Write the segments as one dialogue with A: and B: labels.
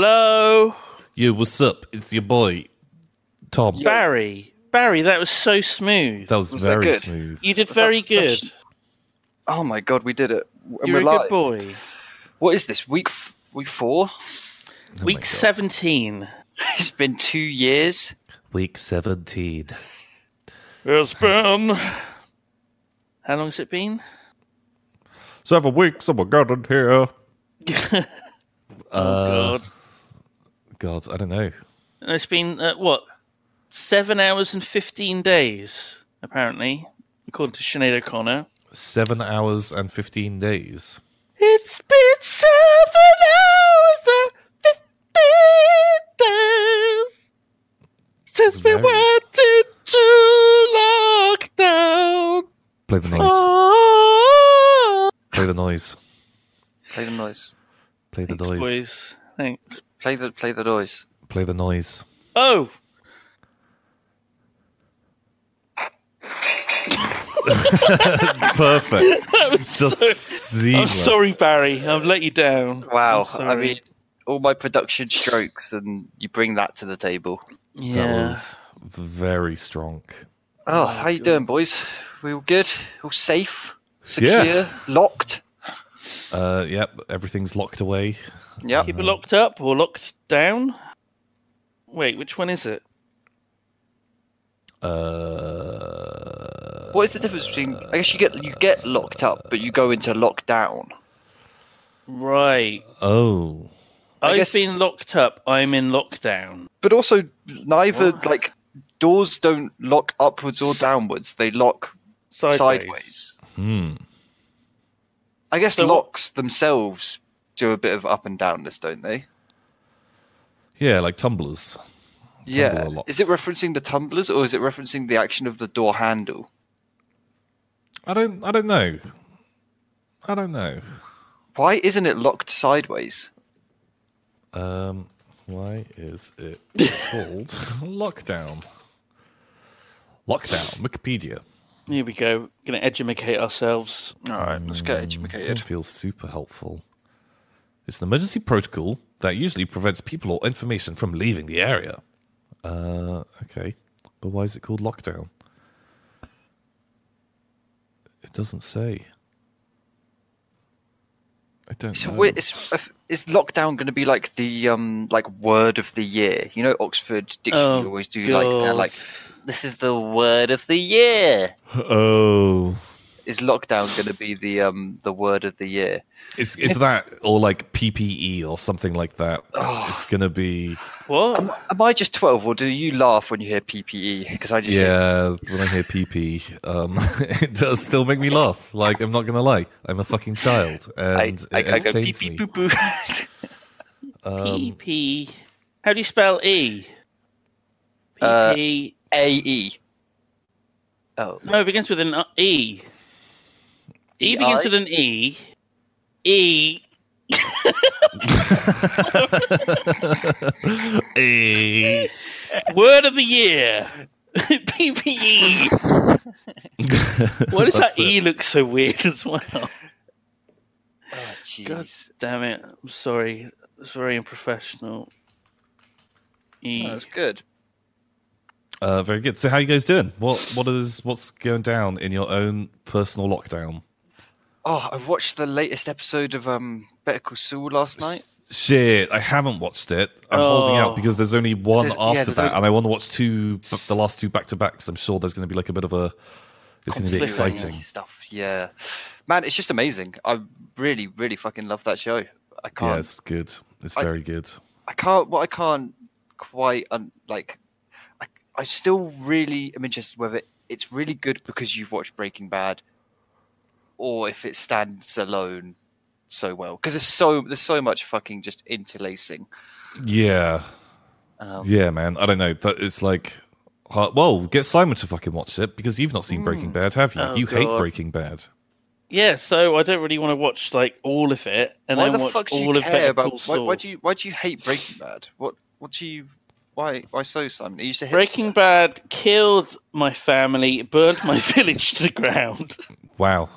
A: Hello,
B: Yo, what's up? It's your boy, Tom.
A: Barry. Barry, that was so smooth.
B: That was,
C: Was that
B: very
C: good?
B: smooth.
A: you did
C: was that
A: very good.
C: profession- Oh my god, we did it. And
A: You're a
C: we're live.
A: good boy.
C: What is this? Week f- week four?
B: Oh my
A: Week
B: God.
A: seventeen.
C: It's been two years.
B: Week 17.
A: It's been. How long has it been?
B: Seven weeks, someone got in here.
A: oh God,
B: Uh, God, I don't know.
A: And it's been uh, what seven hours and fifteen days, apparently, according to Sinead O'Connor.
B: Seven hours and 15 days.
A: It's been seven hours and fifteen days since
B: we Very- went
A: into lockdown.
B: Play the noise.
A: Oh.
B: Play the noise.
C: Play the noise.
B: Play the
A: Thanks,
B: noise.
A: boys. Thanks.
C: Play the play the noise.
B: Play the noise.
A: Oh,
B: Perfect. Just
A: so-
B: seamless.
A: I'm sorry, Barry. I've let you down.
C: Wow.
A: I'm
C: I
A: sorry.
C: mean all my production strokes and you bring that to the table.
B: That
A: yeah.
B: was very strong.
C: Oh, how you doing, boys? We all good? All safe? Secure? Locked?
B: Uh, yep, everything's locked away.
C: Yeah.
A: Keep it locked up or locked down. Wait, which one is it?
B: Uh,
C: What is the difference between I guess you get you get locked up, but you go into lockdown.
A: Right.
B: oh.
A: I have
C: guess-
A: been locked up. I'm in lockdown.
C: But also neither like doors don't lock upwards or downwards. They lock
A: Sideways.
C: sideways.
B: Hmm.
C: I guess
A: So what-
C: locks themselves do a bit of up and downness, don't they?
B: Yeah, like tumblers.
C: Yeah.
B: locks.
C: Is it referencing the tumblers or is it referencing the action of the door handle?
B: I don't. I don't know. I don't know.
C: Why isn't it locked sideways?
B: Um, why is it called lockdown? Lockdown. Wikipedia.
A: Here we go. Gonna edumacate ourselves.
C: All right, let's get educated.
B: Doesn't feel super helpful. It's an emergency protocol that usually prevents people or information from leaving the area. Uh, okay, but why is it called lockdown? It doesn't say. I don't
C: So
B: know.
C: wait, is, is lockdown going to be like the um like word of the year? You know, Oxford Dictionary
A: Oh,
C: always do like they're
A: God.
C: like this is the word of the year.
B: Oh,
C: Is lockdown going to be the um the word of the year?
B: it's it's that or like PPE or something like that.
C: Oh.
B: It's gonna be
A: What?
C: Am, am I just twelve, or do you laugh when you hear PPE? Because I just hear
B: yeah. When I hear PP, um, it does still make me laugh. Like I'm not gonna lie, I'm a fucking child, and
C: I, I
B: it
C: can't go pee
B: entertains
C: pee
B: me.
C: poo poo.
A: PP. How do you spell E?
C: Uh,
A: PP.
C: A E. Oh,
A: no, it begins with an uh, E. E
C: E-I?
A: begins with an E. E.
B: Um, Eh.
A: Word of the year. PPE. Why does that
B: That's
A: E look so weird as
C: Oh,
A: well? God
C: jeez.
A: damn it. I'm sorry. It's very unprofessional. E.
C: That's good.
B: Uh, very good. So, how you guys doing? What what is what's going down in your own personal lockdown?
C: Oh, I watched the latest episode of um, Better Call Saul last night.
B: Shit, I haven't watched it. I'm holding
A: Oh.
B: out because there's only one
C: There's- yeah,
B: after
C: there's
B: that,
C: only-
B: and I want to watch two, but the last two back to backs. I'm sure there's going to be like a bit of a. It's going to be
A: Conflicting.
B: exciting.
C: stuff. Yeah, man, it's just amazing. I really, really fucking love that show. I can't.
B: Yeah, it's good. It's
C: I-
B: very good.
C: I can't. What I can't quite un, like. I, I still really am interested whether it's really good because you've watched Breaking Bad, or if it stands alone so well. Because there's so there's so much fucking just interlacing.
B: Yeah,
C: Um,
B: yeah, man. I don't know. That it's like, hard- well, get Simon to fucking watch it because you've not seen
C: Hmm.
B: Breaking Bad, have you?
A: Oh,
B: you hate
A: God.
B: Breaking Bad.
A: Yeah, so I don't really want to watch like all of it and
C: why
A: then
C: the
A: watch
C: fuck do
A: all
C: you
A: of Better
C: care
A: Call
C: about? Why,
A: Saul.
C: why do you why do you hate Breaking Bad? What what do you why why so Simon? Are you just a hipster?
A: Breaking Bad killed my family, burned my village to the ground,
B: Wow.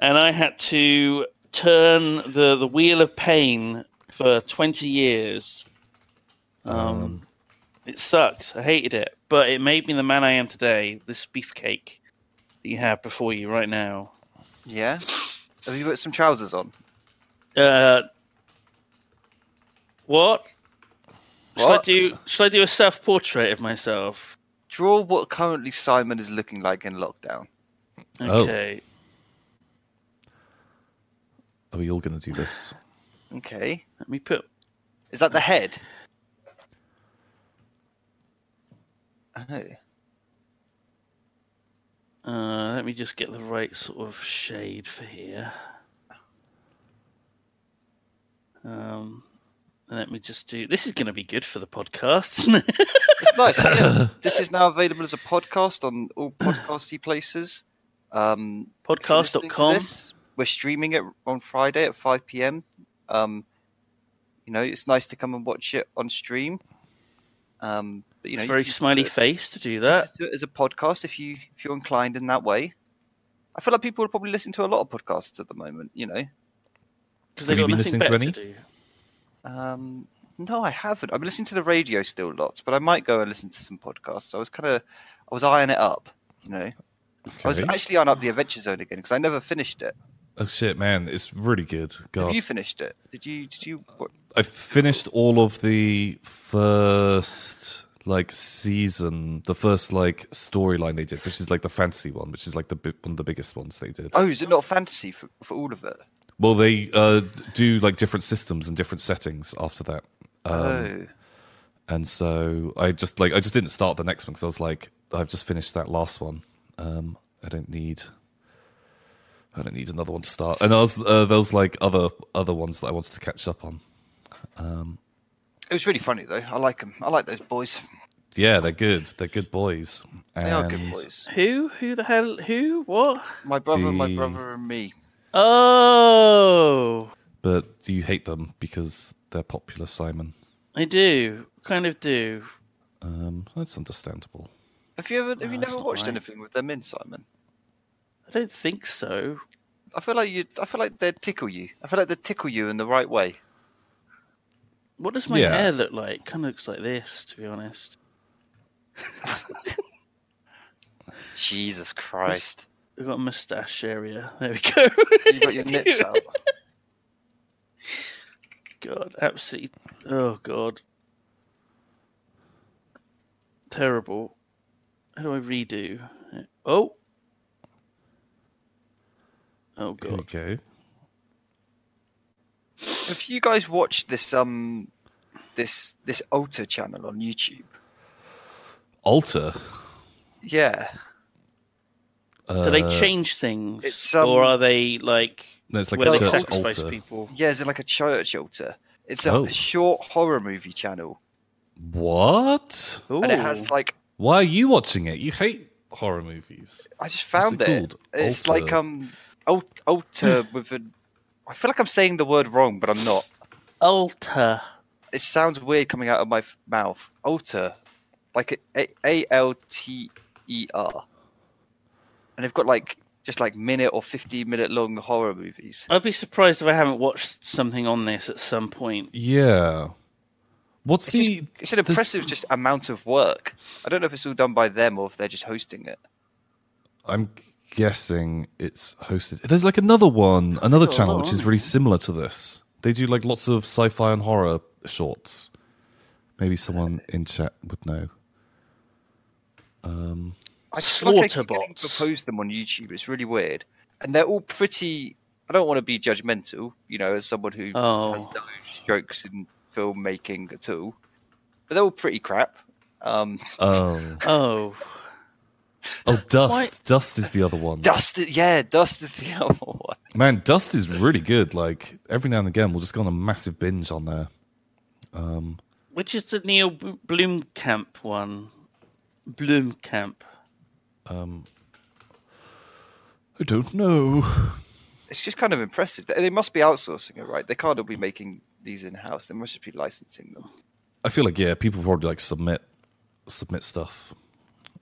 A: and I had to turn the, the wheel of pain for 20 years. Um,
B: Um.
A: it sucks. I hated it, but it made me the man I am today. This beefcake that you have before you right now.
C: Yeah. Have you put some trousers on?
A: Uh, what? Should I
C: What?
A: do? Should I do a self-portrait of myself?
C: Draw what currently Simon is looking like in lockdown.
B: Oh.
A: Okay.
B: Are we all going to do this?
C: Okay.
A: Let me put.
C: Is that the head? Oh.
A: Uh, let me just get the right sort of shade for here. Um, and let me just do. This is going to be good for the podcast. Isn't it?
C: It's nice. yeah. This is now available as a podcast on all podcasty places. Um, if you're listening to
A: Podcast.com.
C: this, We're streaming it on Friday at 5 p.m. Um, you know, it's nice to come and watch it on stream. Um, but you know,
A: It's
C: you
A: very
C: can just
A: smiley
C: do it-
A: face to do
C: you can
A: that.
C: just do it as a podcast if you if you're inclined in that way. I feel like people are probably listening to a lot of podcasts at the moment. You know,
A: Because
B: Have
A: they've
B: you
A: got
B: been
A: nothing
B: listening to
A: better to do.
B: any?
C: um, no, I haven't. I've been listening to the radio still lots, but I might go and listen to some podcasts. I was kind of I was eyeing it up. You know. I was
B: Okay.
C: actually on up the Adventure Zone again because I never finished it.
B: Oh shit, man! It's really good. God,
C: Have you finished it? Did you? Did you? What,
B: I finished all of the first like season, the first like storyline they did, which is like the fantasy one, which is like the bi- one of the biggest ones they did.
C: oh, is it not fantasy for, for all of it?
B: Well, they uh, do like different systems and different settings after that, Uh,
C: oh,
B: and so I just like I just didn't start the next one because I was like I've just finished that last one. Um, I don't need. I don't need another one to start, and I was, uh, there was like other other ones that I wanted to catch up on.
C: it was really funny though. I like them. I like those boys.
B: Yeah, they're good. They're good boys.
C: They are good
B: And-
C: boys.
A: Who? Who the hell? Who? What?
C: My brother, my
B: The-
C: brother, and me.
A: Oh,
B: But do you hate them because they're popular, Simon?
A: I do. Kind of do.
B: Um, that's understandable.
C: Have you ever? Have you
A: No, that's
C: never
A: not
C: watched
A: right.
C: anything with them in Simon?
A: I don't think so.
C: I feel like you. I feel like they tickle you. I feel like they tickle you in the right way.
A: What does my
B: Yeah.
A: hair look like? kind of looks like this, to be honest.
C: Jesus Christ!
A: I've got a mustache area. There we go.
C: you got your nips out.
A: God, absolutely. Oh God, terrible. How do I redo? it? Oh. Oh
B: There
A: God.
B: you go.
C: Have you guys watched this um this this alter channel on YouTube?
B: Alter.
C: Yeah.
A: Do they
B: uh,
A: change things,
C: it's, um,
A: or are they like
B: No, it's like
A: where
B: a
A: they
C: church
A: sacrifice
B: altar.
A: people?
C: Yeah, it's in like a church altar. It's a
B: Oh.
C: short horror movie channel,
B: What?
C: and it has
A: Ooh.
C: like
B: Why are you watching it? You hate horror movies.
C: I just found
B: it
C: it.
B: called?
C: It's
B: Altar?
C: like um al- altar with an. I feel like I'm saying the word wrong, but I'm not.
A: altar.
C: It sounds weird coming out of my f- mouth. Altar, like a l t e r, and they've got like just like minute or fifteen minute long horror movies.
A: I'd be surprised if I haven't watched something on this at some point.
B: Yeah. What's
C: It's,
B: the?
C: just, it's an impressive just amount of work. I don't know if it's all done by them or if they're just hosting it.
B: I'm guessing it's hosted. There's like another one, another
A: Oh,
B: channel
A: go
B: which is
A: on.
B: really similar to this. They do like lots of sci-fi and horror shorts. Maybe someone in chat would know. Um,
C: I just feel like they keep
A: Slaughter
C: getting
A: bots.
C: proposed them on YouTube. It's really weird, and they're all pretty. I don't want to be judgmental, you know, as someone who has
A: Oh.
C: no strokes in filmmaking at all, but they're all pretty crap. Um,
B: Oh,
A: Oh,
B: oh, dust. Dust is the other one.
C: Dust, is- yeah, Dust is the other one.
B: Man, Dust is really good. Like every now and again, we'll just go on a massive binge on there.
A: which is the Neil B- Blomkamp one? Blomkamp.
B: I don't know.
C: It's just kind of impressive. They they must be outsourcing it, right? They can't all be making these in house. They must just be licensing them.
B: I feel like yeah, people probably like submit submit stuff.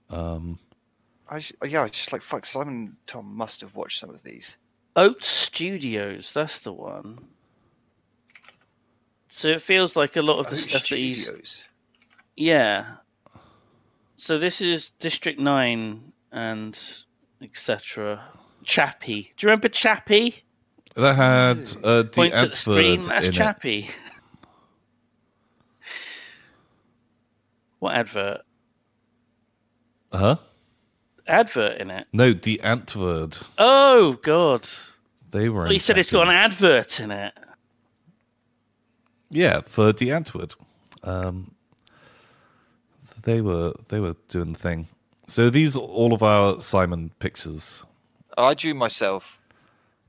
C: I just, yeah, I just like fuck. Simon and Tom must have watched some of these.
A: Oat Studios. That's the one. So it feels like a lot of the
C: Oh,
A: stuff that he's
C: studios.
A: yeah. So this is District Nine and etc. Chappie. Do you remember Chappie?
B: That had uh, D.
A: Points at the screen.
B: Adford
A: That's
B: in it.
A: Chappie. what advert?
B: Huh?
A: Advert in it.
B: No, D. Antwoord.
A: Oh God!
B: They were.
A: Well,
B: in
A: you said it's got an
B: Chappie.
A: advert in it.
B: Yeah, for D. Antwoord. Um, they were they were doing the thing. So these are all of our Simon pictures.
C: Oh, I drew myself.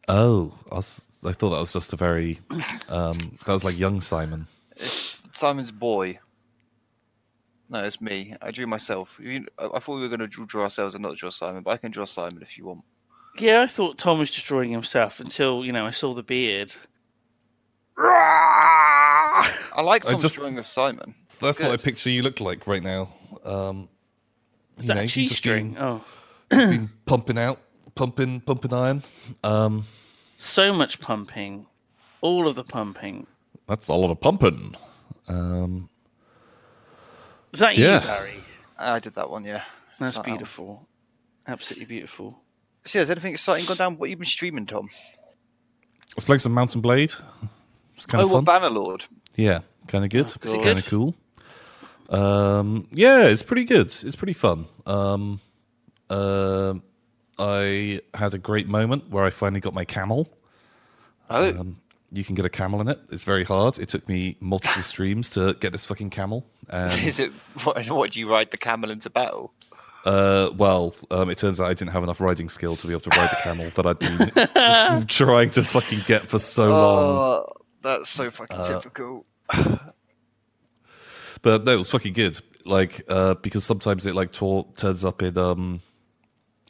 B: Oh, I, was, I thought that was just a very um, that was like young Simon.
C: Simon's boy. No, it's me. I drew myself. You, I I thought we were going to draw ourselves and not draw Simon, but I can draw Simon if you want.
A: Yeah, I thought Tom was destroying himself until you know I saw the beard.
C: I like
B: I
C: some
B: just-
C: drawing of Simon.
B: That's what I
C: Good.
B: picture you look like right now. Um,
A: Is
B: you
A: that
B: know,
A: a
B: you've
A: cheese
B: just
A: string?
B: been-
A: Oh,
B: been pumping out, pumping, pumping iron. Um,
A: so much pumping, all of the pumping.
B: that's a lot of pumping. Um,
A: Is that you,
B: Yeah.
A: Barry?
C: Ah, I did that one, yeah.
A: That's
C: Wow.
A: beautiful. Absolutely beautiful.
C: So, yeah, has anything exciting gone down? What you been streaming, Tom?
B: let's play some Mountain Blade. It's kind
C: oh,
B: of fun.
C: what Bannerlord?
B: yeah, kind of good.
A: Oh, Is it
B: kind of cool. Um, yeah, it's pretty good. It's pretty fun. Um, um I had a great moment where I finally got my camel.
C: Oh,
B: Um, you can get a camel in it. It's very hard. It took me multiple streams to get this fucking camel. And
C: is it? What, what do you ride the camel into battle?
B: Uh, well, um, it turns out I didn't have enough riding skill to be able to ride the camel that I'd been just trying to fucking get for so long.
C: Oh, that's so fucking
B: uh,
C: typical.
B: But no, it was fucking good. Like, uh, because sometimes it like tor- turns up in um,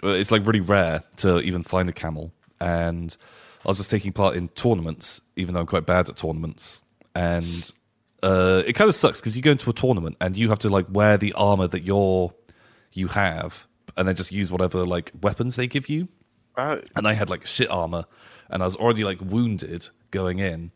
B: uh, it's like really rare to even find a camel. And I was just taking part in tournaments, even though I'm quite bad at tournaments. And uh, it kind of sucks because you go into a tournament and you have to like wear the armor that you're you have, and then just use whatever like weapons they give you.
C: Oh,
B: and I had like shit armor, and I was already like wounded going in,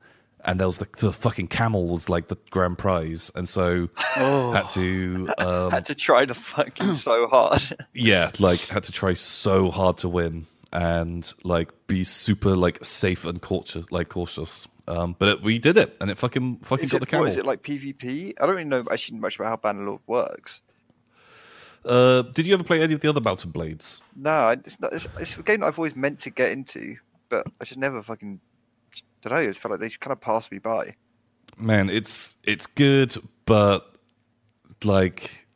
B: and there was the, the fucking camel was like the grand prize, and so
C: Oh.
B: had to um,
C: had to try the fucking so hard.
B: yeah, like had to try so hard to win and like be super like safe and cautious, like cautious. Um, but it, we did it, and it fucking fucking
C: Is
B: got
C: it,
B: the
C: what,
B: camel.
C: is it like PvP? I don't really know actually much about how Bannerlord works.
B: uh, did you ever play any of the other Mountain Blades?
C: No, I- it's not. It's, it's a game that I've always meant to get into, but I just never fucking. Don't know. It felt like they just kind of passed me by.
B: man it's it's good but like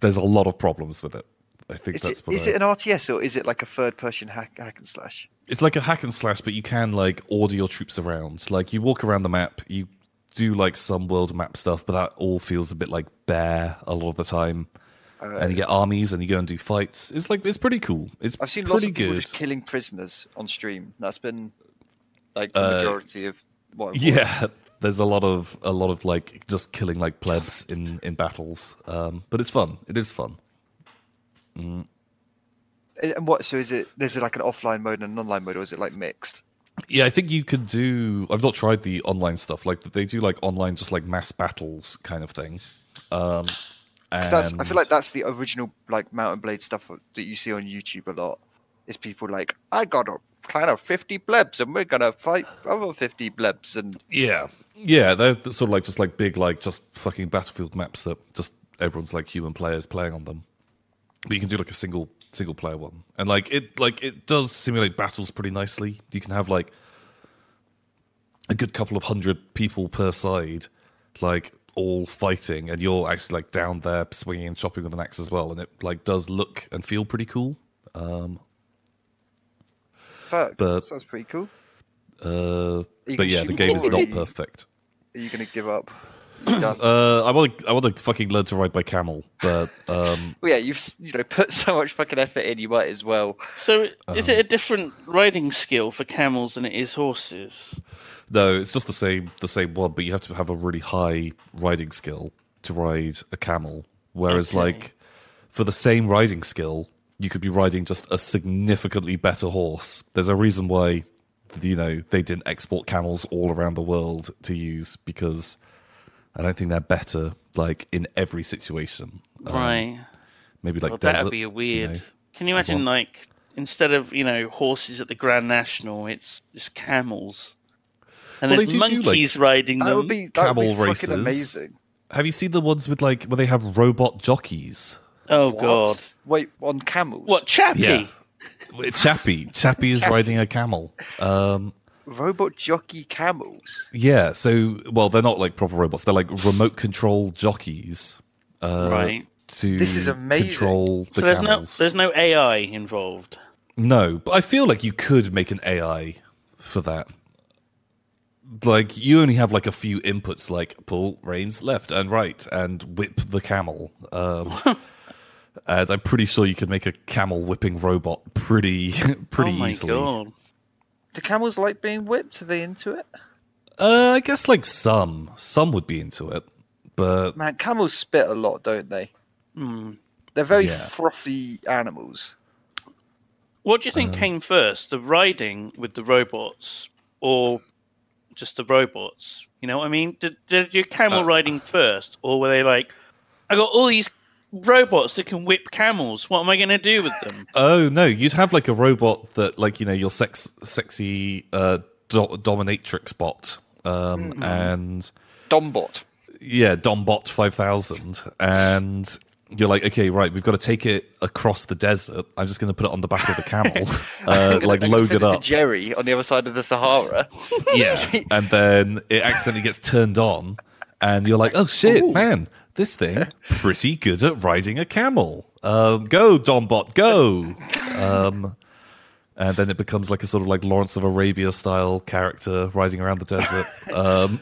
B: there's a lot of problems with it i think
C: Is,
B: that's
C: it,
B: what
C: is
B: I-
C: it an RTS or is it like a third-person hack, hack and slash?
B: it's like a hack and slash but you can like order your troops around like you walk around the map you do like some world map stuff but that all feels a bit like bare a lot of the time and you get armies and you go and do fights it's like it's pretty cool it's
C: Uh, I've seen
B: pretty
C: lots of people
B: good
C: just killing prisoners on stream. That's been like the majority of what. I've watched.
B: Uh, yeah there's a lot of a lot of like just killing like plebs in in battles um but it's fun it is fun
C: And what? So is it? There's like an offline mode and an online mode, or is it like mixed?
B: Yeah, I think you could do. I've not tried the online stuff. Like they do, like online, just like mass battles kind of thing. Um,
C: 'Cause that's, I
B: and-
C: feel like that's the original like Mountain Blade stuff that you see on YouTube a lot. Is people like I got a clan of fifty plebs and we're gonna fight other fifty plebs and
B: yeah, yeah. They're th- sort of like just like big, like just fucking battlefield maps that just everyone's like human players playing on them. But you can do like a single single player one, and like it like it does simulate battles pretty nicely. You can have like a good couple of hundred people per side, like all fighting, and you're actually like down there swinging and chopping with an axe as well, and it like does look and feel pretty cool.
C: fuck.
B: But-
C: sounds pretty cool.
B: Uh, but
C: You can
B: yeah, the
C: shoot
B: game is not
C: already.
B: perfect.
C: Are you gonna give up? You done?
B: Uh, I want to I want to fucking learn to ride my camel, but um,
C: well, yeah, you've s- you know put so much fucking effort in, you might as well.
A: So is
B: Um,
A: it a different riding skill for camels than it is horses?
B: no, it's just the same the same one. But you have to have a really high riding skill to ride a camel. Whereas,
A: Okay.
B: like for the same riding skill, you could be riding just a significantly better horse. There's a reason why you know they didn't export camels all around the world to use because I don't think they're better like in every situation. Um,
A: right.
B: Maybe like
A: well,
B: desert,
A: that'd be a weird.
B: know.
A: Can you imagine, like, instead of you know horses at the Grand National, it's just camels, and
B: Well, they
A: then
B: do do, like-
A: monkeys riding them.
C: That would be that would be
B: Camel
C: fucking
B: races.
C: amazing.
B: Have you seen the ones with like where they have robot jockeys?
A: oh
C: What?
A: god,
C: Wait, on camels?
A: what Chappie?
B: Chappie. Chappie is riding a camel. Um,
C: robot jockey camels?
B: yeah. So, well, they're not like proper robots. They're like remote control jockeys. Uh,
A: Right.
B: To
C: This is amazing.
B: Control the
A: So there's
B: camels.
A: no there's no AI involved.
B: No, but I feel like you could make an AI for that. Like you only have like a few inputs, like pull reins left and right, and whip the camel. Um, and I'm pretty sure you could make a camel whipping robot pretty pretty
A: oh my
B: easily.
A: god.
C: Do camels like being whipped? Are they into it?
B: Uh, I guess like some some would be into it, but
C: Man, camels spit a lot, don't they?
A: Hmm.
C: They're very
B: Yeah.
C: frothy animals.
A: What do you think came first, the riding with the robots, or just the robots? You know what I mean? Did, did your camel riding first, or were they like, I got all these robots that can whip camels. What am I going to do with them?
B: Oh no, you'd have like a robot that like you know your sex sexy uh do- dominatrix bot, um, and
C: Dombot.
B: yeah, Dombot five thousand, and you're like, okay, right, we've got to take it across the desert. I'm just going to put it on the back of the camel, uh, like
C: I'm gonna
B: load
C: send
B: it
C: to
B: up,
C: Jerry on the other side of the Sahara.
B: yeah, and then it accidentally gets turned on, and you're like, oh shit, man, this thing pretty good at riding a camel. Um, go Dombot, go. Um, and then it becomes like a sort of like Lawrence of Arabia style character riding around the desert. Um,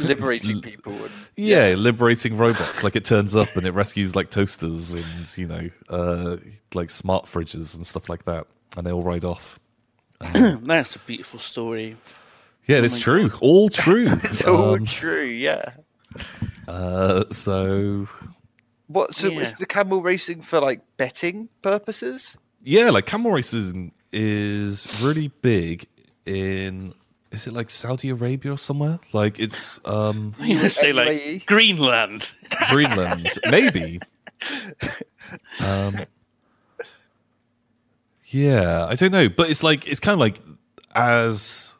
C: liberating people. And,
B: yeah, liberating robots. like it turns up and it rescues like toasters and you know, uh, like smart fridges and stuff like that, and they all ride off.
A: That's a beautiful story.
B: Yeah, it's true. All true.
C: Oh it's all
B: Um,
C: oh, true, yeah.
B: uh, so
C: What? So
A: Yeah.
C: is the camel racing for like betting purposes?
B: yeah, like camel racism is really big in. Is it like Saudi Arabia or somewhere? Like it's um
A: You know, say
C: UAE.
A: like Greenland.
B: Greenland, maybe. Um, yeah, I don't know, but it's like it's kind of like as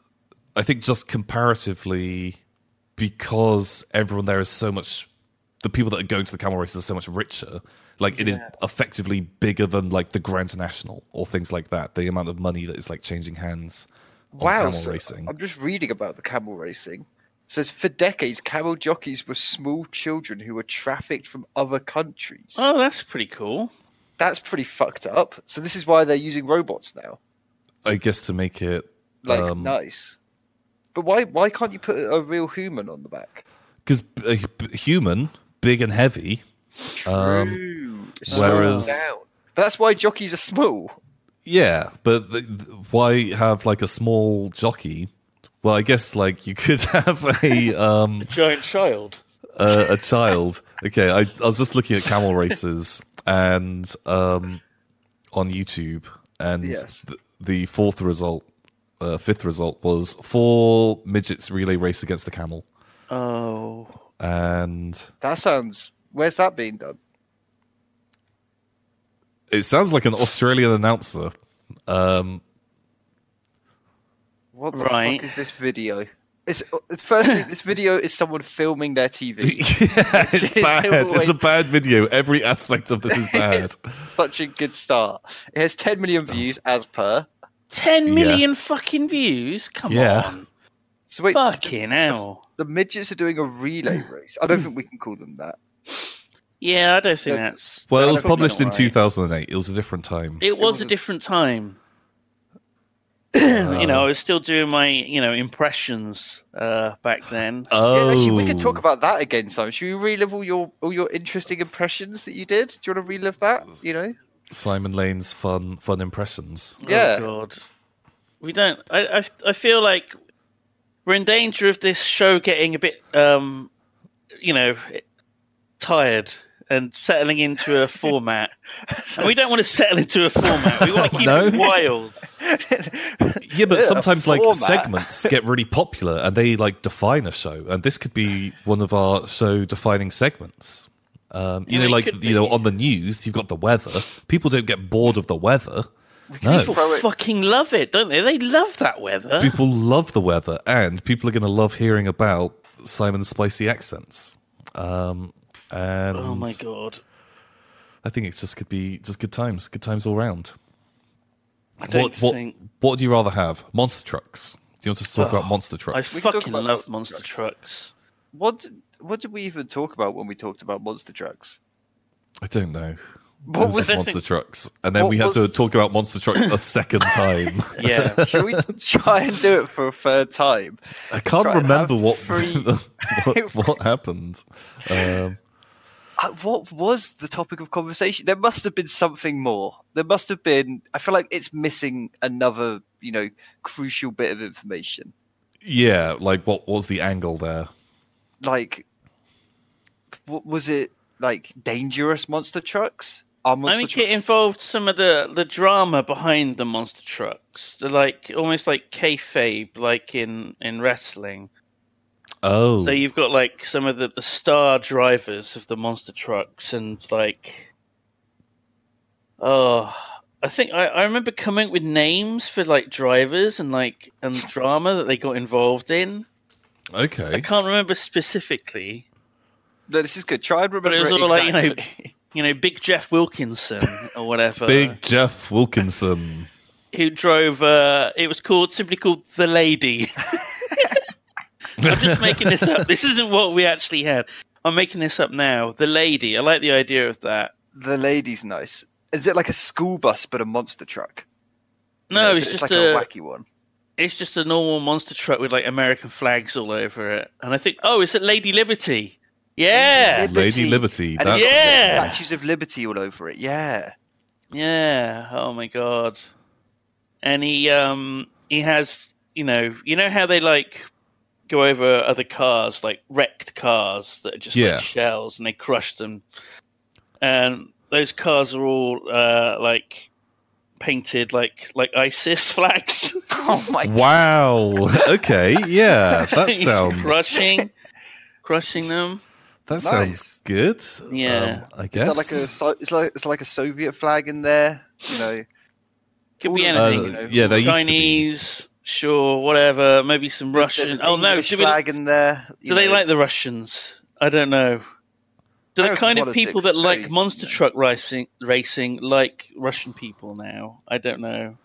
B: I think just comparatively because everyone there is so much. The people that are going to the camel races are so much richer. Like it is effectively bigger than like the Grand National or things like that. The amount of money that is like changing hands. On
C: Wow!
B: camel
C: So um
B: racing.
C: I'm just reading about the camel racing. It says for decades, camel jockeys were small children who were trafficked from other countries.
A: Oh, that's pretty cool.
C: That's pretty fucked up. So this is why they're using robots now.
B: I guess to make it
C: Like
B: um,
C: nice. But why? Why can't you put a real human on the back?
B: because uh, human, big and heavy.
C: True.
B: Um,
C: It's
B: whereas-
C: slowed down. but that's why jockeys are small.
B: Yeah, but the, the- why have like a small jockey? Well, I guess like you could have a um
A: Giant child.
B: a, a child. Okay, I, I was just looking at camel races and um on YouTube, and
C: Yes.
B: th- the fourth result, uh, fifth result was four midgets relay race against a camel,
A: Oh,
B: and
C: That sounds. Where's that being done?
B: it sounds like an Australian announcer. Um,
C: What the
A: Right.
C: fuck is this video? It's, it's firstly, this video is someone filming their TV.
B: yeah, it's
C: It's
B: bad. It's a
C: always-
B: bad video. Every aspect of this is bad.
C: Such a good start. It has 10 million
B: Oh.
C: views as per.
A: 10
B: Yeah.
A: million fucking views? Come
B: Yeah.
A: on.
C: So wait,
A: Fucking hell.
C: the midgets are doing a relay race. I don't think we can call them that.
A: Yeah, I don't think
C: Yeah.
A: that's.
B: Well, it
A: that's
B: was
A: probably
B: published
A: not
B: in
A: right.
B: 2008. It was a different time.
A: It was a
C: wasn't-
A: different time. Uh, you know, I was still doing my, you know, impressions uh, back then.
B: oh,
C: Yeah, actually, we can talk about that again. So, should we relive all your all your interesting impressions that you did? Do you want to relive that? You know,
B: Simon Lane's fun fun impressions.
C: yeah.
A: Oh, God. We don't. I, I, I feel like we're in danger of this show getting a bit, um, you know, tired and settling into a format. and we don't want to settle into a format. We want to keep
B: No.
A: it wild.
B: Yeah, but
C: Yeah,
B: sometimes like
C: format.
B: segments get really popular and they like define a show, and this could be one of our show defining segments. Um, you
A: Yeah,
B: know,
A: it
B: like you
A: could
B: know,
A: be.
B: on the news, you've got the weather. People don't get bored of the weather.
A: People
B: No,
C: Throw it-
A: fucking love it, don't they? They love that weather.
B: people love the weather, and people are going to love hearing about Simon's spicy accents. Um, and
A: Oh my god!
B: I think it's just could be just good times, good times all round.
A: I don't
B: what, what,
A: think
B: what do you rather have? Monster trucks. Do you want us to talk
C: Oh,
B: about monster
A: I
B: trucks?
C: We can talk
A: fucking
C: about
A: love
C: monster
A: monster trucks.
C: What did- what did we even talk about when we talked about monster trucks?
B: I don't know.
C: What
B: It
C: was
B: just
A: the
B: monster
A: thing?
B: trucks? And then
C: What
B: we had
C: was-
B: to talk about monster trucks a second time.
A: Yeah,
C: Should we try and do it for a third time?
B: I can't
C: Right,
B: remember
C: have
B: what,
C: three-
B: what what happened. Um,
C: Uh, What was the topic of conversation? There must have been something more. There must have been. I feel like it's missing another, you know, crucial bit of information.
B: yeah, like what was the angle there?
C: Like, what was it? Like dangerous monster trucks? Are
A: I
C: monster
A: mean,
C: trucks?
A: it involved some of the the drama behind the monster trucks. They're like almost like kayfabe, like in in wrestling.
B: Oh,
A: So you've got like some of the, the star drivers of the monster trucks and like oh I think I, I remember coming up with names for like drivers and like and drama that they got involved in. I
B: okay.
A: can't remember specifically.
C: No, this is good. Try and remember.
A: it was
C: it
A: all like, you know,
C: exactly.
A: You know, Big Jeff Wilkinson or
C: uh,
A: whatever.
B: Big Jeff Wilkinson.
A: Who drove uh it was called simply called The Lady. I'm just making this up. This isn't what we actually had. I'm making this up now. The Lady. I like the idea of that.
C: the lady's nice. Is it like a school bus but a monster truck? You
A: No,
C: know,
A: it's,
C: so
A: just
C: like
A: a,
C: a wacky one.
A: it's just a normal monster truck with like American flags all over it. And I think, oh, is it Lady Liberty? Yeah,
C: Lib-
B: Lady
C: Liberty.
B: Liberty.
C: And it's
B: That,
C: got
A: Yeah.
C: statues of liberty all over it. Yeah,
A: yeah. Oh my god. And he um he has you know you know how they like go over other cars like wrecked cars that are just
B: Yeah.
A: like shells and they crush them, and those cars are all uh like painted like like ISIS flags.
C: oh my
B: Mm, wow. Okay. Yeah. That
A: He's
B: sounds.
A: crushing, crushing them.
B: That
C: Nice.
B: sounds good.
A: Yeah.
B: Um, I
C: Is that
B: guess.
C: like a so- it's like it's like a Soviet flag in there? You know,
A: Could
C: All
A: be
C: of-
A: anything.
C: Uh,
A: you know.
B: yeah, there used to be.
A: Chinese, sure, whatever. Maybe some
C: There's
A: Russian.
C: an
A: Oh no,
C: English
A: do, we,
C: flag in there. you
A: do they
C: know.
A: like the Russians? I don't know. Do the
C: American
A: kind of people that
C: politics, very,
A: like monster
C: you know.
A: truck racing, racing like Russian people now? I don't know.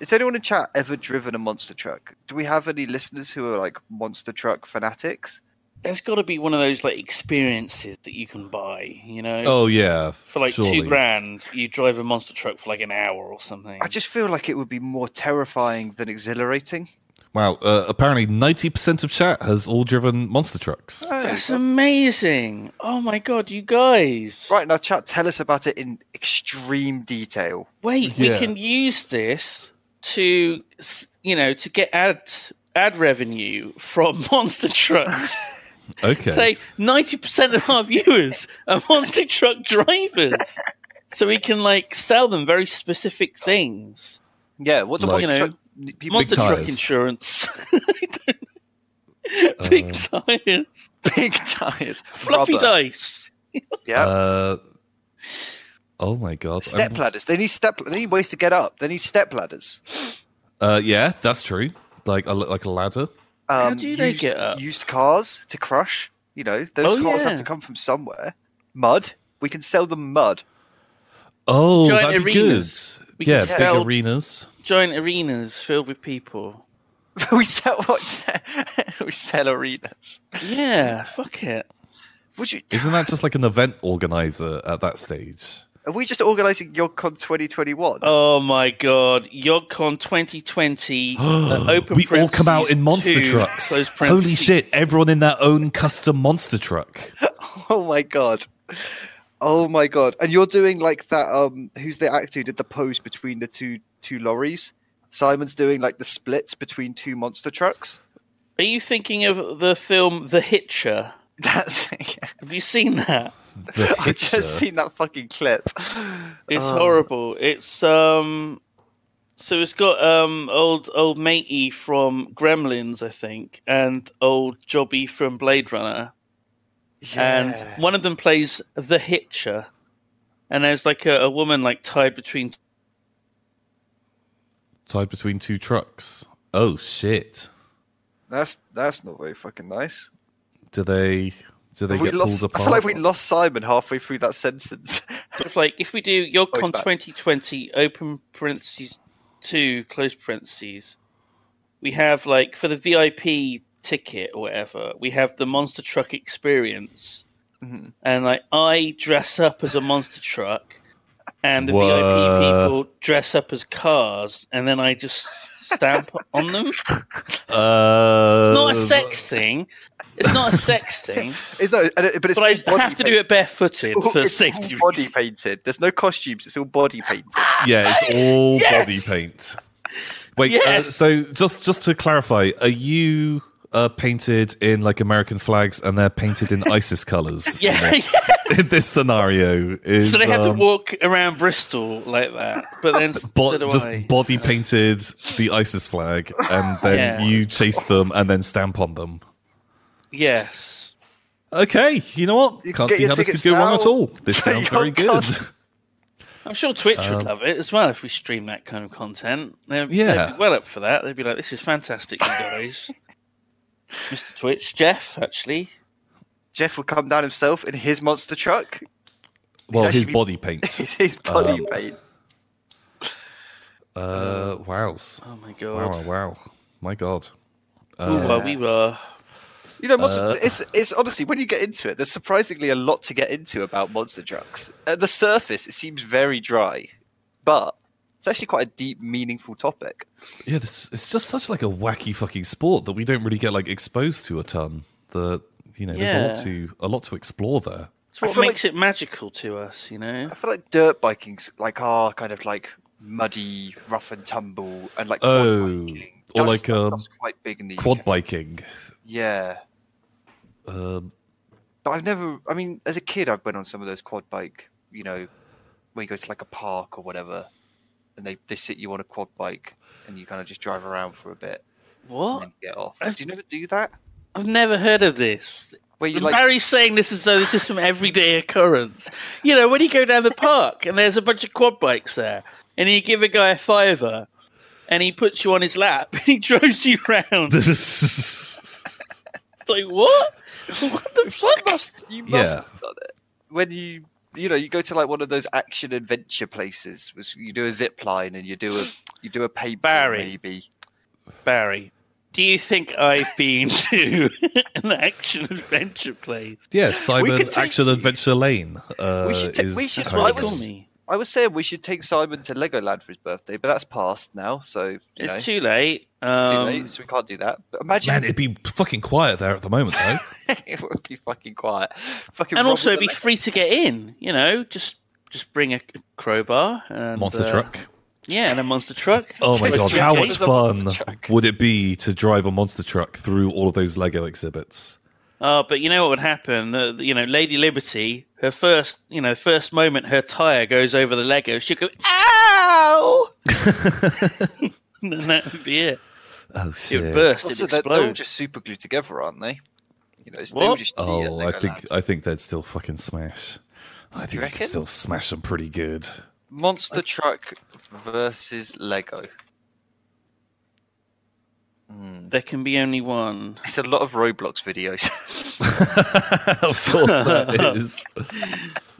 C: Has anyone in chat ever driven a monster truck? Do we have any listeners who are like monster truck fanatics?
A: There's got to be one of those like experiences that you can buy. You know,
B: Oh yeah.
A: for like
B: surely.
A: two grand, you drive a monster truck for like an hour or something.
C: I just feel like it would be more terrifying than exhilarating.
B: Wow. Uh, apparently, ninety percent of chat has all driven monster trucks.
A: Oh, That's amazing! Oh my god, you guys!
C: Right now, chat, tell us about it in extreme detail.
A: wait, we
B: Yeah.
A: can use this to, s- you know, to get ad ad revenue from monster trucks.
B: Okay.
A: Say ninety percent of our viewers are monster truck drivers, so we can like sell them very specific things.
C: Yeah, what do
B: Like-
C: monster
A: You know,
C: truck people
A: Monster truck
B: tires.
A: insurance. I don't know. Big
B: Uh,
A: tires,
C: big tires,
A: fluffy
C: rubber,
A: dice.
C: Yeah,
B: Uh, oh my god. I'm-
C: step ladders. They need step. They need ways to get up. They need step ladders.
B: Uh, yeah, that's true. Like a like a ladder.
C: Um,
A: do they
C: used,
A: get up?
C: Used cars to crush. You know, those
A: Oh,
C: cars
A: yeah.
C: have to come from somewhere. Mud. We can sell them mud.
B: Oh,
A: Giant
B: that'd be
A: arenas. We
B: good. Yeah,
A: could
B: big
A: sell-
B: arenas.
A: Giant arenas filled with people.
C: we sell what? we sell arenas.
A: Yeah, fuck it.
C: Would you?
B: Isn't that just like an event organizer at that stage?
C: Are we just organising YogCon 2021?
A: Oh my god, YogCon 2020 uh, open
B: we all come out
A: parentheses
B: in monster
A: two,
B: trucks.
A: close
B: Holy
A: parentheses.
B: shit! Everyone in their own custom monster truck.
C: Oh my god. Oh my god. And you're doing like that um who's the actor who did the pose between the two two lorries? Simon's doing like the splits between two monster trucks.
A: Are you thinking of the film The Hitcher?
C: That's
A: Have you seen that?
B: The
C: I
B: picture.
C: Um, just seen that fucking clip.
A: It's
C: Oh.
A: horrible. It's um So it's got um old old matey from Gremlins, I think, and old Jobby from Blade Runner, and one of them plays the Hitcher, and there's like a, a woman like tied between.
B: Tied between two trucks. Oh shit!
C: that's that's not very fucking nice.
B: Do they? Do they
C: Have we
B: get
C: lost,
B: pulled apart?
C: I feel like we lost Simon halfway through that sentence.
A: It's like if we do YogCon
C: back.
A: 2020 open parentheses two close parentheses, we have like for the VIP ticket or whatever, we have the monster truck experience,
C: Mm-hmm.
A: and like I dress up as a monster truck, and the
B: Wha-
A: VIP people dress up as cars, and then I just stamp on them. It's
B: Uh,
A: not a sex thing. It's not a sex thing,
C: It's not- and it- but it's
A: but I
C: all body
A: have to do
C: paint.
A: it barefooted
C: It's all-
A: for
C: it's all
A: safety
C: body
A: reasons.
C: painted. There's no costumes. It's all body painted.
B: Yeah, it's all
A: Yes!
B: body paint. Wait, uh,
A: Yes!
B: so just just to clarify, are you uh, painted in like American flags and they're painted in ISIS colors?
A: Yeah,
B: In this, in this scenario, is
A: So they have to
B: um,
A: walk around Bristol like that, but then
B: bo-
A: so do
B: just
A: I.
B: body painted the ISIS flag, and then
A: Yeah.
B: you chase them and then stamp on them.
A: yes.
B: Okay, you know what?
C: You can
B: Can't
C: get
B: see
C: your
B: how this could
C: tickets
B: go wrong at
C: now.
B: all. This sounds very
C: Your
B: good.
C: God.
A: I'm sure Twitch
B: um,
A: would love it as well if we stream that kind of content. They'd,
B: Yeah.
A: they'd be well up for that. They'd be like, "This is fantastic, you guys." Mr. Twitch, Jeff, actually,
C: Jeff will come down himself in his monster truck.
B: Well, his
C: actually be-
B: body paint.
C: It's his body paint.
B: Uh, wows.
A: oh my
B: Wow,
A: god,
B: wow, wow. My God.
A: Ooh, well, we were.
C: You know, monster,
B: Uh,
C: it's it's honestly when you get into it, there's surprisingly a lot to get into about monster trucks. At the surface, it seems very dry, but it's actually quite a deep, meaningful topic.
B: Yeah, this it's just such like a wacky fucking sport that we don't really get like exposed to a ton. The you know, there's a lot
A: Yeah.
B: to a lot to explore there.
A: It's
C: I
A: what
C: feel
A: makes it magical to us, you know.
C: I feel like dirt biking's like our kind of like muddy, rough and tumble, and like
B: Oh,
C: quad biking.
B: or
C: That's-
B: like,
C: that
B: um,
C: stuff's quite big in the
B: Quad
C: UK.
B: biking.
C: Yeah,
B: Um,
C: but I've never. I mean, as a kid, I went on some of those quad bike. You know, where you go to like a park or whatever, and they they sit you on a quad bike, and you kind of just drive around for a bit. and
A: What?
C: then get off.
A: I've-
C: Do you never do that?
A: I've never heard of this.
C: Where you
A: And
C: like
A: Barry's saying this as though this is some everyday occurrence. You know, when you go down the park and there's a bunch of quad bikes there, and you give a guy a fiver, and he puts you on his lap and he drives you round. It's like what? What the fuck?
C: must you must
B: Yeah.
C: have done it when you you know you go to like one of those action adventure places. Was you do a zip line and you do a you do a paintball
A: Barry.
C: maybe.
A: Barry, do you think I've been to an action adventure place?
B: yeah, Simon
C: could take
B: Action
C: you-
B: Adventure Lane. Uh,
C: We should ta-
B: is
C: we should
A: That's
B: how
A: what
B: it
A: they call
B: is.
A: me.
C: I was saying we should take Simon to Legoland for his birthday, but that's past now, so you
A: It's
C: know,
A: too late.
C: it's too
A: Um,
C: late, so we can't do that. But imagine
B: Man, it'd be fucking quiet there at the moment though.
C: it would be fucking quiet. Fucking
A: and
C: Rob
A: also
C: with
A: be
C: the
A: free to get in. You know, just just bring a crowbar and
B: Monster
A: uh,
B: truck.
A: Yeah, and a monster truck.
B: Oh my
C: Just
B: god,
C: chase
B: how
C: it
B: much
C: with a monster
B: fun
C: truck.
B: would it be to drive a monster truck through all of those Lego exhibits?
A: Oh, but you know what would happen? The, the- you know, Lady Liberty, her first, you know, first moment, her tire goes over the Lego. She'll go, "Ow!" and then that would be it.
B: Oh
A: It
B: shit.
A: would burst.
C: Also,
A: It'd
C: they're, they're all
A: explode.
C: just super glued together, aren't they? You know, it's, they
A: What?
C: all just be at
B: Oh, I think
C: Legoland.
B: I think they'd still fucking smash. I think they
C: reckon?
B: could still smash them pretty good.
C: Monster Truck versus Lego.
A: There can be only one.
C: It's a lot of Roblox videos.
B: of course that is.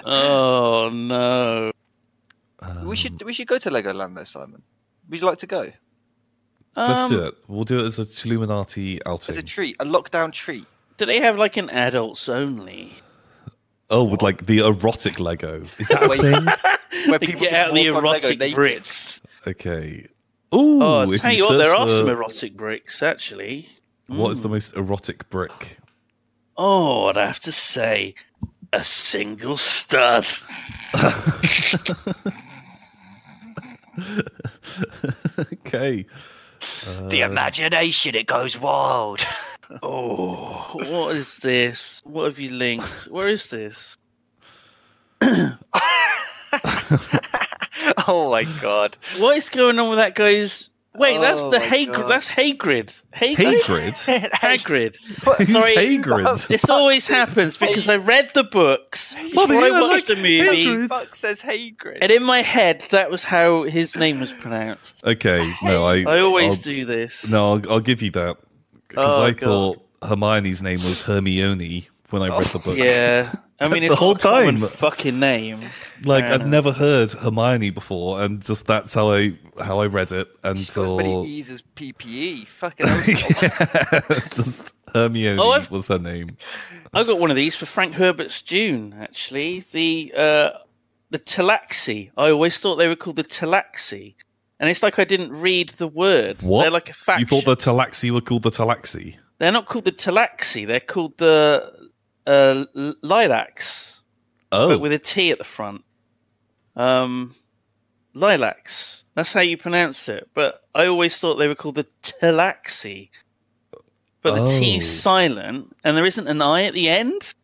A: Oh no!
C: we should
B: Um,
C: we should go to Legoland though, Simon. Would you like to go?
B: Let's
A: Um,
B: do it. We'll do it as a Chilluminati
C: As
B: outing.
C: a treat, a lockdown treat.
A: Do they have like an adults only?
B: oh, with like the erotic Lego. Is that a
C: Wait.
B: thing?
C: Where
A: They
C: people
A: get
C: just
A: out the
C: walk on Lego
A: erotic
C: naked.
A: bricks.
B: Okay. Ooh,
A: Oh,
B: if
A: tell
B: you
A: you what,
B: search
A: there are
B: for
A: some erotic bricks actually.
B: what is the most erotic brick?
A: Oh, I'd have to say, a single stud.
B: Okay.
C: The
B: Uh.
C: imagination, it goes wild.
A: Oh, what is this? What have you linked? Where is this?
C: oh my god.
A: What is going on with that guy's? Wait, that's
C: Oh
A: the
C: my
A: Hagrid.
C: God.
A: That's Hagrid. Hagrid.
B: Hagrid?
A: Hagrid.
B: Who's
A: Sorry.
B: Hagrid?
A: This always happens because I read the books before I
B: yeah,
A: watched the
B: like
A: movie,
B: Hagrid.
C: Fuck says Hagrid.
A: and in my head that was how his name was pronounced.
B: Okay, no, I,
A: I always
B: I'll-
A: do this.
B: Oh, No, I'll, I'll give you that because
A: Oh,
B: I
A: God.
B: thought Hermione's name was Hermione when I read the book.
A: Yeah. I mean,
B: The
A: it's
B: whole
A: not a common
B: time.
A: fucking name.
B: Like
A: Yeah.
B: I'd never heard Hermione before, and just that's how I how I read it and
C: She's got as many
B: thought
C: E's as PPE. Fucking hell.
B: just Hermione
A: Oh, I've-
B: was her name.
A: I got one of these for Frank Herbert's Dune. Actually, the uh, the Talaxi. I always thought they were called the Talaxi, and it's like I didn't read the word.
B: What?
A: They're like a faction.
B: You thought the Talaxi were called the Talaxi?
A: They're not called the Talaxi. They're called the uh, l- Lilacs,
B: Oh,
A: but with a T at the front. Um, lilacs. That's how you pronounce it. But I always thought they were called the Talaxi. But the T's
B: Oh.
A: silent, and there isn't an I at the end.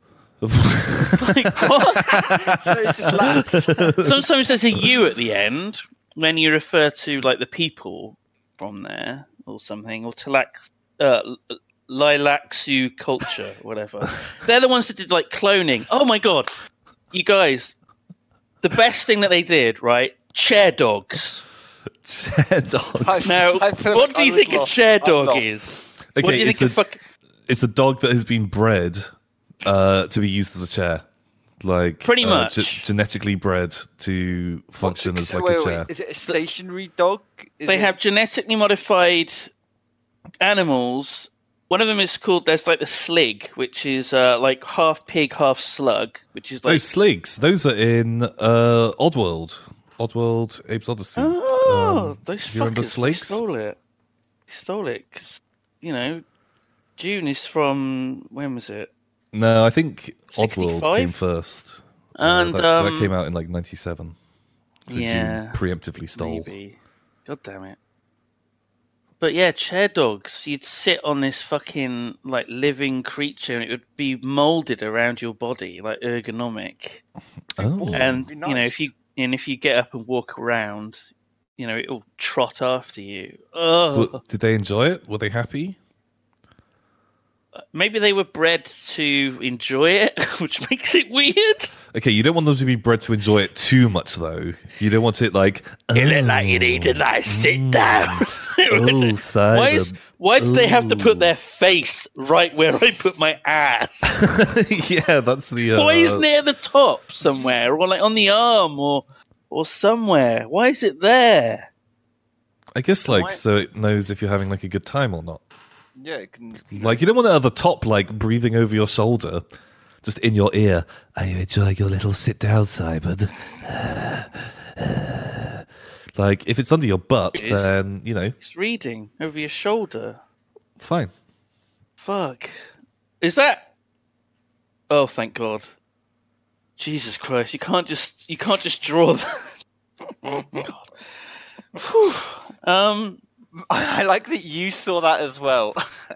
B: Oh.
A: Like, what?
C: so it's just lax.
A: Sometimes there's a U at the end when you refer to like the people from there or something, or Talax, uh, L- Lilaxu culture, whatever. They're the ones that did like cloning. Oh my god, you guys! The best thing that they did, right? Chair dogs.
B: Chair dogs.
C: I-
A: Now,
C: feel
A: what
C: like
A: do
C: I
A: you
C: was
A: think
C: lost.
A: a chair
C: I'm
A: dog
C: lost.
A: is?
B: Okay,
A: what do you
B: it's
A: think a,
B: a-
A: fuck?
B: It's a dog that has been bred uh, to be used as a chair, like
A: Pretty
B: uh,
A: much.
B: ge- genetically bred to function as like
C: wait,
B: a
C: wait,
B: chair.
C: Is it a stationary dog? Is
A: they
C: it-
A: have genetically modified animals. One of them is called there's like the slig, which is uh, like half pig, half slug, which is
B: Oh,
A: like
B: Sleeks. Those are in uh, Oddworld. Oddworld, Abe's Odyssey.
A: oh,
B: Um,
A: those
B: do you remember
A: fuckers they
B: Sleeks?
A: stole it. They stole it 'cause, you know June is from when was it?
B: No, I think Oddworld
A: 65?
B: came first. Uh,
A: And
B: that,
A: um,
B: that came out in like '97. So June
A: yeah,
B: preemptively stole.
A: maybe. God damn it. But yeah, chair dogs. You'd sit on this fucking like living creature, and it would be molded around your body, like ergonomic.
B: Oh.
A: and
C: Be
A: you know
C: nice.
A: if you and if you get up and walk around you know it'll trot after you oh
B: Well, did they enjoy it? Were they happy?
A: maybe they were bred to enjoy it which makes it weird
B: Okay, you don't want them to be bred to enjoy it too much, though. You don't want it like.
A: it looked like you need to like sit down
B: Oh, cider.
A: Mm. why is why did they have to
B: Ooh.
A: put their face right where i put my ass
B: yeah, that's the. Uh,
A: why isn't it at the top somewhere or like on the arm or or somewhere why is it there
B: I guess like
A: Why-
B: so it knows if you're having like a good time or not.
C: Yeah, it can,
B: Like you don't want it at the top, like breathing over your shoulder, just in your ear. Are you enjoying your little sit down, Simon? like if it's under your butt,
A: It is.
B: then you know,
A: it's reading over your shoulder
B: fine.
A: Fuck. Is that Oh thank God. Jesus Christ, you can't just you can't just draw that. God. Whew. Um
C: I like that you saw that as well.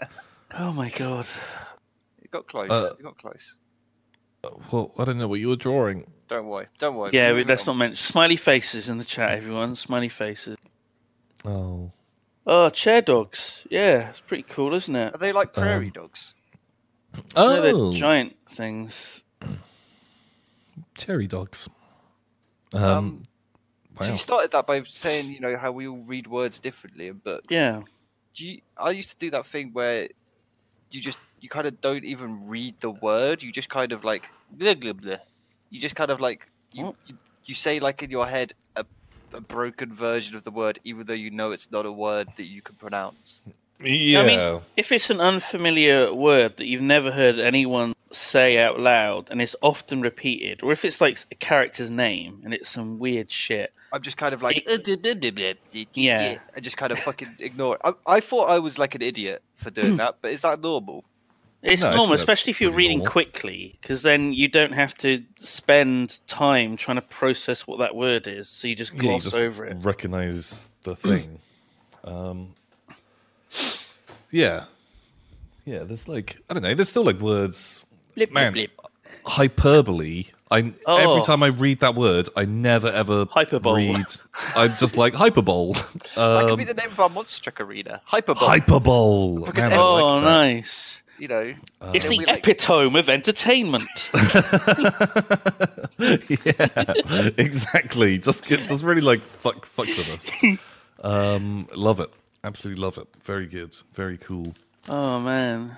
A: oh my god.
C: It got close.
B: Uh,
C: it got close.
B: Well, I don't know what you were drawing.
C: Don't worry. Don't worry.
A: Yeah,
C: Moving
A: let's
C: on.
A: not mention smiley faces in the chat, everyone. Smiley faces.
B: Oh,
A: Oh, chair dogs. Yeah, it's pretty cool, isn't it?
C: Are they like prairie
B: Um,
C: dogs?
A: No,
B: oh,
A: they're giant things.
B: cherry dogs. Um,
C: Um, So
B: wow.
C: you started that by saying, you know, how we all read words differently in books.
A: Yeah.
C: Do you, I used to do that thing where you just you kind of don't even read the word. You just kind of like blah, blah, blah. you just kind of like you,
A: What?
C: you you say like in your head a, a broken version of the word, even though you know it's not a word that you can pronounce.
B: yeah.
A: I mean, if it's an unfamiliar word that you've never heard anyone say out loud and it's often repeated, or if it's like a character's name and it's some weird shit,
C: I'm just kind of like,
A: It-
C: "Uh, duh, duh, duh, duh, duh, duh,
A: Yeah.
C: duh," I just kind of fucking ignore it. I, I thought I was like an idiot for doing that, but is that normal?
A: it's
B: No, I think
A: normal,
B: that's
A: especially if you're
B: pretty
A: reading
B: normal.
A: quickly, because then you don't have to spend time trying to process what that word is. So you just
B: Yeah, you
A: gloss
B: just
A: over it.
B: Recognize the thing. um, yeah, yeah. There's like I don't know. There's still like words.
A: Blip, blip,
B: Man,
A: blip.
B: hyperbole. I
A: Oh.
B: every time I read that word, I never ever
A: Hyperbole.
B: read. I'm just like hyperbole.
C: that
B: Um,
C: could be the name of our monster truck arena. Hyperbole.
B: hyperbole.
C: Because
B: Man, I
A: oh,
B: like that.
A: nice.
C: you know.
B: Um,
A: Uh, It's
C: Then
A: the
C: we, like-
A: epitome of entertainment.
B: yeah, exactly. Just get- just really like fuck fuck with us. Um, love it. Absolutely love it. Very good. Very cool.
A: oh man.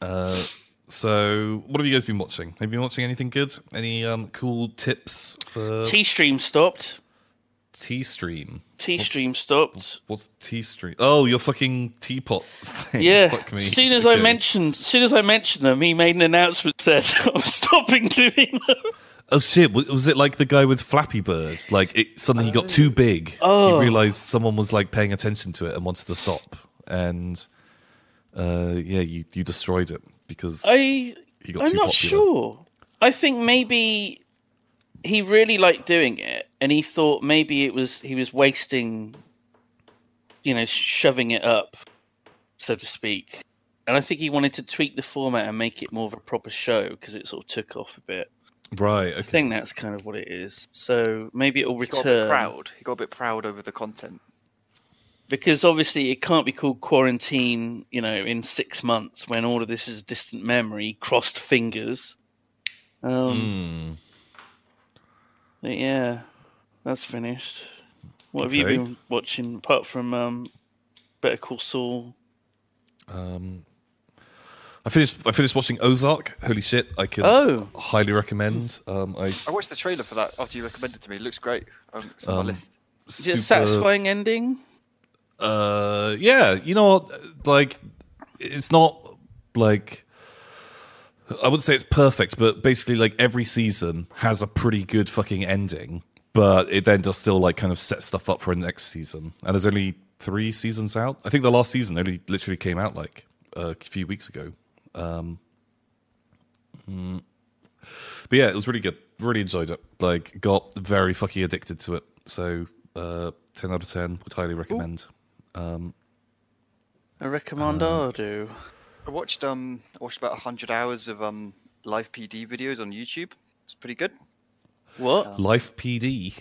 B: Uh, so, what have you guys been watching? Have you been watching anything good? Any um, cool tips for
A: T stream stopped.
B: T stream?
A: T stream stopped.
B: What's T stream? Oh, your fucking teapot thing.
A: Yeah.
B: Fuck me.
A: As soon as I
B: Okay.
A: mentioned, as soon as I mentioned them, he made an announcement said, "I'm stopping doing them."
B: Oh shit! wa- Was it like the guy with Flappy Bird? Like it suddenly he got too big.
A: Oh.
B: He realized someone was like paying attention to it and wanted to stop. And uh, yeah, you you destroyed it because
A: I
B: he
A: I'm
B: got
A: not
B: too popular.
A: sure. I think maybe he really liked doing it, and he thought maybe it was he was wasting, you know, shoving it up, so to speak. And I think he wanted to tweak the format and make it more of a proper show because it sort of took off a bit.
B: Right.
A: I
B: Okay.
A: think that's kind of what it is. So maybe it'll
C: He got a bit
A: return
C: proud. He got a bit proud over the content.
A: because obviously it can't be called quarantine. You know, in six months when all of this is distant memory, crossed fingers. Um,
B: Hmm.
A: But yeah, that's finished. What have
B: Okay.
A: you been watching apart from um, Better Call Saul?
B: Um, I finished. I finished watching Ozark. Holy shit! I can
A: Oh,
B: highly recommend. Um, I
C: I watched the trailer for that after you recommended it to me. It looks great. Um, it's on
B: Um,
C: my list.
A: is it
B: super-
A: a satisfying ending?
B: Uh, yeah, you know, what, like it's not like I wouldn't say it's perfect, but basically, like every season has a pretty good fucking ending, but it then does still like kind of set stuff up for a next season. And there's only three seasons out. I think the last season only literally came out like a few weeks ago. Um, hmm. But yeah, it was really good. Really enjoyed it. Like, got very fucking addicted to it. So, uh, 10 out of 10, would highly recommend. Um,
A: A recommendado.
C: I watched um I watched about hundred hours of um live PD videos on YouTube. It's pretty good.
A: what?
B: Life PD.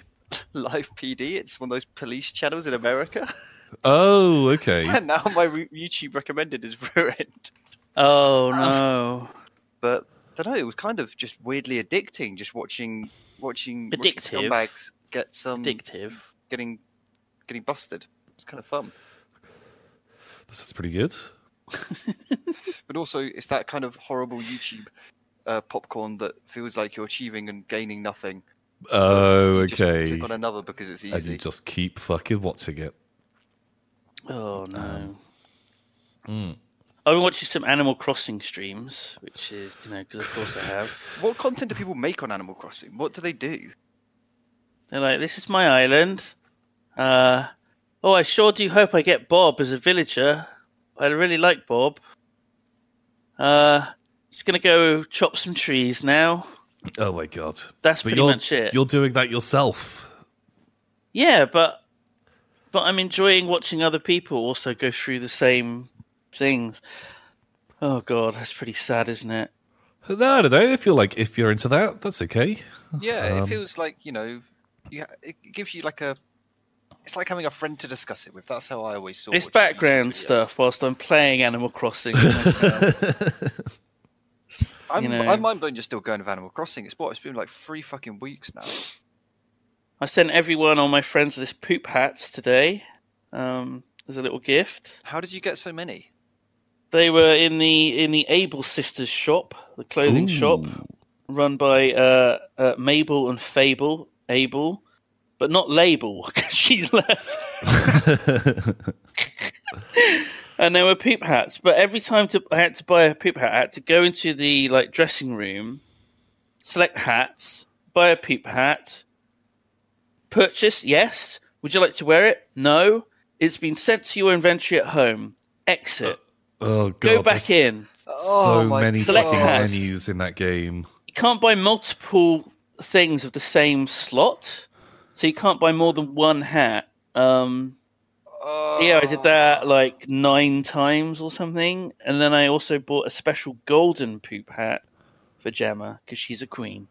C: Live PD. It's one of those police channels in America.
B: Oh, okay.
C: and now my re- YouTube recommended is ruined.
A: Oh no!
B: um,
C: But I don't know. It was kind of just weirdly addicting. Just watching watching, watching
A: Addictive.
C: scumbags get some
A: Addictive.
C: getting getting busted. It's kind of fun.
B: This is pretty good.
C: but also it's that kind of horrible YouTube uh, popcorn that feels like you're achieving and gaining nothing.
B: Oh,
C: You just
B: okay.
C: click on another because it's
B: And you
C: easy.
B: just keep fucking watching it.
A: Oh no! I've been watching some Animal Crossing streams, which is you know because of course I have.
C: What content do people make on Animal Crossing? What do they do?
A: They're like, "This is my island." Uh, oh, I sure do hope I get Bob as a villager. I really like Bob. Uh, just gonna go chop some trees now.
B: Oh my god.
A: That's pretty
B: you're,
A: much it.
B: You're doing that yourself.
A: Yeah, but but I'm enjoying watching other people also go through the same things. Oh god, that's pretty sad, isn't it?
B: No, I don't know. I feel like if you're into that, that's okay.
C: Yeah,
B: Um,
C: it feels like you know, you ha- it gives you like a. It's like having a friend to discuss it with. That's how I always saw.
A: It's
C: watching YouTube
A: background
C: videos.
A: stuff whilst I'm playing Animal Crossing. with myself.
C: I'm,
A: you know.
C: I'm mind blown. You're still going with Animal Crossing. It's what it's been like three fucking weeks now.
A: I sent everyone on my friends this poop hats today um, as a little gift.
C: How did you get so many?
A: They were in the in the Able Sisters shop, the clothing shop run by uh, uh, Mabel and Fable Abel, but not Label because she's left. and there were poop hats, but every time to, I had to buy a poop hat, I had to go into the like dressing room, select hats, buy a poop hat, purchase. Yes, would you like to wear it? No, it's been sent to your inventory at home. Exit.
B: Oh god.
A: go back
B: there's
A: in. Oh,
C: Oh
B: So many
A: Select
B: fucking
A: hats.
B: menus in that game.
A: you can't buy multiple things of the same slot, so you can't buy more than one hat. Um,
C: Oh.
A: so yeah, I did that like nine times or something, and then I also bought a special golden poop hat for Gemma because she's a queen,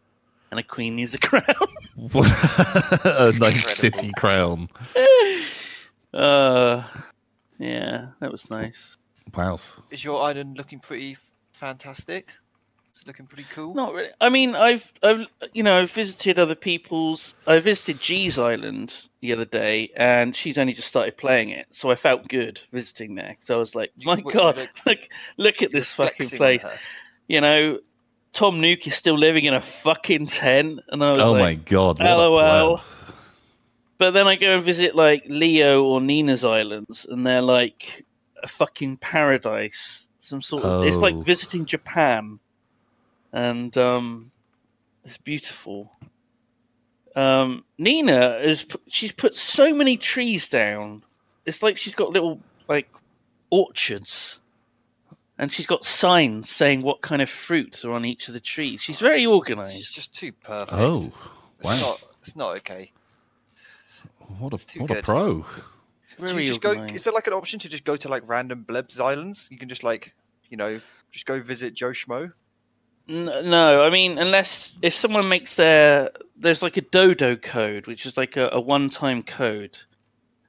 A: and a queen needs a crown.
B: What- a nice
C: Incredible.
B: shitty crown.
A: uh, yeah, that was nice.
B: Wow.
C: Is your island looking pretty fantastic? Is it looking pretty cool?
A: Not really. I mean, I've, I've, you know, I've visited other people's. I visited G's Island the other day, and she's only just started playing it, so I felt good visiting there. So I was like,
C: You-
A: my
C: what-
A: God,
C: you
A: look, look, at
C: You're
A: this fucking
C: flexing
A: place.
C: with her.
A: You know, Tom Nook is still living in a fucking tent, and I was
B: Oh
A: like,
B: my god. what a
A: LOL.
B: plan.
A: But then I go and visit like Leo or Nina's Islands, and they're like a fucking paradise. Some sort of it's like
B: Oh.
A: visiting Japan, and um, it's beautiful. Um, Nina is pu- she's put so many trees down. It's like she's got little like orchards, and she's got signs saying what kind of fruits are on each of the trees. She's very
C: She's
A: organized.
C: just too perfect.
B: Oh.
C: it's
B: Wow.
C: Not, it's not okay.
B: what
C: it's
B: a
C: too
B: what a
C: good.
B: pro.
C: Do
A: Very
C: you just go?
A: organized.
C: Is there like an option to just go to like random Bleb's islands? You can just like, you know, just go visit Joe Schmo.
A: N- No, I mean, unless if someone makes their there's like a dodo code, which is like a, a one time code,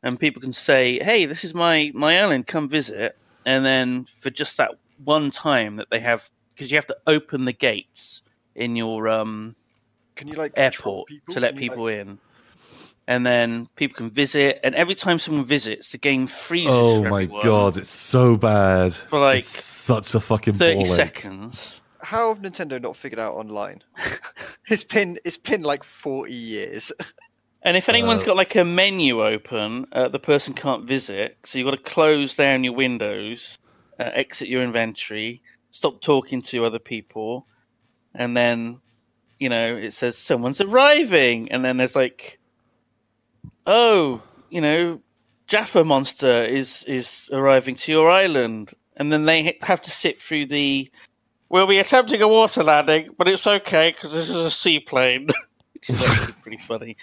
A: and people can say, "Hey, this is my my island, come visit," and then for just that one time that they have, because you have to open the gates in your um,
C: Can you like control
A: airport
C: people?
A: to let
C: Can you, like-
A: people in, and then people can visit, and every time someone visits, the game freezes.
B: Oh
A: for
B: my
A: everyone
B: god, it's so bad.
A: For, like,
B: it's such a fucking
A: Thirty
B: ball ache.
A: seconds.
C: How have Nintendo not figured out online? it's been it's been like forty years.
A: And if anyone's
B: Uh,
A: got like a menu open, uh, the person can't visit. So you've got to close down your windows, uh, exit your inventory, stop talking to other people, and then, you know, it says someone's arriving, and then there's like, oh, you know, Jaffa monster is is arriving to your island, and then they ha- have to sit through the. We'll be attempting a water landing, but it's okay because this is a seaplane, which is actually pretty funny.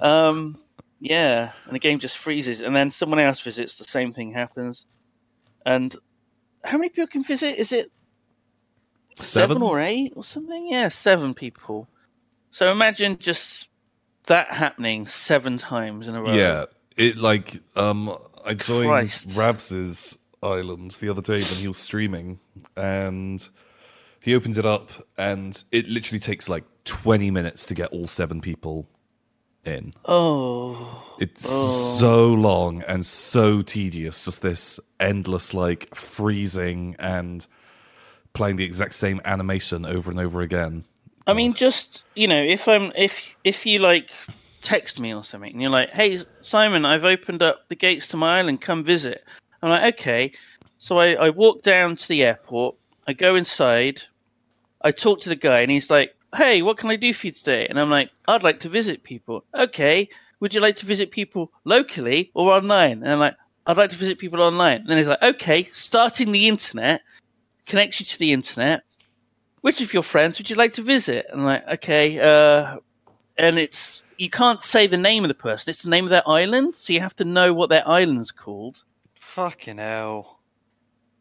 A: Um, yeah, and the game just freezes, and then someone else visits. The same thing happens, and how many people can visit? Is it seven,
B: Seven?
A: or eight or something? Yeah, seven people. So imagine just that happening seven times in a row.
B: Yeah, it like um, I joined
A: Christ.
B: Rabs's island the other day when he was streaming, and he opens it up, and it literally takes like twenty minutes to get all seven people in.
A: Oh,
B: It's
A: Oh.
B: so long and so tedious, just this endless like freezing and playing the exact same animation over and over again.
A: I mean, just you know, if I'm if if you like text me or something, and you're like, "Hey, Simon, I've opened up the gates to my island. Come visit." I'm like, "Okay." So I, I walk down to the airport. I go inside. I talk to the guy, and he's like, "Hey, what can I do for you today?" And I'm like, "I'd like to visit people." Okay, would you like to visit people locally or online? And I'm like, "I'd like to visit people online." And then he's like, "Okay, starting the internet connects you to the internet." which of your friends would you like to visit? And I'm like, okay, uh, and it's you can't say the name of the person; it's the name of their island, so you have to know what their island's called.
C: Fucking hell!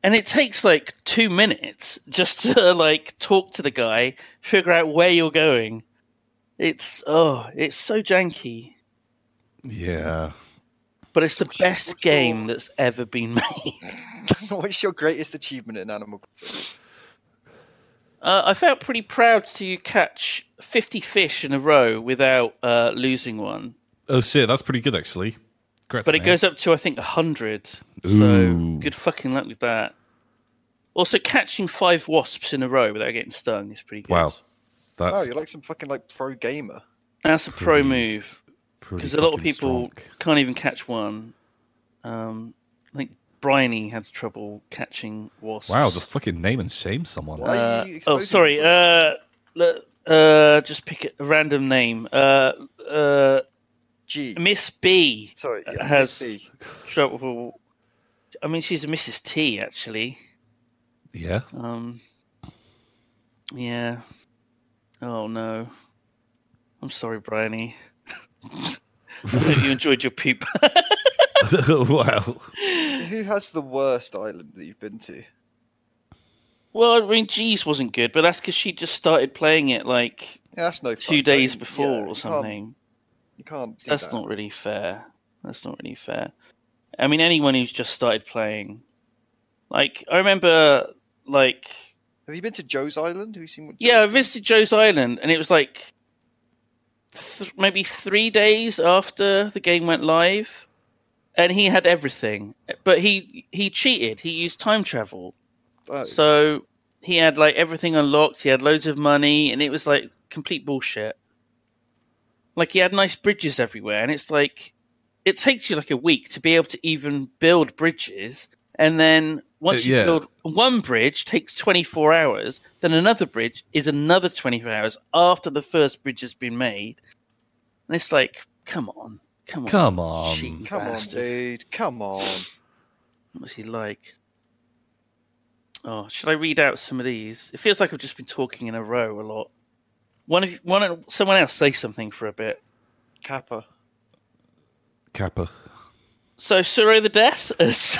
A: And it takes like two minutes just to like talk to the guy, figure out where you're going. It's oh, it's so janky,
B: Yeah,
A: but it's the best
C: what's your-
A: game that's ever been made.
C: What's your greatest achievement in Animal Crossing?
A: Uh, I felt pretty proud to catch 50 fish in a row without uh, losing one.
B: Oh shit, that's pretty good actually. Congrats,
A: But it
B: mate.
A: goes up to I think hundred. So
B: Ooh.
A: good fucking luck with that. Also, catching five wasps in a row without getting stung is pretty good.
B: Wow,
C: Oh,
B: that's
C: you're like some fucking like pro gamer.
A: that's a pro
B: Pretty-
A: move
B: pretty
A: because a lot of
B: fucking
A: people
B: strong.
A: can't even catch one. Um, I think Bryony had trouble catching wasps.
B: Wow, just fucking name and shame someone.
C: Why
A: Uh,
C: are you
A: oh,
C: exposing
A: sorry.
C: people?
A: Uh, le- uh, just pick a random name. Uh, uh,
C: G.
A: Miss B
C: Sorry, yeah,
A: has-
C: C.
A: trouble. I mean, she's a Mrs. T actually.
B: Yeah.
A: Um. Yeah. Oh no. I'm sorry, Bryony. I hope you enjoyed your poop.
B: wow.
C: Who has the worst island that you've been to?
A: Well, I mean, Jeeves wasn't good, but that's because she just started playing it like
C: Yeah, that's no fun.
A: two days
C: Yeah,
A: before
C: you
A: or
C: can't-
A: something.
C: You can't. Do
A: That's
C: that.
A: not really fair. That's not really fair. I mean, anyone who's just started playing, like I remember, like
C: Have you been to Joe's Island? Have you seen what?
A: yeah, I visited Joe's Island, and it was like th- maybe three days after the game went live, and he had everything, but he he cheated. He used time travel.
C: Oh,
A: So he had like everything unlocked. He had loads of money, and it was like complete bullshit. Like he had nice bridges everywhere, and it's like it takes you like a week to be able to even build bridges, and then once
B: Uh,
A: you
B: yeah.
A: build one bridge takes 24 hours then another bridge is another 24 hours after the first bridge has been made and it's like come on come on
B: Come on.
A: cheap
C: come
A: bastard.
C: on, dude. Come on.
A: What's he like? Oh, should I read out some of these? It feels like I've just been talking in a row a lot. One of one of- someone else say something for a bit.
C: Kappa.
B: Kappa.
A: So Suro the Death has,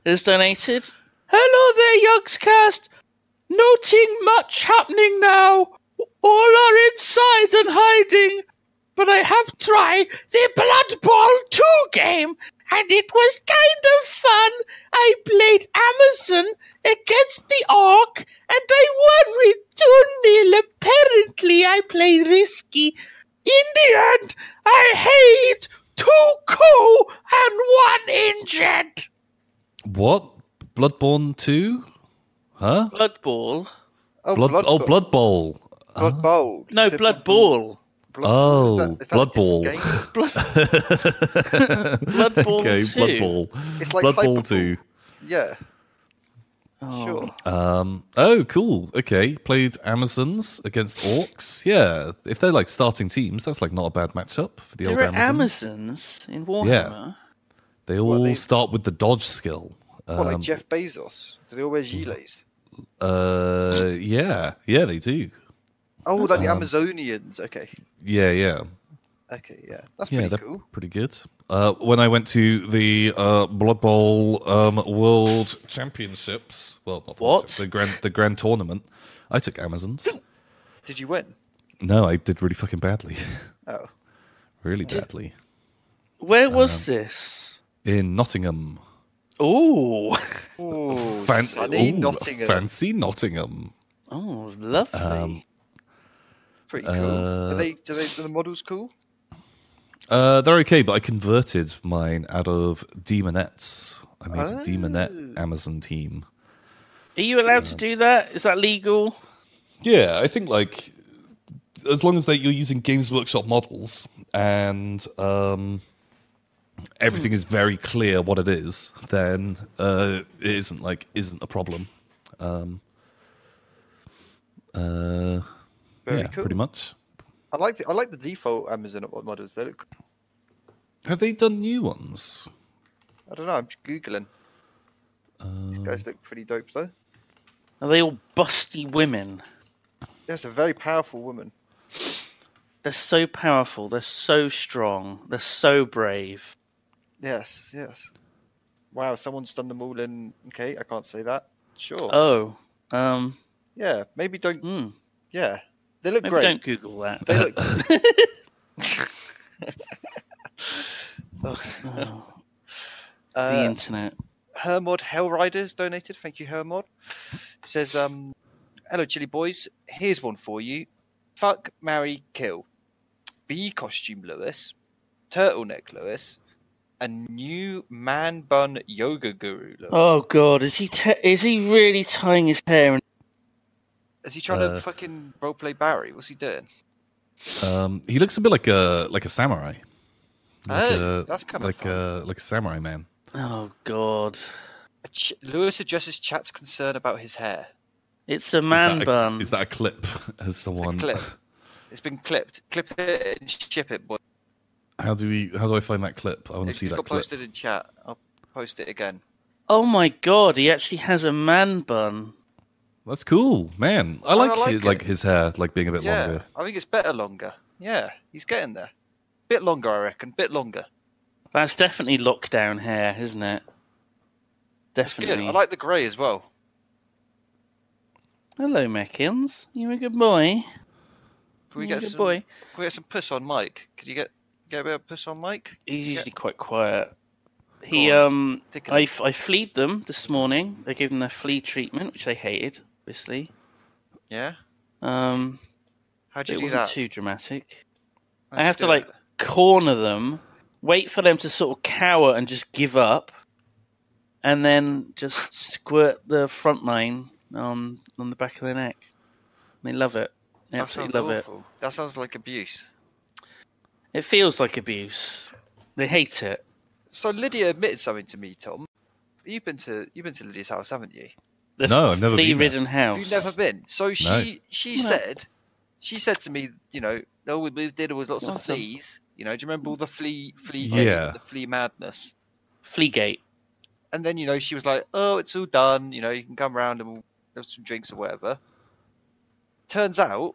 A: has donated. Hello there, Youngscast. Noting much happening now. All are inside and hiding. But I have tried the Blood Ball 2 game, and it was kind of fun. I played Amazon against the Orc, and I won with 2 nil. Apparently, I played risky. In the end, I had two cool and one injured.
B: What? Bloodborne 2? Huh?
A: Blood Ball?
C: Oh,
B: Blood, oh,
C: Bo-
B: Blood Bowl.
C: Blood Bowl.
A: No,
C: Is it
A: Blood Ball.
B: Oh,
C: Is that- is that a
B: Blood Ball.
C: different game?
B: Blood
A: Bowl
B: okay,
A: 2.
B: Blood Bowl.
C: It's like
B: Blood Bowl
C: Hyperball.
B: 2.
C: Yeah,
A: Oh.
C: sure.
B: Um, oh, cool. Okay. Played Amazons against Orcs. Yeah. If they're like starting teams, that's like not a bad matchup for the
A: There
B: old
A: are
B: Amazons.
A: Amazons in Warhammer.
B: They all
C: Well, they-
B: start with the dodge skill.
C: What, like
B: Um,
C: Jeff Bezos? Do they all wear gilets?
B: uh, yeah. Yeah, they do.
C: Oh, like the
B: Um,
C: Amazonians. Okay,
B: Yeah, yeah.
C: okay, yeah. That's
B: yeah,
C: pretty
B: they're
C: cool.
B: pretty good. Uh, when I went to the uh, Blood Bowl um, World Championships, well, not
A: What?
B: Championships, the grand the grand tournament, I took Amazons.
C: Did you win?
B: no, I did really fucking badly,
C: Oh,
B: really badly
A: Where was
B: Um,
A: this?
B: in Nottingham.
A: Oh,
C: Ooh,
B: Fan-
C: sunny
B: ooh,
C: Nottingham.
B: Fancy Nottingham.
A: oh, lovely.
B: Um,
C: pretty cool.
B: uh,
C: are they? Do they? Are the models cool?
B: Uh, they're okay, but I converted mine out of Demonettes. I made
C: Oh.
B: a Demonette Amazon team.
A: are you allowed to do that? Is that legal?
B: Yeah, I think like as long as that you're using Games Workshop models and um, everything is very clear what it is, then uh, it isn't like isn't a problem. Um, uh,
C: Very
B: yeah,
C: cool.
B: pretty much.
C: I like the I like the default Amazon models. They look.
B: Have they done new ones?
C: I don't know. I'm just googling. These guys
A: Um,
C: look pretty dope though.
A: Are they all busty women?
C: That's a very powerful woman.
A: They're so powerful. They're so strong. They're so brave.
C: Yes, yes. Wow, someone's done them all in. Okay, I can't say that. Sure.
A: Oh, um,
C: yeah, maybe don't.
A: hmm,
C: Yeah, they look
A: maybe
C: great.
A: don't Google that.
C: They look.
A: Oh, the
C: Uh,
A: internet.
C: Hermod Hellriders donated. Thank you, Hermod. Says, um, hello, Chili Boys. Here's one for you. Fuck, marry, kill. Bee costume Lewis, turtleneck Lewis, and new man bun yoga guru Lewis.
A: Oh God, is he te- is he really tying his hair? And-
C: Is he trying
B: Uh,
C: to fucking roleplay Barry? What's he doing?
B: Um, he looks a bit like a like a samurai.
C: Oh, that's kinda
B: like
C: fun.
B: a like a samurai man.
A: oh God,
C: Ch- Lewis addresses chat's concern about his hair.
A: it's a
B: Is that
A: man
B: a-
A: bun.
B: Is that a clip? As someone,
C: clip. It's been clipped. Clip it and ship it, boy.
B: how do we? How do I find that clip? I want to see
C: it
B: that
C: got
B: clip.
C: posted in chat. I'll post it again.
A: oh my God, he actually has a man bun.
B: That's cool, man. I
C: No,
B: like
C: I like
B: his, like
C: it.
B: his hair, like being a bit
C: yeah,
B: longer.
C: I think it's better longer. Yeah, he's getting there. Bit longer, I reckon. Bit longer.
A: That's definitely lockdown hair, isn't it?
C: It's good.
A: Definitely.
C: I like the grey as well.
A: Hello, Meckins. You a good boy?
C: Can we
A: you a
C: get
A: good
C: some?
A: boy?
C: Can we get some puss on Mike? Could you get get a bit of puss on Mike?
A: He's
C: Yeah.
A: usually quite quiet. He
C: Go
A: um,
C: Take a
A: I I fleed them this morning. I gave them their flea treatment, which they hated, obviously.
C: Yeah.
A: Um,
C: How'd
A: it
C: you do
A: wasn't
C: that?
A: too dramatic.
C: How'd
A: I
C: you
A: have to
C: do it?
A: like corner them, wait for them to sort of cower and just give up, and then just squirt the front line on on the back of their neck. They love it. They
C: That
A: absolutely
C: sounds
A: love
C: awful. That sounds like abuse.
A: it. It feels like abuse. They hate it.
C: So Lydia admitted something to me, Tom. You've been to you've been to Lydia's house, haven't you?
A: The
B: No, I've never been there.
A: flea-ridden house.
C: You've never been. So she she
A: No.
C: said she said to me, you know, all we did there was lots of
A: Awesome.
C: fleas. You know, do you remember all the flea flea
B: Yeah.
C: the flea madness?
A: Fleagate.
C: And then you know she was like, oh, it's all done. You know, you can come round and we'll have some drinks or whatever. Turns out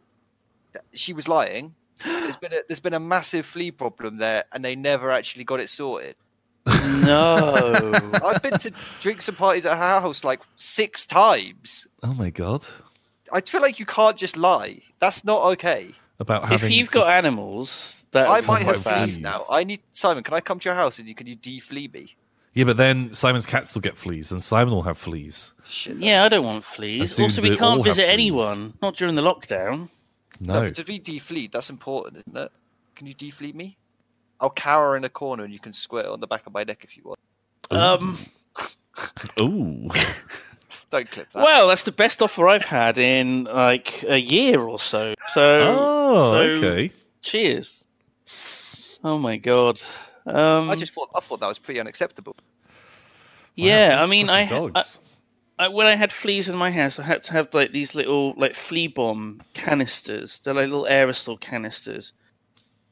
C: that she was lying. There's been a, there's been a massive flea problem there, and they never actually got it sorted.
A: No.
C: I've been to drinks and parties at her house like six times.
B: Oh my god!
C: I feel like you can't just lie. That's not okay.
B: About having
A: if you've got
B: just-
A: animals, that
C: I
A: are
C: might
B: talk
C: have
B: about
C: fleas
B: fleas.
C: now. I need Simon. Can I come to your house and you can you deflea me?
B: yeah, but then Simon's cats will get fleas, and Simon will have fleas.
C: Shit. that's-
A: Yeah, I don't want fleas.
B: Assume
A: Also, we
B: they all
A: can't
B: have
A: visit
B: fleas.
A: anyone. Not during the lockdown.
B: No,
C: but to be defleed, that's important, isn't it? Can you defleed me? I'll cower in a corner and you can squirt on the back of my neck if you want.
A: Um,
B: ooh,
C: Don't clip that.
A: well, that's the best offer I've had in like a year or so. So,
B: oh,
A: so
B: okay.
A: Cheers. Oh my god. Um,
C: I just thought I thought that was pretty unacceptable.
A: yeah. I
B: Wow, these
A: mean, I,
B: fucking
A: I
B: dogs.
A: I, when I had fleas in my house, I had to have like these little like flea bomb canisters. They're like little aerosol canisters,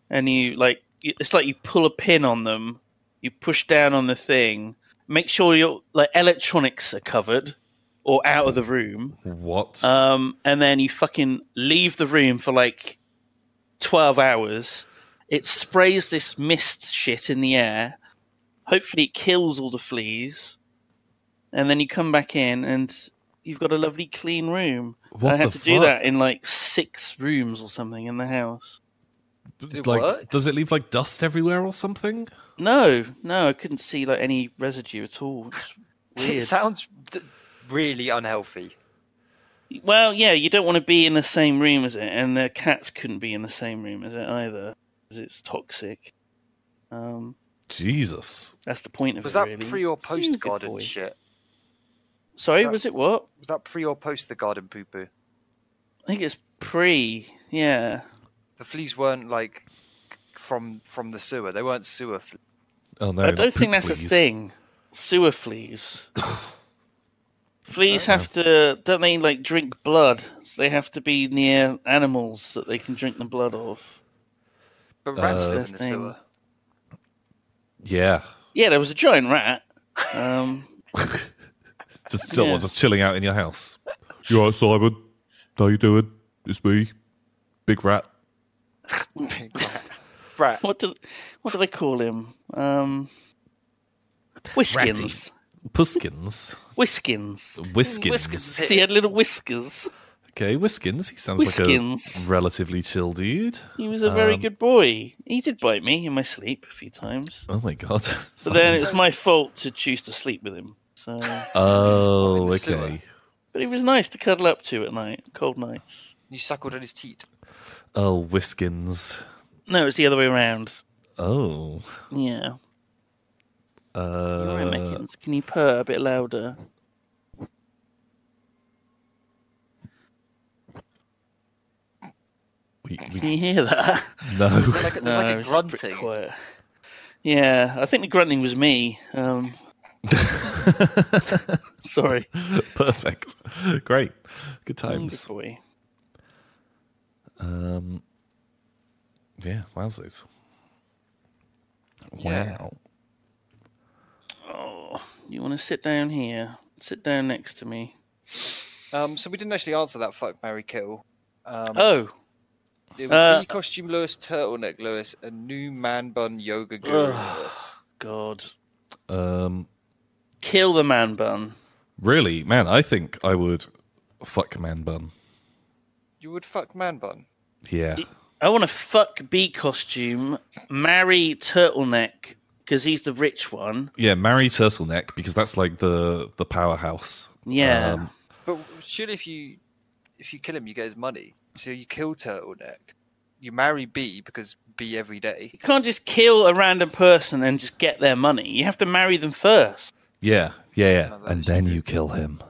A: and you like you- it's like you pull a pin on them, you push down on the thing, make sure your like electronics are covered or out of the room,
B: what?
C: Uh,
A: um, and then you fucking leave the room for like twelve hours. It sprays this mist shit in the air. Hopefully, it kills all the fleas, and then you come back in and you've got a lovely clean room.
B: What
A: I had
B: the
A: to do
B: fuck?
A: that in like six rooms or something in the house.
B: But,
C: it
B: like,
C: work?
B: does it leave like dust everywhere or something?
A: No, no, I couldn't see like any residue at all. It's
C: It
A: weird.
C: sounds d- really unhealthy.
A: Well, yeah, you don't want to be in the same room as it, and the cats couldn't be in the same room as it either, because it's toxic. Um,
B: Jesus.
A: that's the point of
C: Was
A: it.
C: that
A: really.
C: pre or post
A: good
C: garden
A: boy.
C: shit?
A: Sorry,
C: was that-
A: was it what?
C: Was that pre or post the garden poo poo?
A: I think it's pre. Yeah,
C: The fleas weren't like from from the sewer. They weren't sewer fleas.
B: Oh no!
A: I
B: not
A: don't
B: poop
A: think that's a
B: fleas.
A: thing. Sewer fleas. fleas have to don't they like drink blood? So they have to be near animals that they can drink the blood of.
C: But rats
B: Uh,
C: live in the
A: Thing.
C: sewer.
B: Yeah,
A: Yeah, there was a giant rat. Um,
B: just
A: Yeah.
B: what, just chilling out in your house. You all right, Simon? How you doing? It's me, Big Rat.
C: Rat.
A: what did what did I call him? Um, Whiskins.
B: Puskins,
A: Whiskins.
B: Whiskins.
A: Whiskins. He had little whiskers.
B: Okay, Whiskins. He sounds
A: Whiskins.
B: like a relatively chill dude.
A: He was a very
B: Um,
A: good boy. He did bite me in my sleep a few times.
B: Oh my god.
A: But then it was my fault to choose to sleep with him. So,
B: oh,
C: the sewer.
B: okay.
A: but he was nice to cuddle up to at night, cold nights.
C: You suckled on his teat.
B: Oh, Whiskins.
A: No, it's the other way around.
B: Oh.
A: Yeah. Alright,
B: Uh,
A: Meckins, Can you purr a bit louder?
B: we, we,
A: Can you hear that?
B: no.
C: They're like, they're
A: no,
C: like a
A: it's pretty
C: grunting.
A: quiet. Yeah, I think the grunting was me. Um, sorry.
B: Perfect. Great. Good
A: Good
B: times.
A: boy.
B: Um, yeah, wowzers. Wow.
C: Yeah.
A: Oh, you want to sit down here? Sit down next to me.
C: Um, so we didn't actually answer that fuck Mary Kill. Um,
A: Oh,
C: it was
A: uh,
C: Lee costume Lewis, turtleneck Lewis, and new man bun yoga guru
A: Ugh.
C: Lewis.
A: God.
B: Um,
A: Kill the man bun.
B: really, man, I think I would Fuck man bun.
C: You would fuck man bun.
B: Yeah.
A: I want to fuck B costume, marry turtleneck because he's the rich one.
B: Yeah, marry turtleneck because that's like the the powerhouse.
A: Yeah.
B: Um,
C: But surely if you if you kill him, you get his money. So you kill Turtleneck. You marry B because B every day.
A: you can't just kill a random person and just get their money. You have to marry them first.
B: yeah, yeah, yeah.
C: Oh, that
B: and
C: is
B: then you kill him.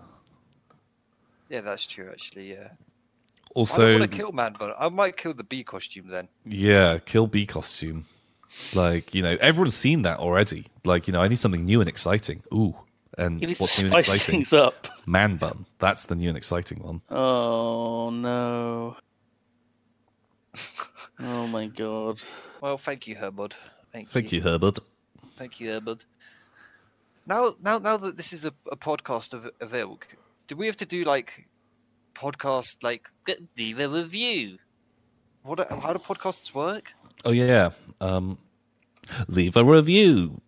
C: Yeah, that's true. Actually, yeah. I don't
B: Also,
C: want to kill man bun. I might kill the B costume then.
B: yeah, kill B costume. Like you know, everyone's seen that already. Like you know, I need something new and exciting. Ooh, and
A: You need to
B: what's new and
A: spice
B: exciting?
A: things up.
B: Man bun. That's the new and exciting one.
A: Oh no. Oh my god.
C: Well, thank you, Herbud. Thank,
B: Thank
C: you.
B: you, Herbert.
C: Thank you, Herbud. Now, now, now that this is a, a podcast of, of ilk, do we have to do like podcast like leave a review? What? do- How do podcasts work?
B: Oh yeah. Um, leave a review.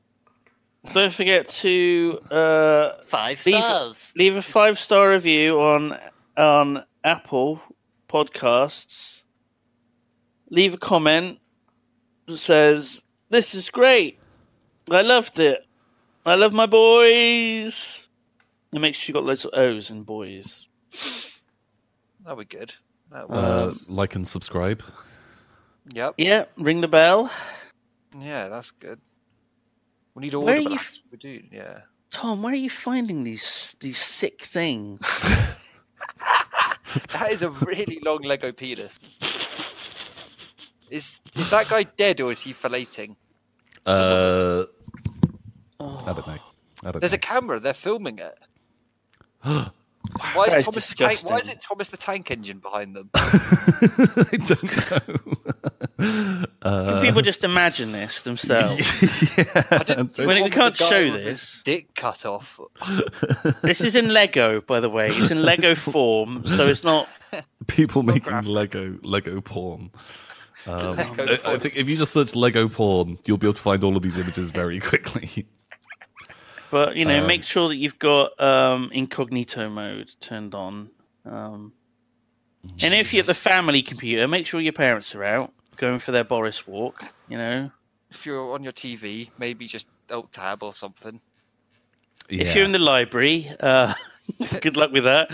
A: Don't forget to uh,
C: Five
A: Leave- leave a five star review on on Apple Podcasts. Leave a comment that says, "This is great. I loved it. I love my boys." And make sure you got loads of O's in boys.
C: That'll be good. That
B: Uh,
C: would-
B: like and subscribe.
C: yep.
A: Yeah, ring the bell.
C: Yeah, that's good. We need all
A: Where
C: of
A: are you
C: that.
A: f-
C: We do. Yeah.
A: Tom, where are you finding these these sick things?
C: That is a really long Lego penis. Is is that guy dead or is he filleting?
B: Uh, I don't know. I don't
C: Oh. There's
B: know.
C: a camera. They're filming it. Why
A: That
C: is,
A: is
C: Thomas the tank, why is
A: disgusting.
C: it Thomas the Tank Engine behind them?
B: I don't know.
A: Can people just imagine this themselves?
C: I didn't see
A: Well, we
C: one with
A: can't
C: the guy
A: show
C: with his
A: this.
C: Dick cut off.
A: this is in Lego, by the way. It's in Lego form, so it's not
C: Oh,
B: people making Lego Lego porn. Um, I,
C: Lego
B: I
C: porn.
B: think if you just search Lego porn, you'll be able to find all of these images very quickly.
A: But you know, make sure that you've got um, incognito mode turned on. Um, and if you're at the family computer, make sure your parents are out going for their Boris walk. You know,
C: If you're on your TV, maybe just alt tab or something.
B: Yeah.
A: if you're in the library, uh, good luck with that.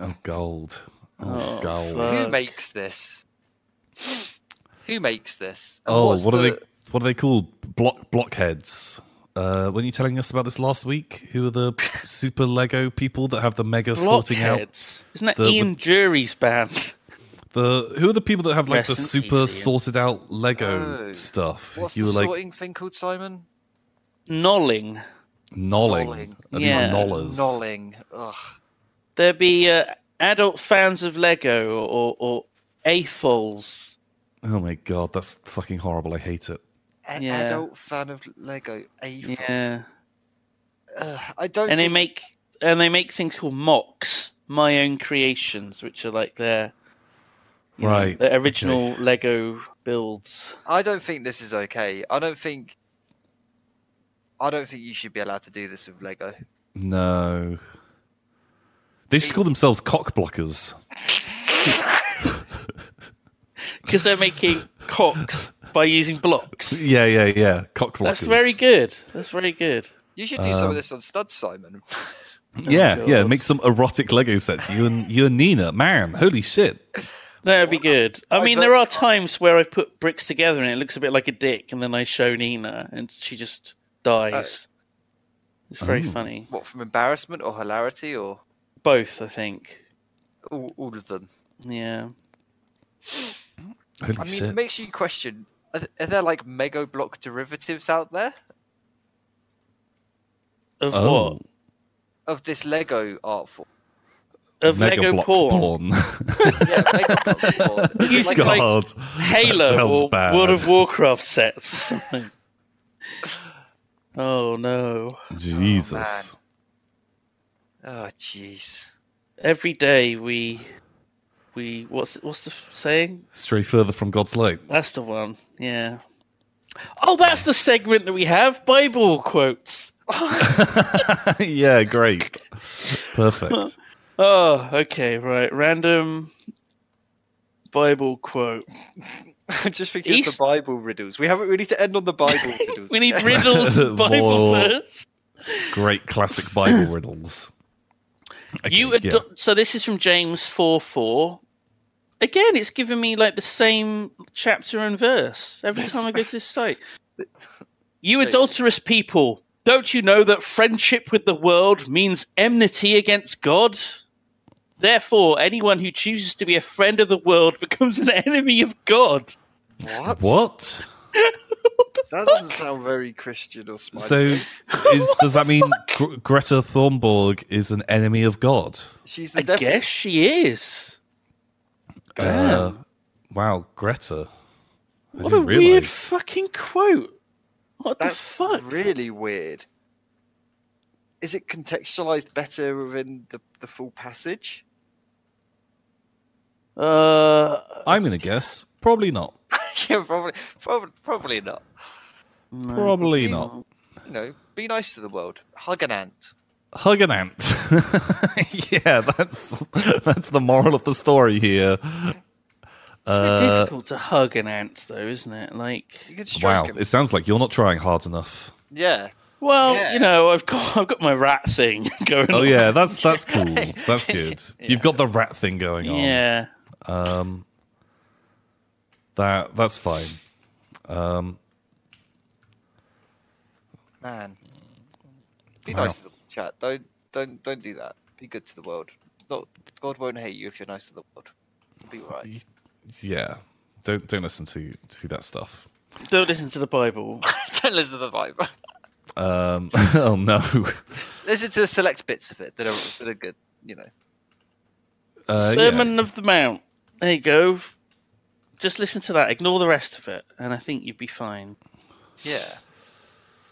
B: oh gold, oh,
A: Oh,
B: gold.
A: fuck.
C: Who
A: Fuck.
C: makes this? Who makes this? And
B: Oh,
C: what's
B: what are
C: the-
B: they? What are they called? Block blockheads. Uh, weren't you telling us about this last week? Who are the super Lego people that have the mega sorting out?
A: Blockheads, isn't that
B: the-
A: Ian Jury's band?
B: The who are the people that have
A: Rest
B: like the
A: in peace,
B: super
A: Ian.
B: sorted out Lego
C: Oh.
B: stuff?
C: What's
B: you
C: the
B: were like
C: sorting thing called, Simon?
A: Nolling.
B: knolling.
C: Knolling.
B: Are
A: Yeah.
B: These knollers.
C: Knolling. Ugh.
A: There be uh, adult fans of Lego or or AFOLs.
B: Oh my god, that's fucking horrible. I hate it.
C: An
A: Yeah.
C: adult fan of Lego. A-
A: Yeah,
C: Ugh, I don't.
A: and they
C: think-
A: make and they make things called mocks, my own creations, which are like their you know,
B: right.
A: the original Lego builds.
C: I don't think this is okay. I don't think. I don't think you should be allowed to do this with Lego.
B: No. They should call themselves cock blockers.
A: Because they're making cocks by using blocks.
B: Yeah, yeah, yeah. Cock blockers.
A: That's very good. That's very good.
C: You should do some
A: Um,
C: of this on Stud Simon.
B: Yeah,
A: Oh,
B: yeah.
A: God.
B: Make some erotic Lego sets. You and you and Nina. Man, holy shit.
A: That would be good. I
C: I
A: mean,
C: got-
A: there are times where I put bricks together and it looks a bit like a dick, and then I show Nina and she just dies.
B: Uh,
A: It's very
B: oh.
A: funny.
C: What from embarrassment or hilarity or
A: Both, I think.
C: all, all of them?
A: Yeah.
B: Holy
C: I mean,
B: shit.
C: it makes you question: are, th- are there like Mega Block derivatives out there
A: Of
B: oh,
C: of this Lego art form?
A: what? Of
B: Mega
A: Lego
B: blocks
A: porn.
B: porn.
C: Yeah, Mega Block form. Is it
A: He's
C: like
A: got-
C: a-
B: God. that
A: Halo
B: sounds
A: or
B: bad.
A: World of Warcraft sets or something. oh no.
B: Jesus.
C: Oh, jeez.
A: Every day we we what's what's the f- saying?
B: Stray further from God's light.
A: That's the one. Yeah. Oh, that's the segment that we have Bible quotes.
B: yeah, great. Perfect.
A: Oh, okay, right. Random Bible quote.
C: I'm just thinking
A: East-
C: of the Bible riddles. We haven't. We need to end on the Bible riddles.
A: We need riddles and Bible
B: Whoa.
A: verse.
B: Great classic Bible riddles. Okay,
A: you
B: yeah.
A: ado- so this is from James four four. Again, it's giving me like the same chapter and verse every time I go to this site. You adulterous people, don't you know that friendship with the world means enmity against God? Therefore, anyone who chooses to be a friend of the world becomes an enemy of God.
C: what?
B: What?
C: That doesn't sound very Christian or smart.
B: So, is, does that mean Gr- Greta Thunberg is an enemy of God?
C: she's
A: I
C: the devil.
A: guess she is.
B: Uh, wow, Greta. I
A: What a
B: didn't
A: weird
B: realize.
A: fucking quote. What
C: That's
A: the fuck?
C: really weird. Is it contextualized better within the, the full passage?
A: uh,
B: I'm going to guess. Probably not.
C: yeah, probably, probably, probably not.
A: no,
B: Probably not.
C: You know, be nice to the world. Hug an ant.
B: Hug an ant. yeah, that's that's the moral of the story here.
A: It's very
B: Uh,
A: difficult to hug an ant, though, isn't it? Like,
C: You can stroke
B: Wow,
C: him.
B: it sounds like you're not trying hard enough.
C: Yeah.
A: well,
C: Yeah.
A: you know, I've got I've got my rat thing going.
B: Oh
A: on.
B: yeah, that's that's cool. That's good.
C: Yeah.
B: You've got the rat thing going on.
A: yeah.
B: Um, that that's fine.
C: Man, be
B: Wow.
C: nice to the chat. Don't don't don't do that. Be good to the world. It's Not God won't hate you if you're nice to the world. Be alright.
B: Yeah, don't don't listen to to that stuff.
A: Don't listen to the
B: Uh,
A: Bible.
C: don't listen to the vibe.
B: Um, oh no.
C: listen to select bits of it that are that are good. You know.
B: Uh,
A: Sermon of the Mount. There you go. Just listen to that. Ignore the rest of it, and I think you'd be fine.
C: Yeah.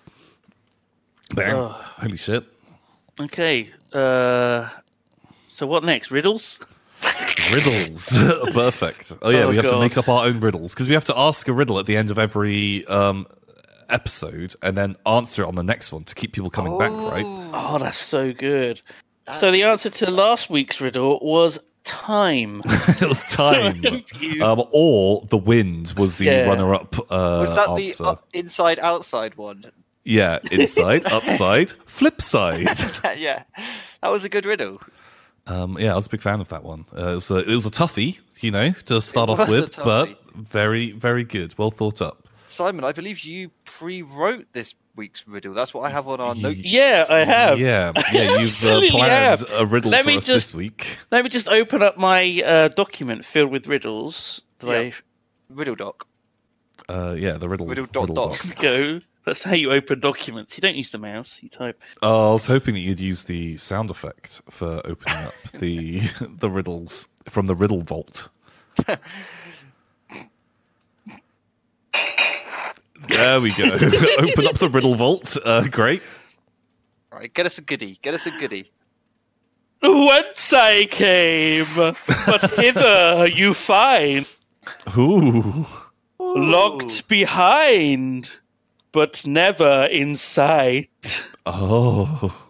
B: yeah. Bang.
A: Ugh.
B: Holy shit.
A: Okay. Uh, so what next? Riddles.
B: Riddles. Perfect. Oh yeah,
A: Oh,
B: we have to
A: God.
B: make up our own riddles because we have to ask a riddle at the end of every um, episode and then answer it on the next one to keep people coming back, right?
A: Oh, that's so good. so
C: That's-
A: the answer to last week's riddle was time.
B: it was time.
A: hope you-
B: um, or the wind was the
A: Yeah.
B: runner-up uh,
C: Was that
B: answer.
C: the up, inside outside one?
B: Yeah, inside, upside, flip side.
C: yeah. That was a good riddle.
B: Um, yeah, I was a big fan of that one. Uh, it, was a, it was a toughie, you know, to start off
C: was a
B: with, but
C: toughie.
B: very, very good. Well thought up.
C: Simon, I believe you pre-wrote this week's riddle. That's what I have on our
B: Ye-
C: note.
A: yeah, I have.
B: Oh, Yeah, yeah, you've uh,
A: absolutely
B: planned
A: have.
B: a riddle
A: Let
B: for
A: me
B: us
A: just-
B: this week.
A: Let me just open up my uh, document filled with riddles. Do I-
C: Yeah. Riddle doc.
B: Uh, yeah, the riddle.
C: Riddle dot dot.
B: doc.
A: Go. That's how you open documents. You don't use the mouse. You type.
B: Oh, I was hoping that you'd use the sound effect for opening up the the riddles from the riddle vault. there we go. Open up the riddle vault. Uh, great.
C: Right, get us a goodie. Get us a goodie.
A: Whence I came, but hither you find
B: Ooh.
A: locked behind, but never in sight.
B: Oh.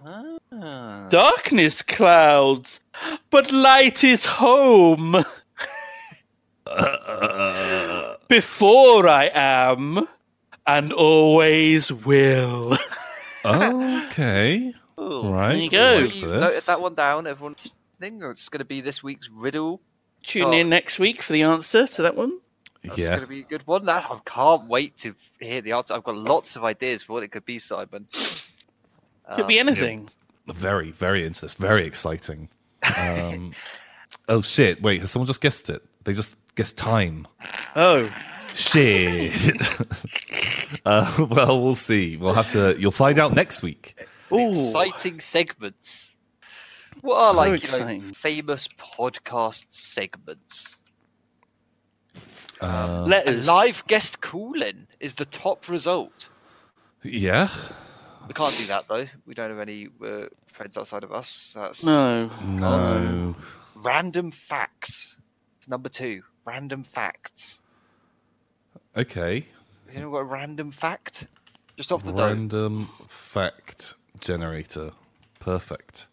C: Ah.
A: Darkness clouds, but light is home. Before I am, and always will.
B: Okay.
C: Cool.
B: Right.
A: There you go.
B: Like
C: You've noted
B: this.
C: that one down. Everyone, I think it's going to be this week's riddle.
A: Tune
C: So-
A: in next week for the answer to that one.
C: That's
B: Yeah.
C: going to be a good one. That I can't wait to hear the answer. I've got lots of ideas for what it could be, Simon.
A: Could be anything.
B: Very, very into this. Very exciting. Um, oh shit! Wait, has someone just guessed it? They just guessed time.
A: Oh,
B: Shit. uh, well, we'll see. We'll have to. You'll find out next week.
A: Ooh.
C: Exciting segments. What are
A: So
C: like you know,
A: exciting.
C: famous podcast segments?
B: Uh,
A: Let
C: A
A: us.
C: live guest call-in is the top result.
B: yeah.
C: We can't do that though. We don't have any uh, friends outside of us. so That's
A: No.
B: No.
C: Random facts. It's number two. Random facts.
B: Okay.
C: You know what a random fact? Just off the dome.
B: Random fact generator. Perfect.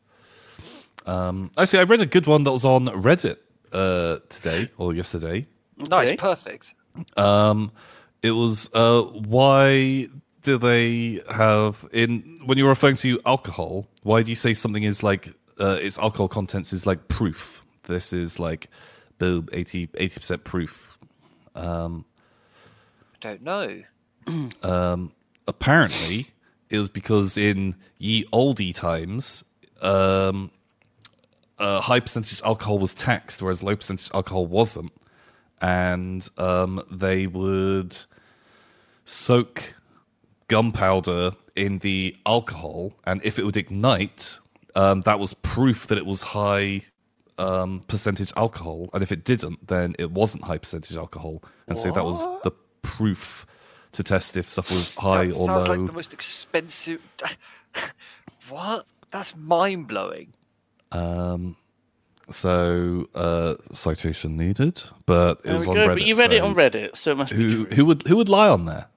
B: Um, actually, I read a good one that was on Reddit uh, today or yesterday.
C: No,
A: Okay.
C: it's perfect.
B: Um, it was uh, why do they have in when you're referring to alcohol? Why do you say something is like uh, its alcohol contents is like proof? This is like boom 80 percent proof.
C: I don't know.
B: Apparently, it was because in ye oldie times, um, uh, high percentage alcohol was taxed, whereas low percentage alcohol wasn't, and um, they would soak gunpowder in the alcohol, and if it would ignite, um, that was proof that it was high um, percentage alcohol, and if it didn't, then it wasn't high percentage alcohol, and so that was the proof to test if stuff was high
C: That
B: or
C: sounds
B: low.
C: like the most expensive. what? That's mind blowing.
B: so uh, citation needed, but it
A: There
B: was
A: we
B: on
A: go.
B: Reddit.
A: but you read it
B: so-
A: on Reddit, so it must be
B: who
A: true.
B: who would who would lie on there?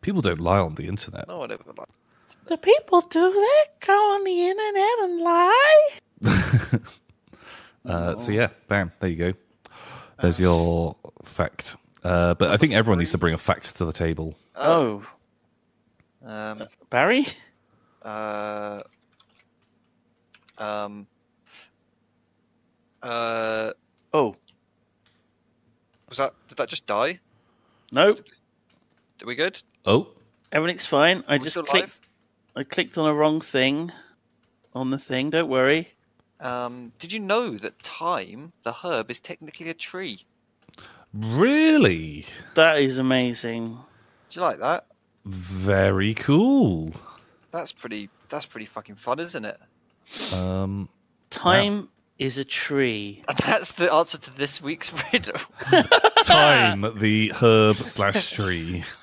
B: People don't lie on the internet.
C: No one ever liked.
A: The people do that. Go on the internet and lie.
B: Uh, so yeah, bam, there you go.
C: Uh,
B: There's your fact. Uh, but I think everyone needs to bring a fact to the table.
A: Oh,
C: Um,
A: Barry.
C: uh, um, uh,
A: Oh
C: was that? Did that just die?
A: no,
C: Are we good?
B: Oh,
A: everything's fine. I
C: Are we
A: just
C: still
A: clicked.
C: live?
A: I clicked on a wrong thing. On the thing. Don't worry.
C: Um, did you know that thyme, the herb, is technically a tree?
B: really?
A: That is amazing.
C: Do you like that?
B: Very cool.
C: That's pretty. That's pretty fucking fun, isn't it?
B: Um,
A: Time is a tree.
C: And that's the answer to this week's riddle.
B: time the herb slash tree.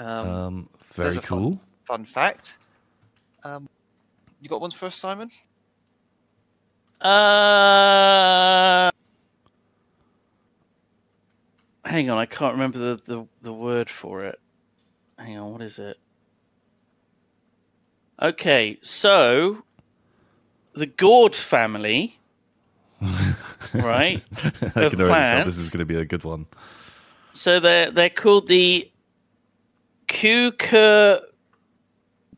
C: Um,
B: Um,
C: there's
B: very
C: a fun-
B: cool.
C: Fun fact. Um, you got one for us, Simon?
A: Uh, hang on, I can't remember the, the, the word for it. Hang on, what is it? Okay, so the Gourd family, right?
B: I
A: Of
B: can already tell
A: plants.
B: this is going to be a good one.
A: So they're they're called the Cucur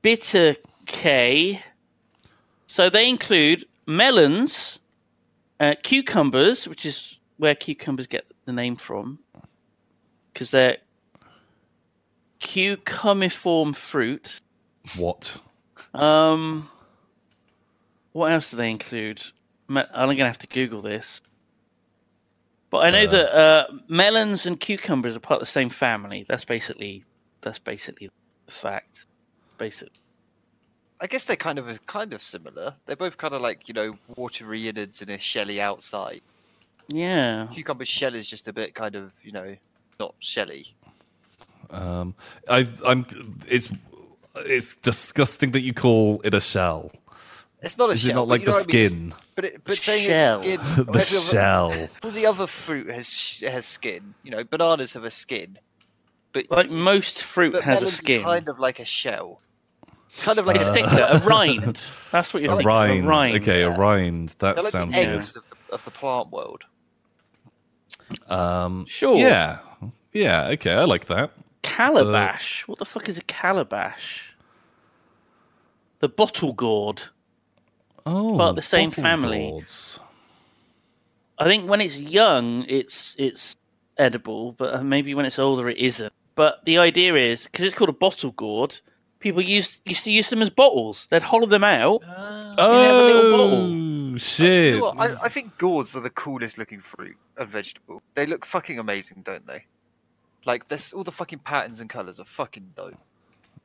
A: bitter So they include melons, uh, cucumbers, which is where cucumbers get the name from, because they're cucumbiform fruit.
B: What?
A: Um, what else do they include? Me- I'm going to have to Google this. But I
B: Uh-huh.
A: know that uh, melons and cucumbers are part of the same family. That's basically that's basically the fact. Basic.
C: I guess they're kind of kind of similar. They're both kind of like you know watery innards and a shelly outside.
A: Yeah.
C: Cucumber shell is just a bit kind of you know not shelly.
B: Um, I, I'm. It's it's disgusting that you call it a shell.
C: It's not a
B: Is
C: shell.
B: it not
C: but
B: like
C: you know
B: the
C: what I mean? It's-
B: skin?
C: But it, but saying
A: Shell.
C: it's skin.
B: the
C: every other-
B: shell.
C: All the other fruit has sh- has skin. You know, bananas have a skin, but
A: Like most fruit
C: but
A: has a
C: melons are
A: skin. Uh,
C: kind of like a shell. It's kind of like
A: a
C: a
A: sticker, a rind. That's what you're
B: A
A: thinking.
B: rind.
A: A rind.
B: Okay, a rind. That
C: They're like
B: sounds
C: the
B: good.
C: eggs of the, of the plant world.
B: Um,
A: Sure.
B: Yeah. Yeah. Okay. I like that.
A: Calabash. what the fuck is a calabash? The bottle gourd.
B: Oh,
A: Part of the same
B: bottle
A: family.
B: gourds.
A: I think when it's young, it's it's edible, but uh, maybe when it's older, it isn't. But the idea is because it's called a bottle gourd, people used used to use them as bottles. They'd hollow them out. have a little
B: Oh shit!
C: Well, I, I think gourds are the coolest looking fruit and vegetable. They look fucking amazing, don't they? Like this, all the fucking patterns and colours are fucking dope.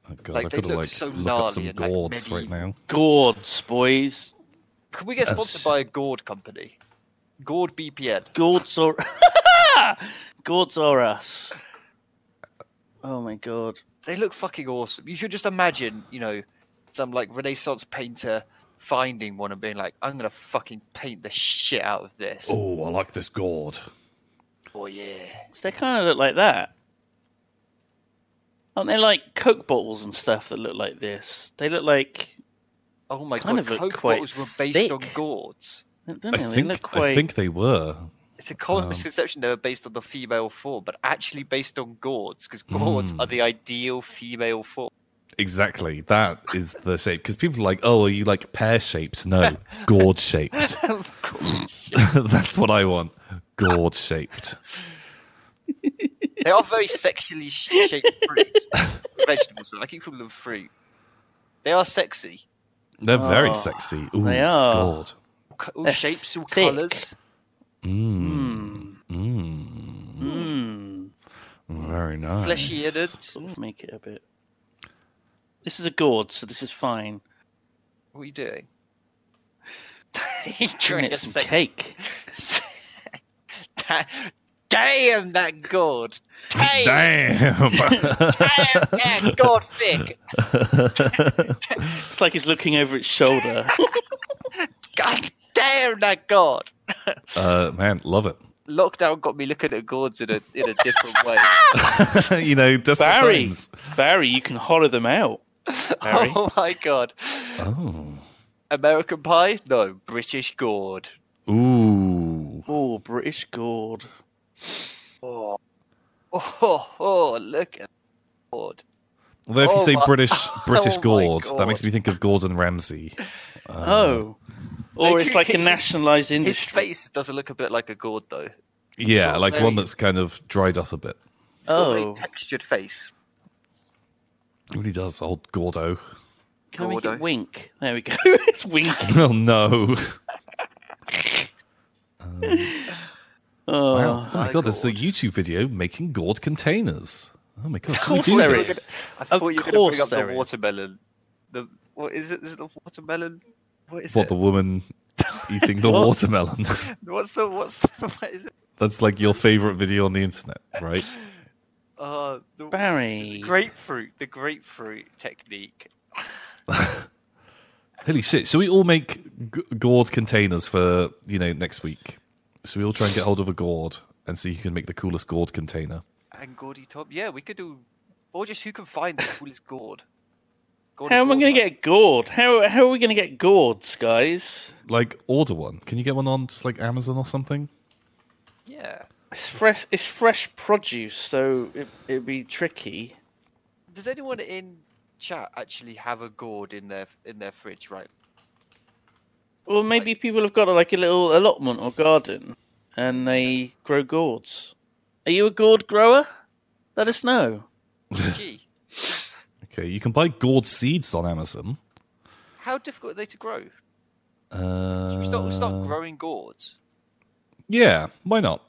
B: Oh, God,
C: like,
B: I've
C: they
B: got to
C: look
B: like
C: so
B: look up some
C: gnarly and, like,
B: gourds right
C: medieval.
B: now.
A: Gourds, boys.
C: Can we get
B: Oh,
C: sponsored
B: shit.
C: by a gourd company? Gourd BPN.
A: Gourds or gourds or us. Oh my god!
C: They look fucking awesome. You should just imagine, you know, some like Renaissance painter finding one and being like, "I'm gonna fucking paint the shit out of this." Oh,
B: Oh, I like this gourd.
C: yeah.
A: So they kind of look like that. Aren't they like Coke bottles and stuff that look like this? They look like
C: Oh my
A: Kind
C: god,
A: of look
C: Coke
A: quite
C: bottles were based on
A: thick.
C: gourds.
A: Don't they?
B: I
A: They
B: think
A: look quite.
B: I think they were.
C: It's a common
B: Um,
C: misconception they were based on the female form, but actually based on gourds, because gourds
B: Mm.
A: Hmm.
C: are the ideal female form.
B: Exactly. That is the shape. Because people are like, oh, are you like pear shaped? No, gourd shaped.
C: Of course.
B: That's what I want. Gourd shaped.
C: they are very sexually sh- shaped fruit. Vegetables, I keep calling them fruit. They are sexy.
B: They're
A: Oh,
B: very sexy. Ooh,
A: they are.
B: Gourd.
C: All co- all
A: They're
C: shapes, all
A: thick.
C: colours.
B: Mm,
A: Mm,
B: mm,
A: mm.
B: very nice.
C: Fleshy headed.
A: Sort of make it a bit. This is a gourd, so this is fine.
C: What are you doing? he drank a
A: It's some
C: sex-
A: cake.
C: Da- Damn that gourd! Damn,
B: Damn.
C: damn that gourd thick!
A: It's like he's looking over its shoulder.
C: God damn that gourd!
B: uh, man, love it.
C: Lockdown got me looking at gourds in a in a different way.
B: you know, desperate
A: Barry.
B: times.
A: Barry, you can holler them out. Barry.
C: Oh my god!
B: Oh.
C: American pie? No, British gourd.
B: Ooh.
A: Oh, British gourd.
C: Oh, oh, oh, oh look at gourd.
B: Although if you
C: Oh
B: say
C: my-
B: British British
C: my
B: gourd, that makes
C: God.
B: me think of Gordon Ramsay.
A: oh. Or
C: They
A: it's
C: do-
A: like a nationalized
C: His
A: industry.
C: face doesn't look a bit like a gourd though.
B: Yeah,
C: Not
B: like one
C: very-
B: that's kind of dried up a bit.
C: It's got a very
A: Oh.
C: textured face.
B: It really does, old Gordo.
A: Can I make
C: Gordo.
A: it wink? There we go. it's winking.
B: Oh no!
A: Oh.
B: Wow. Oh my
C: my
B: god, there's a
C: God.
B: YouTube video making gourd containers. Oh my god! Of
A: course there
C: You're
A: is.
C: gonna- I
A: Of
C: thought you were going to
A: course
C: bring up the
A: there is.
C: watermelon. The what is it? Is it the watermelon? What is
B: What
C: it?
B: the woman eating the
A: What?
B: watermelon?
C: What's the what's the what is it?
B: that's like your favorite video on the internet, right?
C: Uh, the
A: Barry.
C: grapefruit. The grapefruit technique.
B: Holy shit! Should we all make g- gourd containers for you know next week? Should we all try and get hold of a gourd and see who can make the coolest gourd container?
C: And Gordy Top. Yeah, we could do. Or just who can find the coolest gourd. Gordy
A: How am I
C: Gourd,
A: going to
C: like,
A: get gourd? How, how are we going to get gourds, guys?
B: Like order one. Can you get one on just like Amazon or something?
C: Yeah.
A: It's fresh. It's fresh produce, so it, it'd be tricky.
C: Does anyone in chat actually have a gourd in their in their fridge? Right.
A: Or maybe people have got like a little allotment or garden, and they grow gourds. Are you a gourd grower? Let us know.
C: Gee,
B: Okay, you can buy gourd seeds on Amazon.
C: how difficult are they to grow?
B: Uh,
C: Should we start, start growing gourds?
B: Yeah, why not?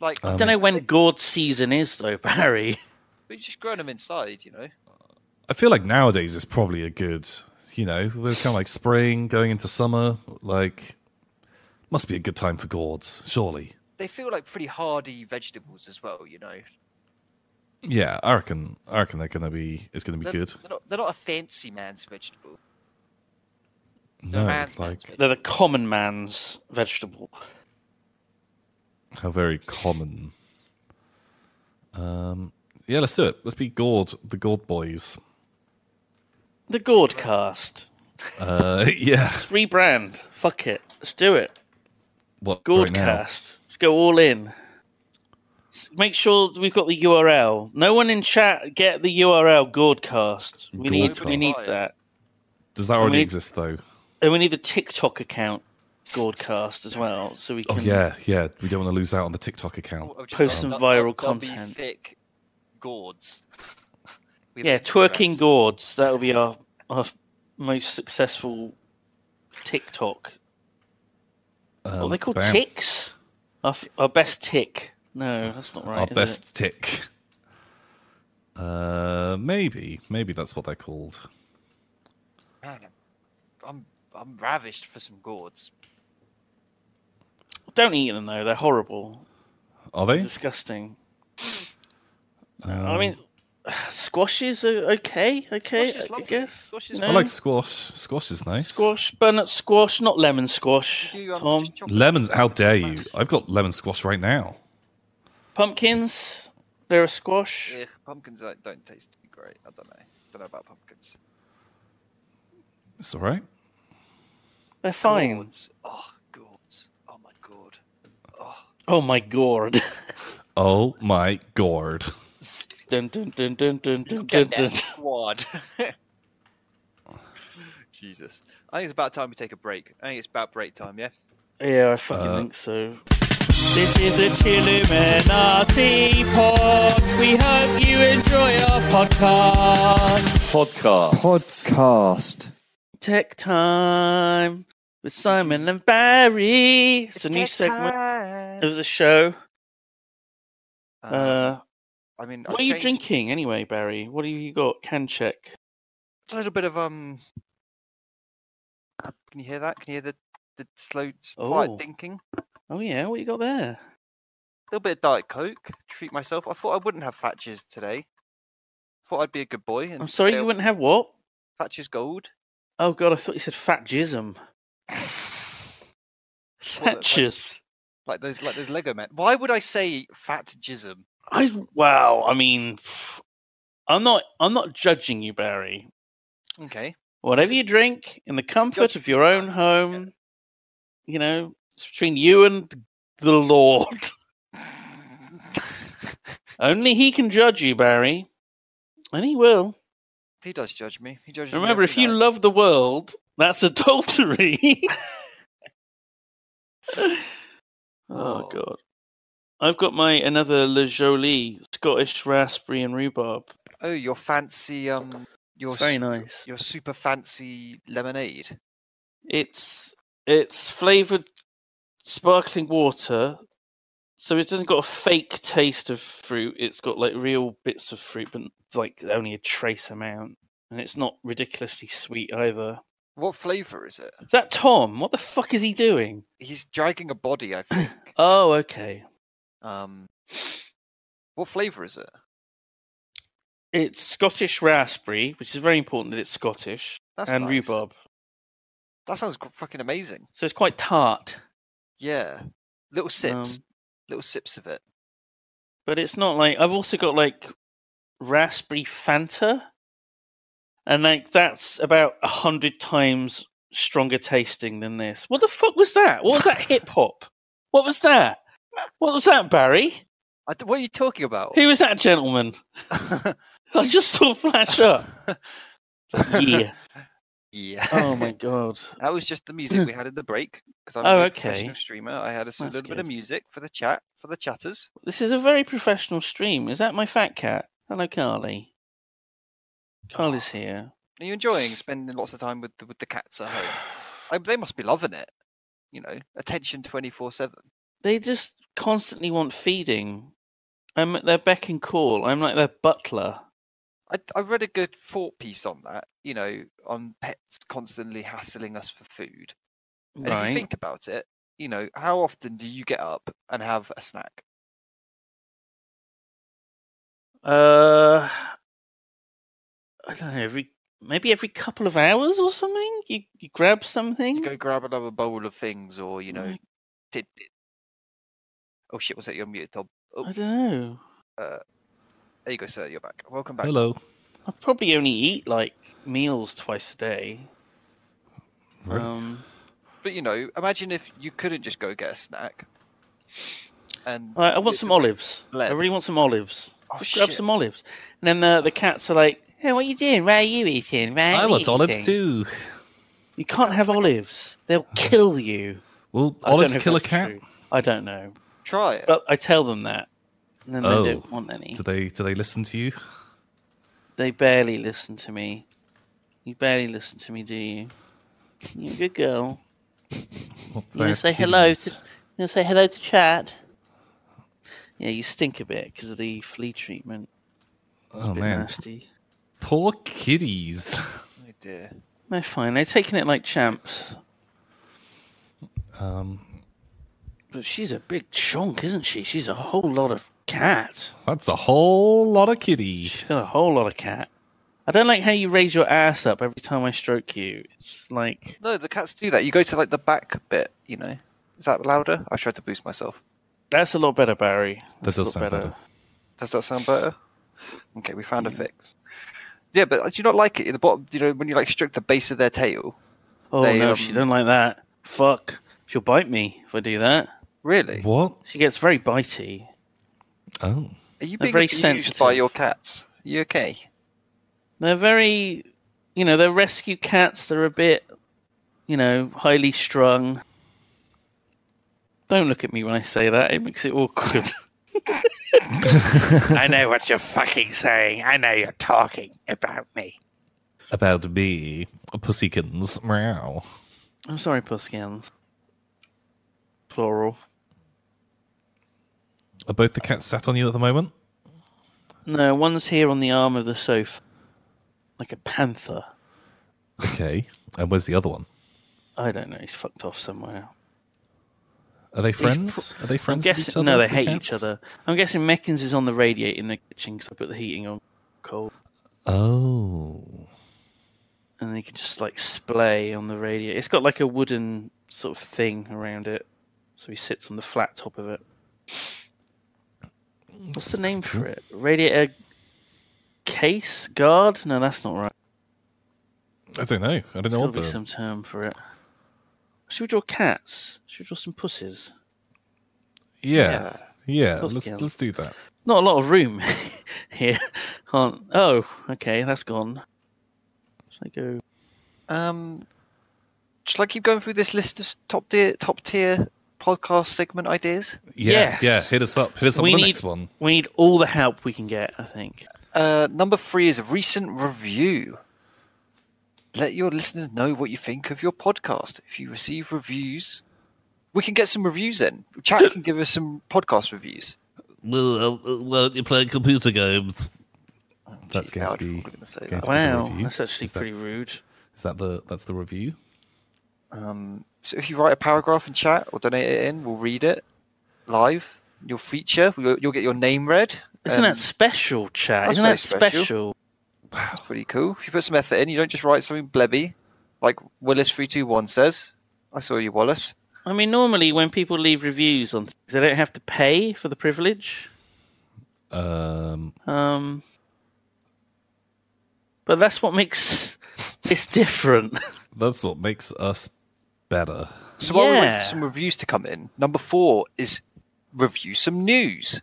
C: Like,
A: I
B: Um,
A: don't know when gourd season is though, Barry.
C: we're just growing them inside, you know.
B: I feel like nowadays it's probably a good, you know, we're kind of like spring going into summer. Like, must be a good time for gourds, surely.
C: they feel like pretty hardy vegetables as well, you know.
B: Yeah, I reckon. I reckon they're gonna be. It's gonna be
C: They're,
B: good.
C: They're not, they're not a fancy man's vegetable.
B: No,
C: man's
B: like
C: man's vegetable.
A: They're the common man's vegetable.
B: how very common. Um. Yeah, let's do it. Let's be gourd, the gourd boys.
A: The gourd cast.
B: Uh, yeah.
A: Let's rebrand. Fuck it. Let's do it.
B: What
A: Gourd
B: right now?
A: cast. Let's go all in. S- Make sure that we've got the URL. No one in chat get the URL Gourdcast. We need we
B: Gourdcast.
A: need that.
B: Does that already
A: mean-
B: exist though?
A: And we need the TikTok account Gourdcast as well, so we
B: Oh
A: can
B: yeah, yeah. We don't want to lose out on the TikTok account.
C: Or just
A: Oh, Post
C: like
A: some
C: du-
A: viral
C: du- dubby
A: content.
C: Thick gourds. With
A: Yeah,
C: Instagrams.
A: twerking gourds. That'll be our our most successful TikTok.
B: Um,
A: What are they called?
B: Oh, bam.
A: Ticks. Our, f- our best tick. No, that's not right.
B: Our
A: is it?
B: best tick. Uh, maybe, maybe that's what they're called.
C: Man, I'm, I'm I'm ravished for some gourds.
A: Don't eat them though. They're horrible.
B: Are they?
A: Disgusting.
B: Hmm? Um,
A: I mean, squashes are okay. Okay,
C: Squash is
A: I
C: lovely.
A: guess.
C: Squash is
A: No.
B: I like squash. Squash is nice.
A: eh. squash, butternut squash, not lemon squash.
C: Do you, um,
A: Tom,
C: just chop it
B: Lemon.
C: up?
B: How dare you? I've got lemon squash right now.
A: pumpkins. They're a squash.
C: Ugh, pumpkins like, don't taste too great. I don't know. Don't know about pumpkins.
B: It's all right.
A: They're fine.
C: Gourds. Oh, gourds. Oh my god. Oh,
A: Oh my god.
B: Oh my god.
A: dun, dun, dun, dun, dun, dun, dun,
C: get
A: dun.
C: that squad. Jesus. I think it's about time we take a break. I think it's about break time, yeah?
A: Yeah, I fucking
B: Uh,
A: think so. This is the Chilluminati pod. We hope you enjoy our podcast.
D: Podcast.
E: Podcast.
A: Tech time with Simon and Barry. It's, a new segment. It was a show.
C: Uh,
A: Uh,
C: I mean, I
A: what are you
C: changed
A: drinking anyway, Barry? What have you got? Can check.
C: A little bit of um. Can you hear that? Can you hear the the slow, s-
A: Oh.
C: quiet thinking?
A: Oh yeah, what you got there?
C: A little bit of diet coke. Treat myself. I thought I wouldn't have Thatcher's today. Thought I'd be a good boy. And
A: I'm sorry,
C: stay
A: you
C: on
A: wouldn't have what?
C: Thatcher's gold.
A: Oh god, I thought you said fat jism.
C: Well,
A: Fat
C: that's
A: jis.
C: Like those, like those Lego men. Why would I say fat jism?
A: I wow. I mean, pff, I'm not. I'm not judging you, Barry.
C: Okay.
A: Whatever you drink in the comfort of your own
C: Yeah.
A: home, you know, it's between you and the Lord. Only He can judge you, Barry, and He will.
C: He does judge me. He judges. me
A: Remember, if
C: every
A: you
C: night.
A: love the world, that's adultery. oh
C: Oh.
A: God. I've got my another Le Jolie Scottish raspberry and rhubarb.
C: oh, your fancy um, your
A: It's very
C: s-
A: nice.
C: your super fancy lemonade.
A: It's it's flavored sparkling water, so it doesn't got a fake taste of fruit. It's got like real bits of fruit, but like only a trace amount, and it's not ridiculously sweet either.
C: What flavour is it?
A: Is that Tom? What the fuck is he doing?
C: He's dragging a body, I think.
A: Oh, okay.
C: Um, what flavour is it?
A: It's Scottish raspberry, which is very important that it's Scottish,
C: That's
A: and
C: nice.
A: rhubarb.
C: That sounds gr- fucking amazing.
A: So it's quite tart,
C: Yeah, little sips,
A: um,
C: little sips of it.
A: but it's not like I've also got like raspberry Fanta, and like that's about a hundred times stronger tasting than this. What the fuck was that? What was that hip hop? What was that? What was that, Barry?
C: I d what are you talking about?
A: Who was that gentleman? I just saw flash up. Yeah.
C: yeah.
A: Oh my god.
C: That was just the music we had in the break because I'm
A: Oh,
C: a
A: okay.
C: professional streamer. I had a s-
A: That's
C: little bit of
A: good.
C: music for the chat for the chatters.
A: This is a very professional stream. Is that my fat cat? Hello, Carly. Carly's here.
C: Are you enjoying spending lots of time with the, with the cats at home? I, they must be loving it. You know, attention twenty four seven.
A: They just constantly want feeding. I'm at their beck and call. I'm like their butler.
C: I, I read a good thought piece on that. You know, on pets constantly hassling us for food. And if you
A: Right.
C: think about it, you know, how often do you get up and have a snack?
A: Uh, I don't know. Every maybe every couple of hours or something. You you grab something.
C: You go grab another bowl of things or, you know,
A: Right.
C: tidbit. Oh shit, was that your mute, Tom?
A: I don't know.
C: There you go, sir, you're back. Welcome back.
B: Hello.
A: I probably only eat like meals twice a day.
B: Right.
A: Um,
C: But you know, imagine if you couldn't just go get a snack. And
A: I, I want some olives. I
C: Lev.
A: really want some olives.
C: Oh,
A: Just grab
C: shit.
A: some olives. And then the, the cats are like, hey, what are you doing? Why are you eating? Why are
B: I
A: you
B: want olives
A: eating?"
B: too.
A: You can't have olives. They'll kill you.
B: Well,
A: I don't
B: olives
A: know if
B: kill a
A: that's
B: cat.
A: true. I don't know.
C: try it.
A: But I tell them that. And then
B: Oh.
A: they don't want any.
B: Do they do they listen to you?
A: They barely listen to me. You barely listen to me, do you? You're a good girl.
B: What
A: You gonna
B: bad
A: say hello
B: kitties.
A: to? You gonna say hello to chat? Yeah, you stink a bit because of the flea treatment. It's
B: Oh
A: a bit
B: man,
A: nasty.
B: poor kitties.
C: Oh dear.
A: They're fine. They're taking it like champs.
B: Um,
A: But she's a big chunk, isn't she? She's a whole lot of cat.
B: that's a whole lot of kitty.
A: She's got a whole lot of cat. I don't like how you raise your ass up every time I stroke you. It's like
C: No, the cats do that. You go to like the back bit, you know. Is that louder? I tried to boost myself.
A: that's a lot better, Barry.
B: That
A: That's a
B: does
A: lot
B: sound better.
A: Mm-hmm.
C: Does that sound better? Okay, we found a fix. Yeah, but uh, do you not like it at the bottom? You know, when you like stroke the base of their tail.
A: Oh
C: They,
A: no,
C: um,
A: she doesn't like that. Fuck, she'll bite me if I do that.
C: Really?
B: What?
A: She gets very bitey.
B: Oh,
C: Are
A: They're
C: you being
A: very
C: abused by
A: sensitive.
C: your cats? Are you okay?
A: They're very, you know, they're rescue cats. They're a bit, you know, highly strung. Don't look at me when I say that. It makes it awkward. I know what you're fucking saying. I know you're talking about me.
B: about me, pussykins. Meow.
A: I'm sorry, Puskins. Plural.
B: Are both the cats sat on you at the moment?
A: No, one's here on the arm of the sofa, like a panther.
B: Okay. And where's the other one?
A: I don't know. He's fucked off somewhere.
B: Are they
A: pro-
B: friends? Are they
A: I'm
B: friends? with each
A: guessing
B: other,
A: no, they
B: the
A: hate
B: cats?
A: each other. I'm guessing Meckins is on the radiator in the kitchen because I put the heating on cold,
B: Oh.
A: and they can just like splay on the radiator. It's got like a wooden sort of thing around it, so he sits on the flat top of it. What's the name for it? Radiator case guard? No, that's not right.
B: I don't know. I don't
A: There's
B: know
A: got
B: what
A: to be
B: the...
A: some term for it. Should we draw cats? Should we draw some pusses?
B: Yeah. Yeah.
A: Puss
B: Let's
A: kills.
B: let's do that.
A: Not a lot of room here. Can't- Oh, okay, that's gone. Should I go?
C: Um, shall I keep going through this list of s- top tier top tier podcast segment ideas?
B: Yeah.
A: Yes.
B: Yeah. Hit us up. Hit us up
A: we
B: with the
A: need
B: next one.
A: we need all the help we can get. I think.
C: Uh, number three is a recent review. Let your listeners know what you think of your podcast. If you receive reviews, we can get some reviews in. Chat can give us some podcast reviews.
B: Well, uh, well, you're playing computer games. That's
C: Jeez,
B: going
C: Oh, how
B: to be.
C: I'm gonna say
B: going to
C: that.
B: be the
A: Wow,
B: review.
A: that's actually
B: Is that-
A: pretty rude.
B: Is that the that's the review?
C: Um, so if you write a paragraph in chat or donate it in, we'll read it live. You'll feature. You'll, you'll get your name read. Um,
A: Isn't
C: and
A: that special, chat?
C: that's
A: Isn't that
C: very
A: special?
C: special. That's pretty cool. If you put some effort in, you don't just write something blebby, like Willis three two one says. I saw you, Wallace.
A: I mean, normally when people leave reviews on things, they don't have to pay for the privilege.
B: Um,
A: Um, but that's what makes this different.
B: that's what makes us better.
C: So while we wait
A: Yeah.
C: for some reviews to come in, number four is review some news.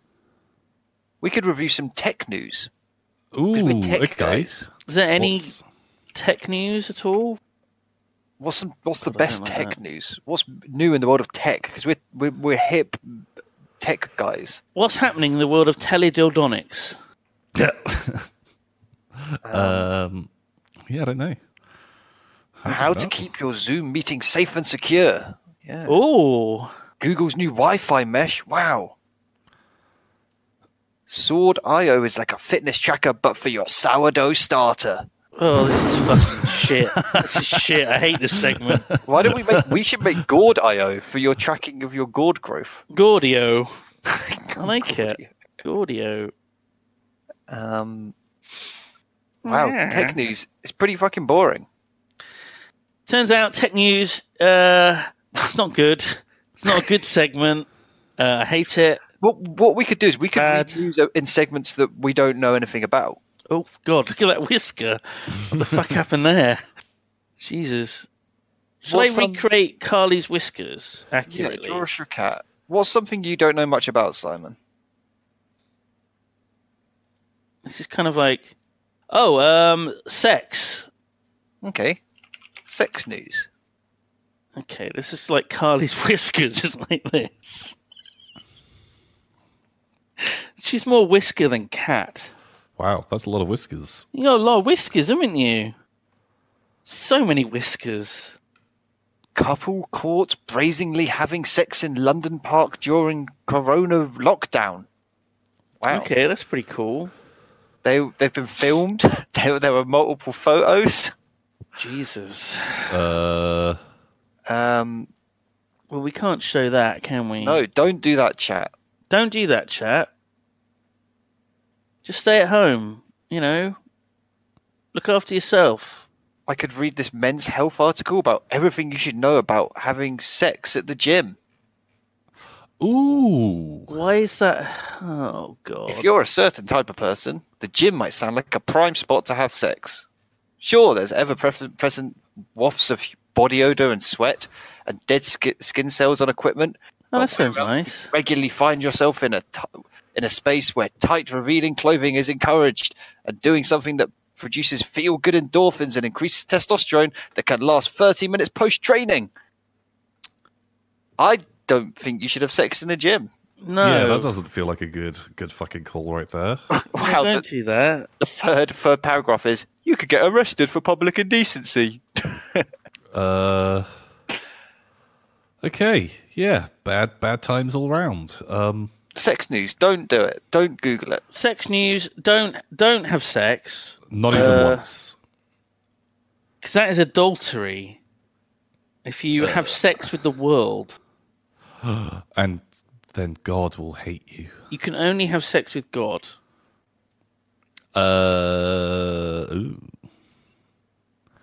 C: We could review some tech news. 'cause
B: Ooh,
C: we're tech
B: okay.
C: guys.
A: Is there any
B: What's-
A: tech news at all?
C: What's some, what's the
A: God, I
C: best
A: don't like
C: tech
A: that.
C: news? What's new in the world of tech? Because we're, we're we're hip tech guys.
A: What's happening in the world of teledildonics?
B: Yeah. um, yeah, I don't know.
C: How to keep your Zoom meeting safe and secure. Yeah.
A: Oh,
C: Google's new Wi-Fi mesh. Wow. Sword IO is like a fitness tracker, but for your sourdough starter.
A: oh, this is fucking shit. This is shit. I hate this segment.
C: Why don't we make? We should make gourd IO for your tracking of your gourd growth.
A: Gaudio. I like it. Gaudio.
C: Um, wow,
A: Yeah.
C: tech news is pretty fucking boring.
A: Turns out tech news, uh, it's not good. It's not a good segment. Uh, I hate it.
C: What what we could do is we could
A: Bad.
C: read news in segments that we don't know anything about.
A: Oh, God, look at that whisker. What the fuck happened there? Jesus. Shall
C: What's
A: I
C: some-
A: recreate Carly's whiskers
C: Yeah,
A: accurately?
C: draw us your cat. What's something you don't know much about, Simon?
A: This is kind of like, oh, um, sex.
C: Okay, sex news.
A: Okay, this is like Carly's whiskers, is like this. She's more whisker than cat.
B: Wow, that's a lot of whiskers.
A: You got a lot of whiskers, haven't you? So many whiskers.
C: Couple caught brazenly having sex in London Park during Corona lockdown. Wow.
A: Okay, that's pretty cool.
C: They they've been filmed. There there were multiple photos.
A: Jesus.
B: Uh,
C: Um,
A: Well, we can't show that, can we?
C: no, don't do that, chat.
A: Don't do that, chat. Just stay at home, you know? Look after yourself.
C: I could read this men's health article about everything you should know about having sex at the gym.
B: Ooh.
A: Why is that? Oh god.
C: If you're a certain type of person, the gym might sound like a prime spot to have sex. Sure, there's ever pref- present wafts of body odor and sweat and dead ski- skin cells on equipment.
A: oh, that
C: but
A: sounds nice.
C: Regularly find yourself in a t- in a space where tight, revealing clothing is encouraged and doing something that produces feel good endorphins and increases testosterone that can last 30 minutes post training. I don't think you should have sex in a gym.
A: No,
B: Yeah, that doesn't feel like a good good fucking call right there.
C: Wow,
A: don't
C: the-
A: do that.
C: the third third paragraph is you could get arrested for public indecency.
B: Uh, okay, yeah, bad bad times all round. Um,
C: Sex news, don't do it. Don't Google it.
A: Sex news. Don't don't have sex
B: not even
C: Uh,
B: once.
A: because that is adultery. If
C: Uh.
A: you have sex with the world,
B: And then God will hate you.
A: you can only have sex with God.
B: Uh, ooh.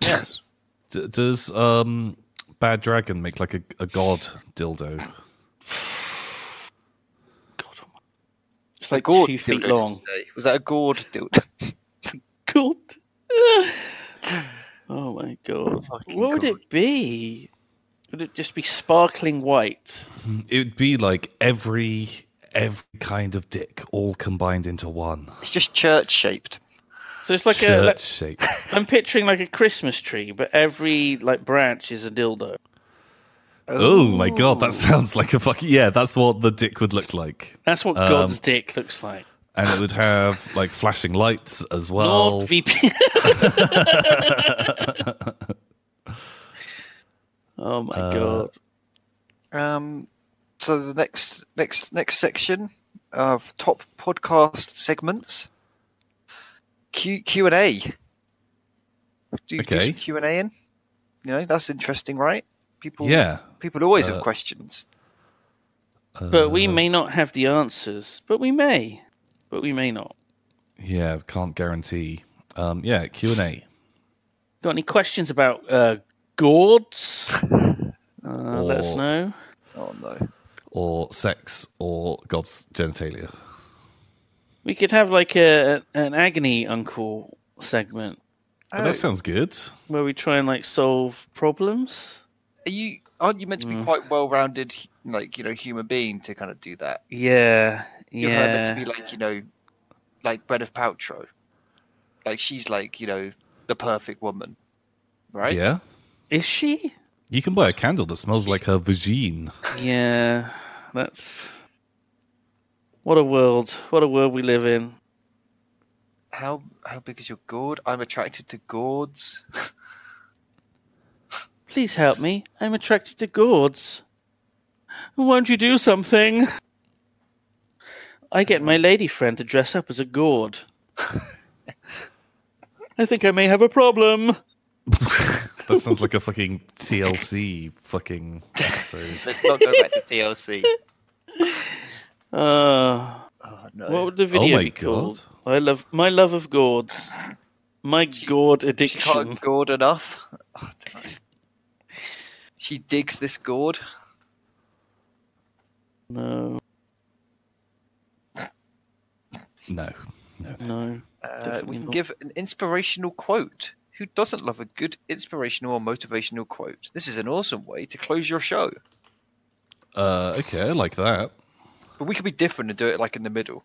C: Yes.
B: D- does um Bad Dragon make like a, a God dildo?
A: God, almighty.
C: It's like
A: Two
C: gourd
A: feet
C: dildo,
A: long.
C: did you say? Was that a gourd dildo?
A: God. oh my god.
C: Fucking
A: what would
C: God.
A: it be? Would it just be sparkling white?
B: It would be like every every kind of dick all combined into one
C: It's just church shaped.
A: So it's like a.
B: church
A: Like,
B: shape.
A: I'm picturing like a Christmas tree, but every like branch is a dildo.
B: oh my God, that sounds like a fucking yeah. That's what the dick would look like.
A: That's what
C: Um,
A: God's dick looks like.
B: and it would have like flashing lights as well.
A: Lord VP. oh my god.
C: Um so the next next next section of top podcast segments. Q Q and A. Do you
B: Okay.
C: do Q and A in? You know, that's interesting, right? People
B: yeah,
C: people always
B: Uh,
C: have questions.
A: But we may not have the answers, but we may. But we may not.
B: yeah, can't guarantee. Um, yeah, Q and A
A: Got any questions about uh, gourds? Uh, let us
B: Or-
A: know.
C: Oh no.
B: or sex or God's genitalia.
A: We could have like a an agony uncle segment Uh,
B: But
C: Oh.
B: that sounds good.
A: where we try and like solve problems.
C: are you aren't you meant to be quite well-rounded like you know human being to kind of do that
A: Yeah,
C: you're kind of meant to
A: yeah.
C: be like you know like Gwyneth Paltrow like she's like you know the perfect woman right
B: Yeah,
A: Is she?
B: you can buy a candle that smells like her vagine.
A: Yeah, that's what a world. What a world we live in.
C: how how big is your gourd I'm attracted to gourds
A: Please help me. I'm attracted to gourds. Won't you do something? I get my lady friend to dress up as a gourd. I think I may have a problem.
B: That sounds like a fucking TLC fucking episode.
C: let's not go back to TLC
A: Uh,
C: oh no
A: What would the video
B: my
A: be called? I love my love of gourds, my gourd
C: she
A: addiction.
C: can't gourd enough Oh, don't know. she digs this gourd
A: No,
B: No, no.
A: no.
C: Uh,
A: Definitely
C: we can
A: not.
C: give an inspirational quote. Who doesn't love a good inspirational or motivational quote? This is an awesome way to close your show.
B: Uh, okay, I like that.
C: But we could be different and do it like in the middle.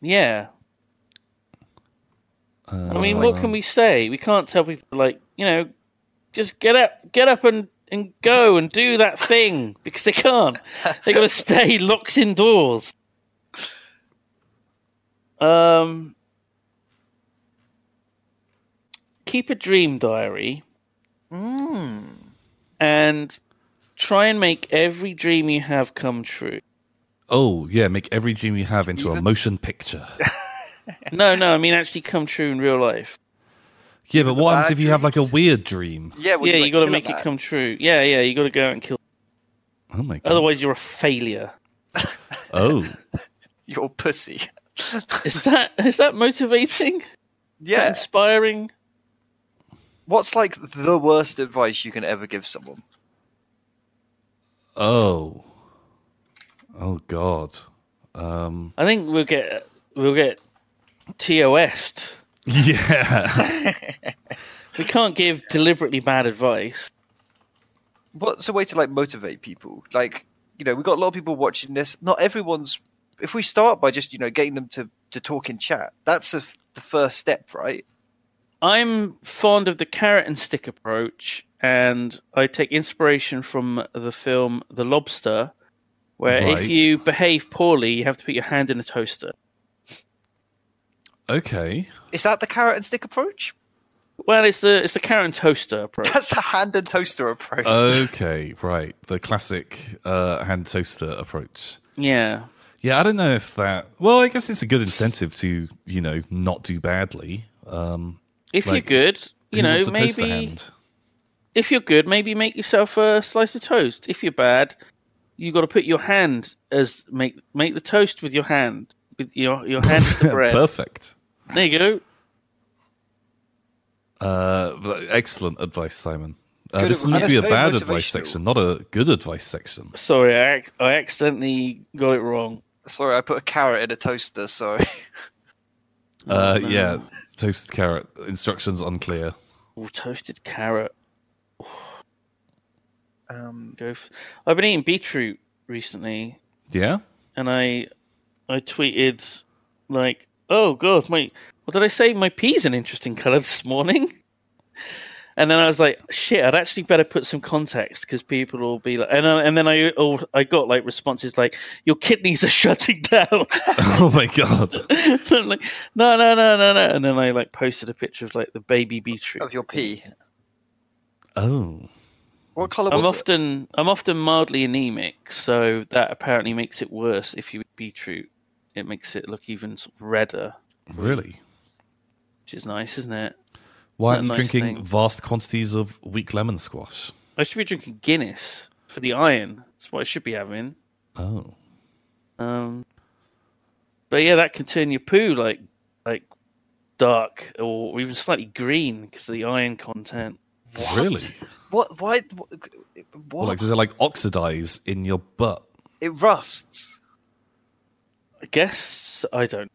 A: Yeah,
B: Uh,
A: I mean, what can we say? We can't tell people like you know, just get up, get up and and go and do that thing because they can't. They got to stay locked indoors. Um, keep a dream diary. Hmm.
C: Mm.
A: and try and make every dream you have come true.
B: Oh yeah, make every dream you have into a
C: Even-
B: motion picture.
A: No, no, I mean actually come true in real life.
B: Yeah, but what happens
C: bad
B: if you have like a
C: dreams.
B: weird dream?
C: Yeah, well,
A: yeah, you got to
C: kill
A: make it
C: that.
A: come true. Yeah, yeah, you got to go out and kill.
B: Oh my god.
A: Otherwise, you're a failure.
B: Oh.
C: Your pussy.
A: Is that is that motivating?
B: Uh,
C: Yeah.
A: Inspiring?
C: What's like the worst advice you can ever give someone?
B: Oh. Oh God. Um,
A: I think we'll get we'll get TOS'd.
B: yeah.
A: We can't give deliberately bad advice.
C: what's a way to like motivate people? Like, you know, we got a lot of people watching this. Not everyone's. If we start by just you know getting them to to talk in chat, that's a, the first step, right?
A: I'm fond of the carrot and stick approach, and I take inspiration from the film The Lobster, where if
B: Right.
A: you behave poorly, you have to put your hand in a toaster.
B: okay.
C: Is that the carrot and stick approach?
A: Well, it's the it's the carrot and toaster approach.
C: That's the hand and toaster approach.
B: Oh. Okay. Right. The classic uh, hand toaster approach.
A: yeah,
B: Yeah, I don't know if that. Well, I guess it's a good incentive to you know not do badly. Um,
A: if
B: Like,
A: you're good, you
B: who
A: know
B: wants to toast a
A: maybe
B: hand?
A: if you're good, maybe make yourself a slice of toast. If you're bad, you got to put your hand as make make the toast with your hand with your your hand is the bread.
B: Perfect.
A: There you go.
B: Uh, excellent advice, Simon. Uh,
C: Good
B: this is
C: advice.
B: meant to be a
C: Very
B: bad advice
C: motivational.
B: section, not a good advice section.
A: Sorry, I, ac- I accidentally got it wrong.
C: Sorry, I put a carrot in a toaster. Sorry.
B: Uh,
A: no.
B: Yeah, toasted carrot instructions unclear.
A: Ooh, toasted carrot.
C: Um,
A: Go. F- I've been eating beetroot recently,
B: Yeah,
A: and I I tweeted like, "Oh God, my what did I say? My pea's an interesting color this morning." And then I was like, "Shit, I'd actually better put some context because people will be like." And, I, and then I oh, I got like responses like, "Your kidneys are shutting down."
B: oh my god.
A: I'm like, "No, no, no, no, no." And then I like posted a picture of like the baby beetroot.
C: of your pea.
B: Oh,
C: What color was
A: I'm
C: it?
A: often I'm often mildly anemic, so that apparently makes it worse if you eat beetroot. It makes it look even sort of redder,
B: really?
A: which is nice, isn't it?
B: Why
A: It's
B: aren't
A: not
B: you
A: a nice
B: drinking
A: thing.
B: vast quantities of weak lemon squash?
A: I should be drinking Guinness for the iron. That's what I should be having.
B: Oh,
A: Um, but yeah, that can turn your poo like like dark or even slightly green because of the iron content.
C: What?
B: really?
C: What? Why? What?
B: Well, like, does it like oxidize in your butt?
C: It rusts.
A: I guess I don't.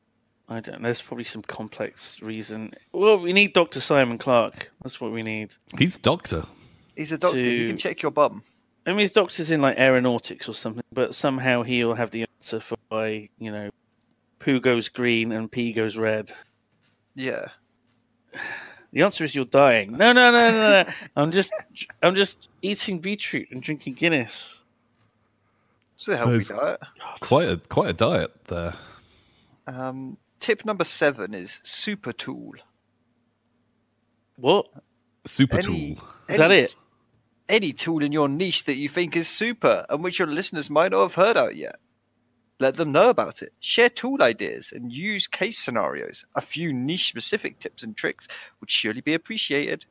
A: I don't. know. There's probably some complex reason. Well, we need Dr. Simon Clark. That's what we need.
B: He's doctor.
C: He's a doctor. He
A: To-
C: can check your bum.
A: I mean, his doctor's in like aeronautics or something, but somehow he'll have the answer for why you know poo goes green and pee goes red.
C: Yeah.
A: The answer is you're dying. No, no, no, no, no. I'm just, I'm just eating beetroot and drinking Guinness.
C: It's a healthy
B: Those-
C: diet.
B: Quite a quite a diet there.
C: Um, tip number seven is super tool.
A: What
B: Super
C: Any,
B: tool.
A: is that?
C: any-
A: It?
C: Any tool in your niche that you think is super and which your listeners might not have heard out yet. Let them know about it. Share tool ideas and use case scenarios. A few niche specific tips and tricks would surely be appreciated.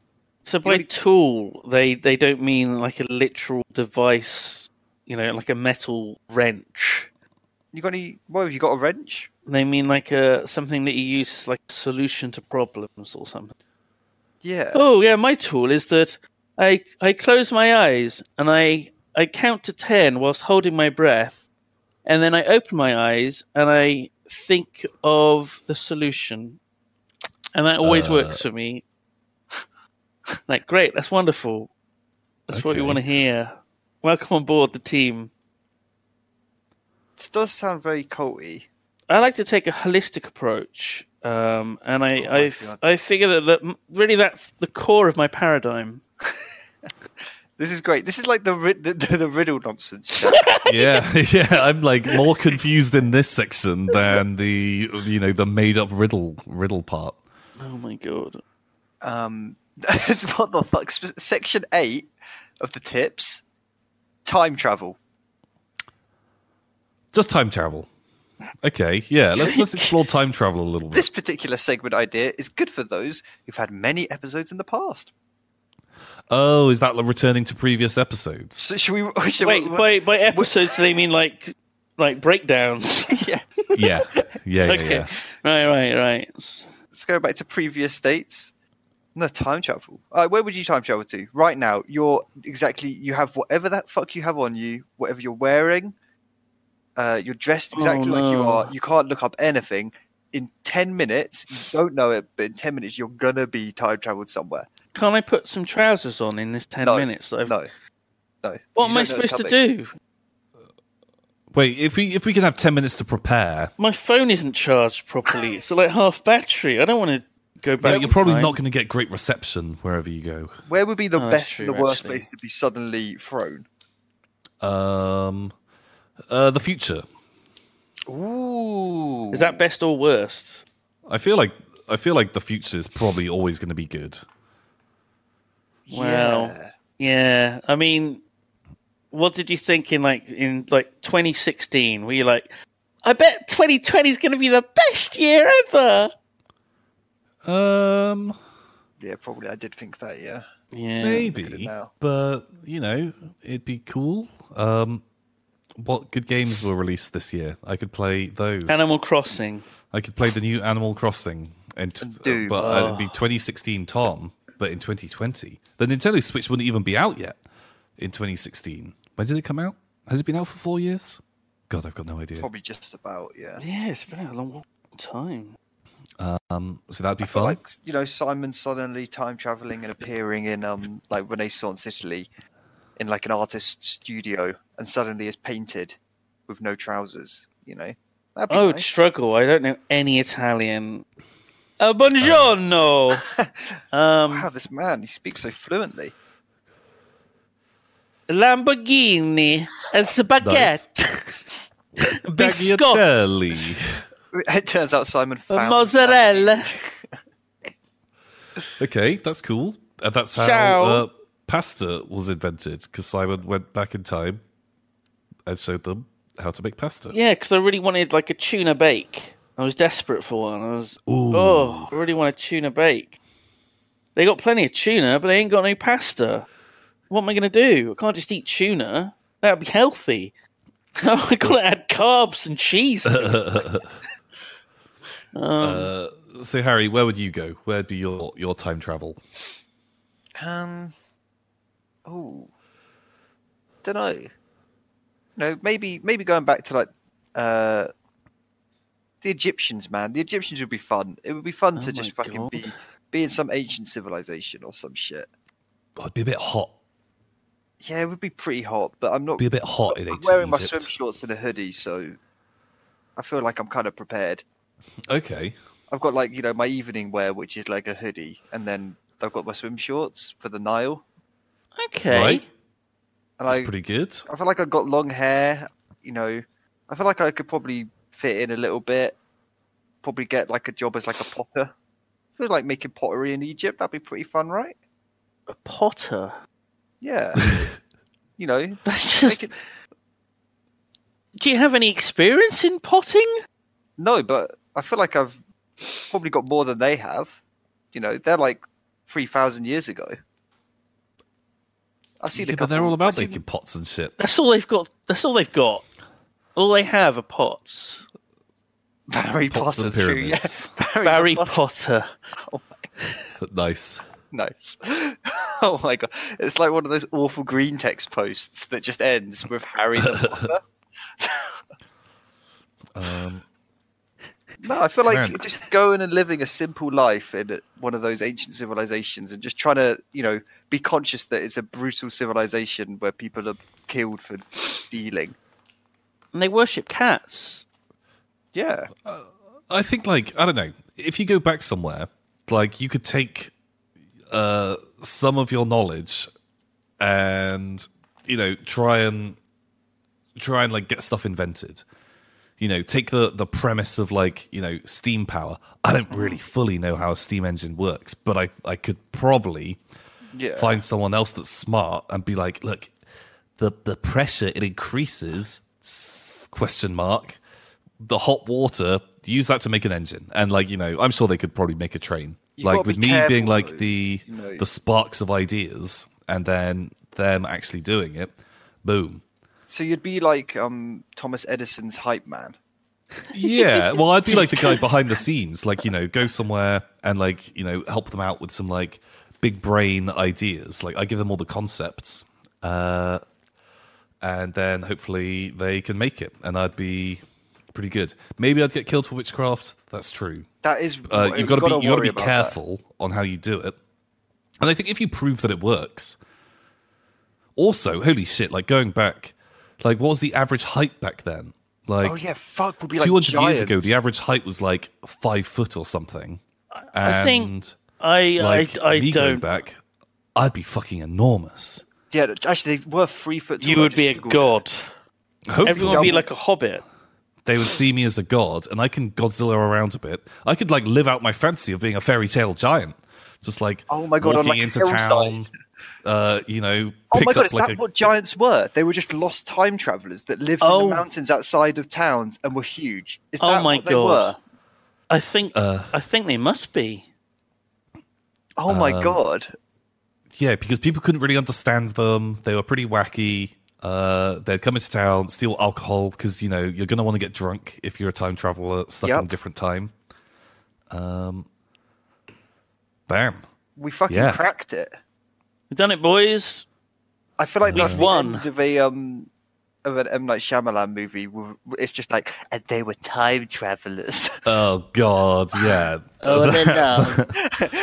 A: So by
C: Really-
A: tool, they they don't mean like a literal device, you know, like a metal wrench.
C: You got any? What have you got? A wrench?
A: They mean like a something that you use as like a solution to problems or something.
C: Yeah.
A: Oh yeah, my tool is that I I close my eyes and I I count to ten whilst holding my breath, and then I open my eyes and I think of the solution, and that always
B: Uh.
A: works for me. Like great, that's wonderful. That's what we
B: Okay.
A: want to hear. Welcome on board the team.
C: It does sound very culty.
A: I like to take a holistic approach, um, and I
C: my
A: I f-
C: God.
A: I figure that, that really that's the core of my paradigm.
C: This is great. This is like the rid- the, the, the riddle nonsense. show.
B: yeah, yeah. I'm like more confused in this section than the you know the made up riddle riddle part.
A: Oh my god.
C: um, it's what the fuck? Sp- Section eight of the tips: time travel.
B: Just time travel. Okay, yeah. Let's let's explore time travel a little
C: This
B: bit.
C: particular segment idea is good for those who've had many episodes in the past.
B: Oh, is that like returning to previous episodes?
C: So should we? Should
A: Wait,
C: we,
A: by by episodes do they mean like like breakdowns?
C: yeah.
B: Yeah, yeah, yeah.
A: okay,
B: yeah.
A: right, right, right.
C: Let's go back to previous states. No time travel. Uh, where would you time travel to right now? You're exactly. You have whatever that fuck you have on you, whatever you're wearing, Uh, you're dressed exactly like you
A: Oh, no.
C: are. You can't look up anything. In ten minutes, you don't know it, but in ten minutes, you're gonna be time traveled somewhere.
A: Can't I put some trousers on in this ten
C: No,
A: minutes? that I've-
C: No, no.
A: What am I
C: You don't know it's
A: supposed to
C: coming.
A: do?
B: Wait, if we if we can have ten minutes to prepare,
A: My phone isn't charged properly. It's like half battery. I don't want to go back.
B: but you're probably
A: in
B: not
A: time.
B: going to get great reception wherever you go.
C: Where would be the
A: No, Oh, that's
C: best
A: true,
C: and the worst
A: actually.
C: place to be suddenly thrown?
B: Um, uh, the future.
C: Ooh,
A: Is that best or worst?
B: I feel like I feel like the future is probably always going to be good.
A: Wow.
C: Yeah.
A: Yeah, I mean, what did you think in like in like 2016? Were you like, I bet 2020 is going to be the best year ever?
B: Um,
C: Yeah, probably. I did think that. Yeah.
A: Yeah,
C: at it
B: maybe,
C: now.
B: but you know, it'd be cool. Um, what good games were released this year? I could play those.
A: Animal Crossing.
B: I could play the new Animal Crossing, and,
C: And Doom.
B: but uh,
C: oh.
B: it'd be 2016 Tom, but in 2020, the Nintendo Switch wouldn't even be out yet in 2016. When did it come out? Has it been out for four years? God, I've got no idea.
C: Probably just about. Yeah.
A: Yeah, it's been a long time.
B: Um, so that'd be
C: But
B: fun.
C: like you know, Simon suddenly time traveling and appearing in um like Renaissance Italy, in like an artist's studio, and suddenly is painted with no trousers. You know, that'd be
A: I would
C: nice.
A: Oh, struggle. I don't know any Italian. Uh, buongiorno. um,
C: wow, this man he speaks so fluently.
A: Lamborghini and spaghetti. Biscotti.
B: Tagliatelle.
C: It turns out Simon found
A: Mozzarella.
B: Okay, that's cool. Uh, that's how
A: Ciao.
B: uh, pasta was invented because Simon went back in time and showed them how to make pasta.
A: Yeah, because I really wanted like a tuna bake. I was desperate for one. I was
B: Ooh.
A: oh, I really want a tuna bake. They got plenty of tuna, but they ain't got no pasta. What am I going to do? I can't just eat tuna. That'd be healthy. No, I got to add carbs and cheese. To it. um,
B: Uh, so Harry, where would you go? Where'd be your, your time travel?
C: That. Um. Oh. Don't know. No, maybe maybe going back to like uh the Egyptians, man. The Egyptians would be fun. It would be
B: Oh
C: fun to
A: my
C: just fucking
A: God.
C: be be in some ancient civilization or some shit.
B: Oh, I'd be a bit hot.
C: Yeah, it would be pretty hot, but I'm not
B: Be a bit hot in
C: I'm
B: ancient
C: wearing my swim
B: Egypt.
C: shorts and a hoodie, so I feel like I'm kind of prepared.
B: Okay.
C: I've got like you know my evening wear, which is like a hoodie, and then I've got my swim shorts for the Nile,
A: okay.
B: Right.
C: and
B: That's
C: I
B: pretty good.
C: I feel like I've got long hair. You know, I feel like I could probably fit in a little bit. Probably get like a job as like a potter. I feel like making pottery in Egypt. That'd be pretty fun, right?
A: A potter.
C: Yeah. you know,
A: That's just.
C: make it-
A: Do you have any experience in potting?
C: no, but I feel like I've probably got more than they have. You know, they're like three thousand years ago. I've seen
B: Yeah,
C: a
B: but
C: couple.
B: they're all about
C: I've seen-
B: making pots and shit.
A: That's all they've got. That's all they've got. All they have are pots.
C: Barry
B: Pots
C: Potter.
B: and
C: True, yeah.
B: pyramids.
C: Barry,
A: Barry
C: Potter.
A: Potter.
B: nice.
C: Nice. Oh my god. It's like one of those awful green text posts that just ends with Harry the Potter.
B: Um,
C: No, I feel like
B: Man.
C: just going and living a simple life in one of those ancient civilizations and just trying to, you know, be conscious that it's a brutal civilization where people are killed for stealing.
A: and they worship cats.
C: Yeah.
B: I think like I don't know if you go back somewhere, like you could take uh, some of your knowledge and you know try and try and like get stuff invented. You know, take the the premise of like you know steam power. I don't
C: Mm-hmm.
B: really fully know how a steam engine works, but I I could probably
C: Yeah.
B: find someone else that's smart and be like, look, the the pressure it increases s- question mark the hot water use that to make an engine and like you know i'm sure they could probably make a train
C: You
B: like
C: gotta
B: with me
C: be
B: being
C: careful,
B: like
C: though,
B: the
C: you know.
B: the sparks of ideas and then them actually doing it boom
C: So you'd be like um Thomas Edison's hype man.
B: Yeah, well, I'd be like the guy behind the scenes, like you know, go somewhere and like you know, help them out with some like big brain ideas. Like I give them all the concepts, uh, and then hopefully they can make it, and I'd be pretty good. Maybe I'd get killed for witchcraft. That's true.
C: That is
B: Uh,
C: what-
B: you've got to be you got to
C: worry
B: be
C: about that.
B: careful on how you do it. And I think if you prove that it works, also holy shit, like going back, like what was the average height back then? Like
C: oh yeah, fuck. We'll be like
B: two hundred years ago,
C: giants.
B: the average height was like five foot or something. And
A: I think- I
B: like
A: I, I
B: me going
A: don't.
B: back, I'd be fucking enormous.
C: Yeah, actually, they were three foot. tall.
A: You
C: I
A: would
C: just
A: be a
C: Googled it.
A: god.
B: Hopefully,
A: Everyone would be
C: Double-
A: like a hobbit.
B: they would see me as a god, and I can Godzilla around a bit. I could like live out my fantasy of being a fairy tale giant, just like
C: Oh my God, on,
B: walking
C: like,
B: into
C: hillside.
B: town, uh, you know,
C: Oh
B: pick
C: my god,
B: up
C: is
B: like a
C: that what giants were? They were just lost time travelers that lived in
A: Oh.
C: the mountains outside of towns and were huge. Is
A: Oh
C: that
A: my
C: what they were?
A: god. I think
B: Uh,
A: I think they must be.
C: Oh my
B: Um,
C: god.
B: yeah, because people couldn't really understand them. They were pretty wacky. Uh, they'd come into town, steal alcohol because you know you're going to want to get drunk if you're a time traveler stuck
C: Yep.
B: in a different time. Um, bam.
C: We fucking
B: yeah.
C: cracked it.
A: We've done it, boys.
C: I feel like that's the
A: won.
C: end of a um of an M Night Shyamalan movie. where It's just like, and they were time travelers.
B: Oh God, yeah.
C: Oh, no, no.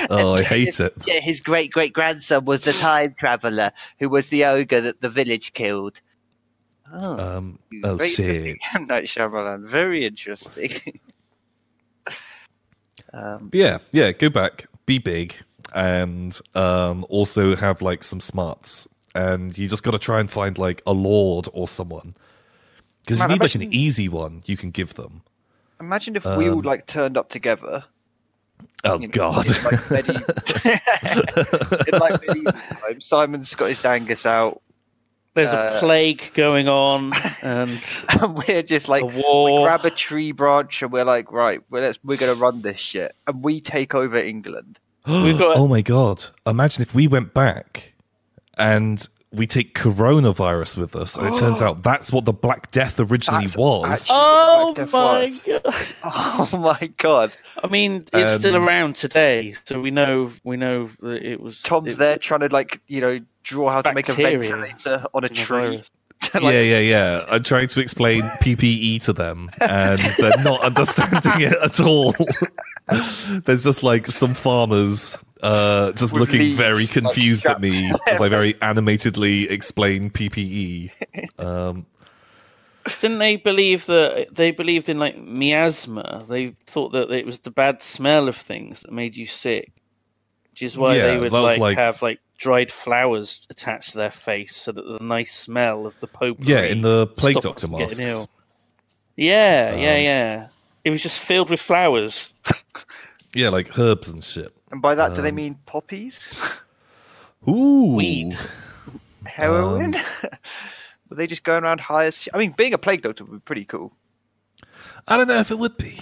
B: Oh, I hate it.
C: Yeah, his great great grandson was the time traveler who was the ogre that the village killed. Oh,
B: Um, oh
C: very
B: shit.
C: interesting. M Night Shyamalan, very interesting. um,
B: But yeah, yeah. Go back, be big, and um, also have like some smarts. And you just got to try and find like a lord or someone because you
C: Man, I
B: need like an
C: imagine-
B: easy one you can give them.
C: imagine if we all like turned up together.
B: Oh
C: you know,
B: Um, God.
C: in, like medieval, in like medieval times. Simon's got his dangus out,
A: There's
C: Uh,
A: a plague going on and
C: and we're just like
A: a war.
C: grab a tree branch, and we're like, right, well, let's we're gonna run this shit, and we take over England.
A: We've got-
B: oh my god! Imagine if we went back and we take coronavirus with us, and it turns out that's what the Black Death originally
C: That's
B: was.
C: actually-
A: oh
C: Like the
A: my
C: forest.
A: god.
C: Oh my god!
A: I mean, it's still
B: And-
A: around today, so we know we know that it was
C: Tom's
A: it,
C: there trying to like you know draw how to make a
A: Bacteria.
C: ventilator on a
A: it was
C: tree.
A: virus.
C: To, like,
B: yeah, yeah, yeah. I'm trying to explain PPE to them, and they're not understanding it at all. There's just like some farmers uh, just
C: With
B: looking
C: leaves,
B: very
C: like,
B: confused at
C: strapped
B: me as I very animatedly explain PPE. Um,
A: Didn't they believe that they believed in like miasma? They thought that it was the bad smell of things that made you sick, which is why
B: Yeah,
A: they would
B: that was
A: like,
B: like-
A: have like dried flowers attached to their face so that the nice smell of the Pope.
B: yeah, in the plague
A: Stop
B: doctor
A: us from getting
B: masks.
A: ill. Yeah, yeah,
B: Um,
A: yeah. It was just filled with flowers.
B: Yeah, like herbs and shit.
C: And by that, do they
B: Um,
C: mean poppies,
B: Ooh,
A: Weed.
C: heroin?
B: um,
C: Were they just going around high as? sh- I mean, being a plague doctor would be pretty cool.
B: I don't know if it would be.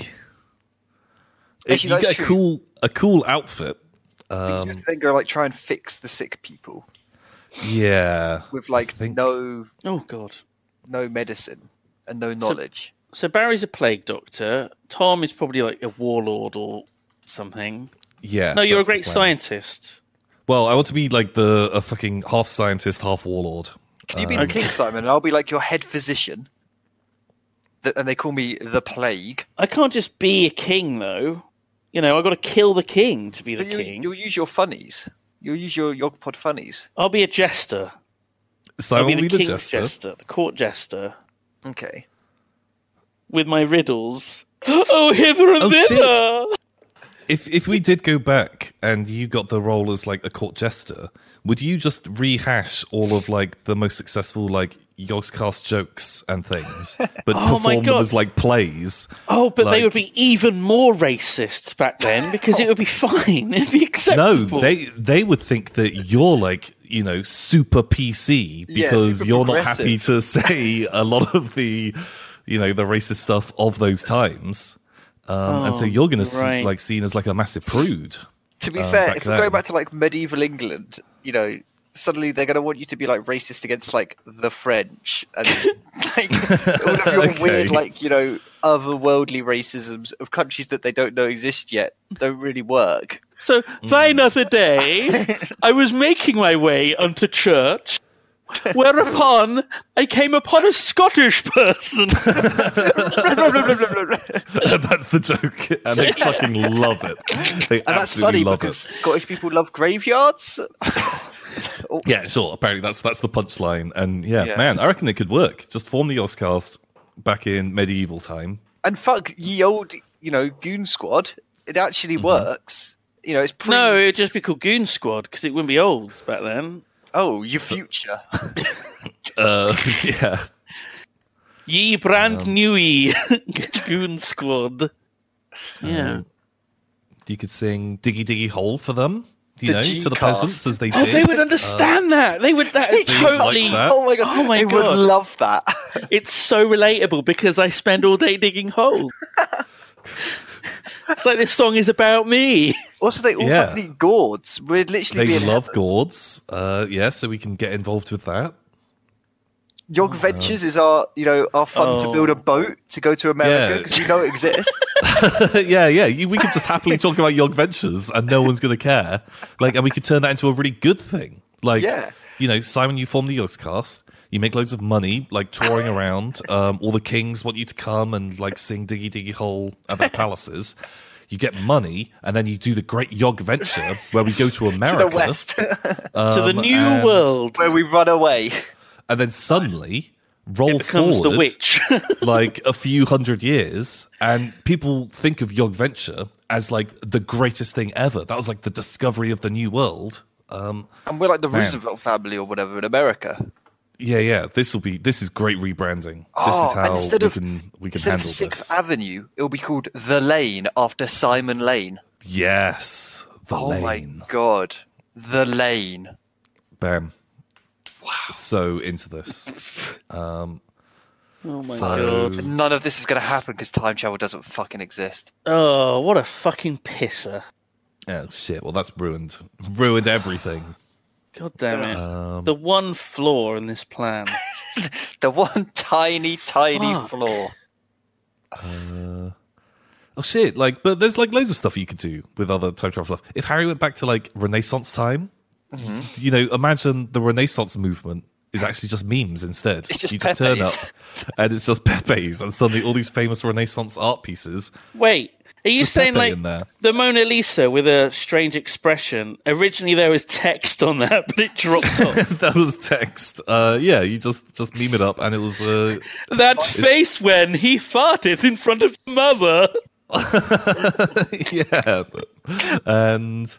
B: If
C: Actually,
B: you
C: that's
B: get a
C: true.
B: cool, a cool outfit.
C: I think you
B: Um,
C: have to then go like try and fix the sick people
B: yeah,
C: with like
B: think-
C: no
A: Oh god.
C: no medicine and no knowledge.
A: So Barry's a plague doctor. Tom is probably like a warlord or something.
B: yeah.
A: No, you're a
B: that's the
A: great
B: plan.
A: scientist.
B: Well, I want to be like the a fucking half scientist, half warlord.
C: Can
B: Uh,
C: you be the king, Simon? And I'll be like your head physician. Th- and they call me the plague.
A: I can't just be a king though. You know, I got to kill the king to be the
C: But you,
A: king.
C: You'll use your funnies. You'll use your Yogpod funnies.
A: I'll be a jester.
B: So
A: I'll
B: I'll
A: be
B: be
A: the
B: the
A: king's
B: jester.
A: jester. the court jester,
C: Okay.
A: with my riddles. Oh, hither and
B: Oh, shit.
A: thither.
B: If if we did go back and you got the role as like a court jester, would you just rehash all of like the most successful like Yogscast jokes and things, but
A: Oh my
B: perform them
A: God.
B: as like plays?
A: Oh, but
B: Like-
A: they would be even more racist back then because it would be fine. It'd be acceptable.
B: No, they they would think that you're like you know super PC
C: Yeah,
B: because
C: super
B: you're not
C: progressive.
B: happy to say a lot of the you know the racist stuff of those times, um, and so
A: Oh,
B: you're going to
A: right.
B: like seen as like a massive prude.
C: To be
B: Um,
C: fair,
B: back
C: if we're going
B: then.
C: back to like medieval England, you know, suddenly they're going to want you to be like racist against like the French and like all of your
B: Okay.
C: weird, like, you know, otherworldly racisms of countries that they don't know exist yet don't really work.
A: So thine other day, I was making my way unto church, Whereupon I came upon a Scottish person.
B: that's the joke, and they fucking love it. They
C: And that's
B: absolutely
C: funny
B: love
C: because
B: it.
C: Scottish people love graveyards.
B: Yeah, sure. Apparently, that's that's the punchline. And yeah,
C: oh. Yeah.
B: man, I reckon it could work. Just form the Oscast back in medieval time.
C: And fuck ye old, you know, goon squad. It actually
B: Mm-hmm.
C: works. You know, it's pretty.
A: no, it'd just be called Goon Squad because it wouldn't be old back then.
C: Oh, your future.
B: Uh, yeah,
A: Ye brand
B: Um,
A: new ye Goon Squad. Yeah.
B: Um, you could sing "Diggy Diggy Hole" for them. You
C: The
B: know, to the
C: G-cast.
B: peasants as they
A: Oh,
B: did.
A: they would understand that. They would that
C: They would
A: totally.
B: like uh, that.
C: oh my god.
A: Oh my
C: they
A: God.
C: would love that.
A: It's so relatable because I spend all day digging holes. it's like this song is about me.
C: also, they all
B: Yeah.
C: fucking eat gourds. We're literally
B: They
C: being
B: love gourds. Uh, yeah, so we can get involved with that.
C: Yog
B: Oh,
C: Ventures is our, you know, our fund to
A: Oh.
C: build a boat to go to America
B: Yeah.
C: because we know it exists.
B: yeah, yeah. You, we could just happily talk about Yog Ventures and no one's going to care. Like, and we could turn that into a really good thing. Like,
C: Yeah.
B: you know, Simon, you form the Yogscast. You make loads of money, like touring around. Um, all the kings want you to come and like sing Diggy Diggy Hole at their palaces. You get money, and then you do the great Yog Venture where we go to
C: to
B: America,
C: the West,
A: to the
B: um,
A: new
B: and-
A: world.
C: where we run away.
B: and then suddenly roll
A: Becomes
B: forward
A: the witch.
B: like a few hundred years, and people think of Yog Venture as like the greatest thing ever. That was like the discovery of the new world. Um,
C: And we're like the
B: Man.
C: Roosevelt family or whatever in America.
B: yeah, yeah, this will be this is great rebranding. this
C: Oh,
B: is
C: and
B: how
C: instead
B: we
C: of-
B: can we can
C: Instead of
B: handle
C: Sixth
B: this.
C: Avenue, it'll be called The Lane after Simon Lane.
B: yes, the
C: oh
B: lane.
C: my god. The Lane.
B: Bam. So into this. Um,
A: oh my
B: So-
A: god.
C: None of this is going to happen because time travel doesn't fucking exist.
A: Oh, what a fucking pisser.
B: Oh shit! Well, that's ruined. Ruined everything.
A: God damn it.
B: Um,
A: the one flaw in this plan.
C: The one tiny, tiny
A: Fuck.
C: flaw.
B: Oh shit! Like, but there's like loads of stuff you could do with other time travel stuff. If Harry went back to like Renaissance time,
A: Mm-hmm.
B: you know, imagine the Renaissance movement is actually just memes instead.
C: It's just
B: you just turn up,
C: Pepe's.
B: and it's just Pepe's, and suddenly all these famous Renaissance art pieces.
A: Wait, are you
B: Just
A: saying
B: Pepe
A: like
B: in there.
A: the Mona Lisa with a strange expression? Originally there was text on that, but it dropped off.
B: that was text. Uh, yeah, you just just meme it up, and it was. Uh,
A: that face when he farted in front of mother.
B: yeah, and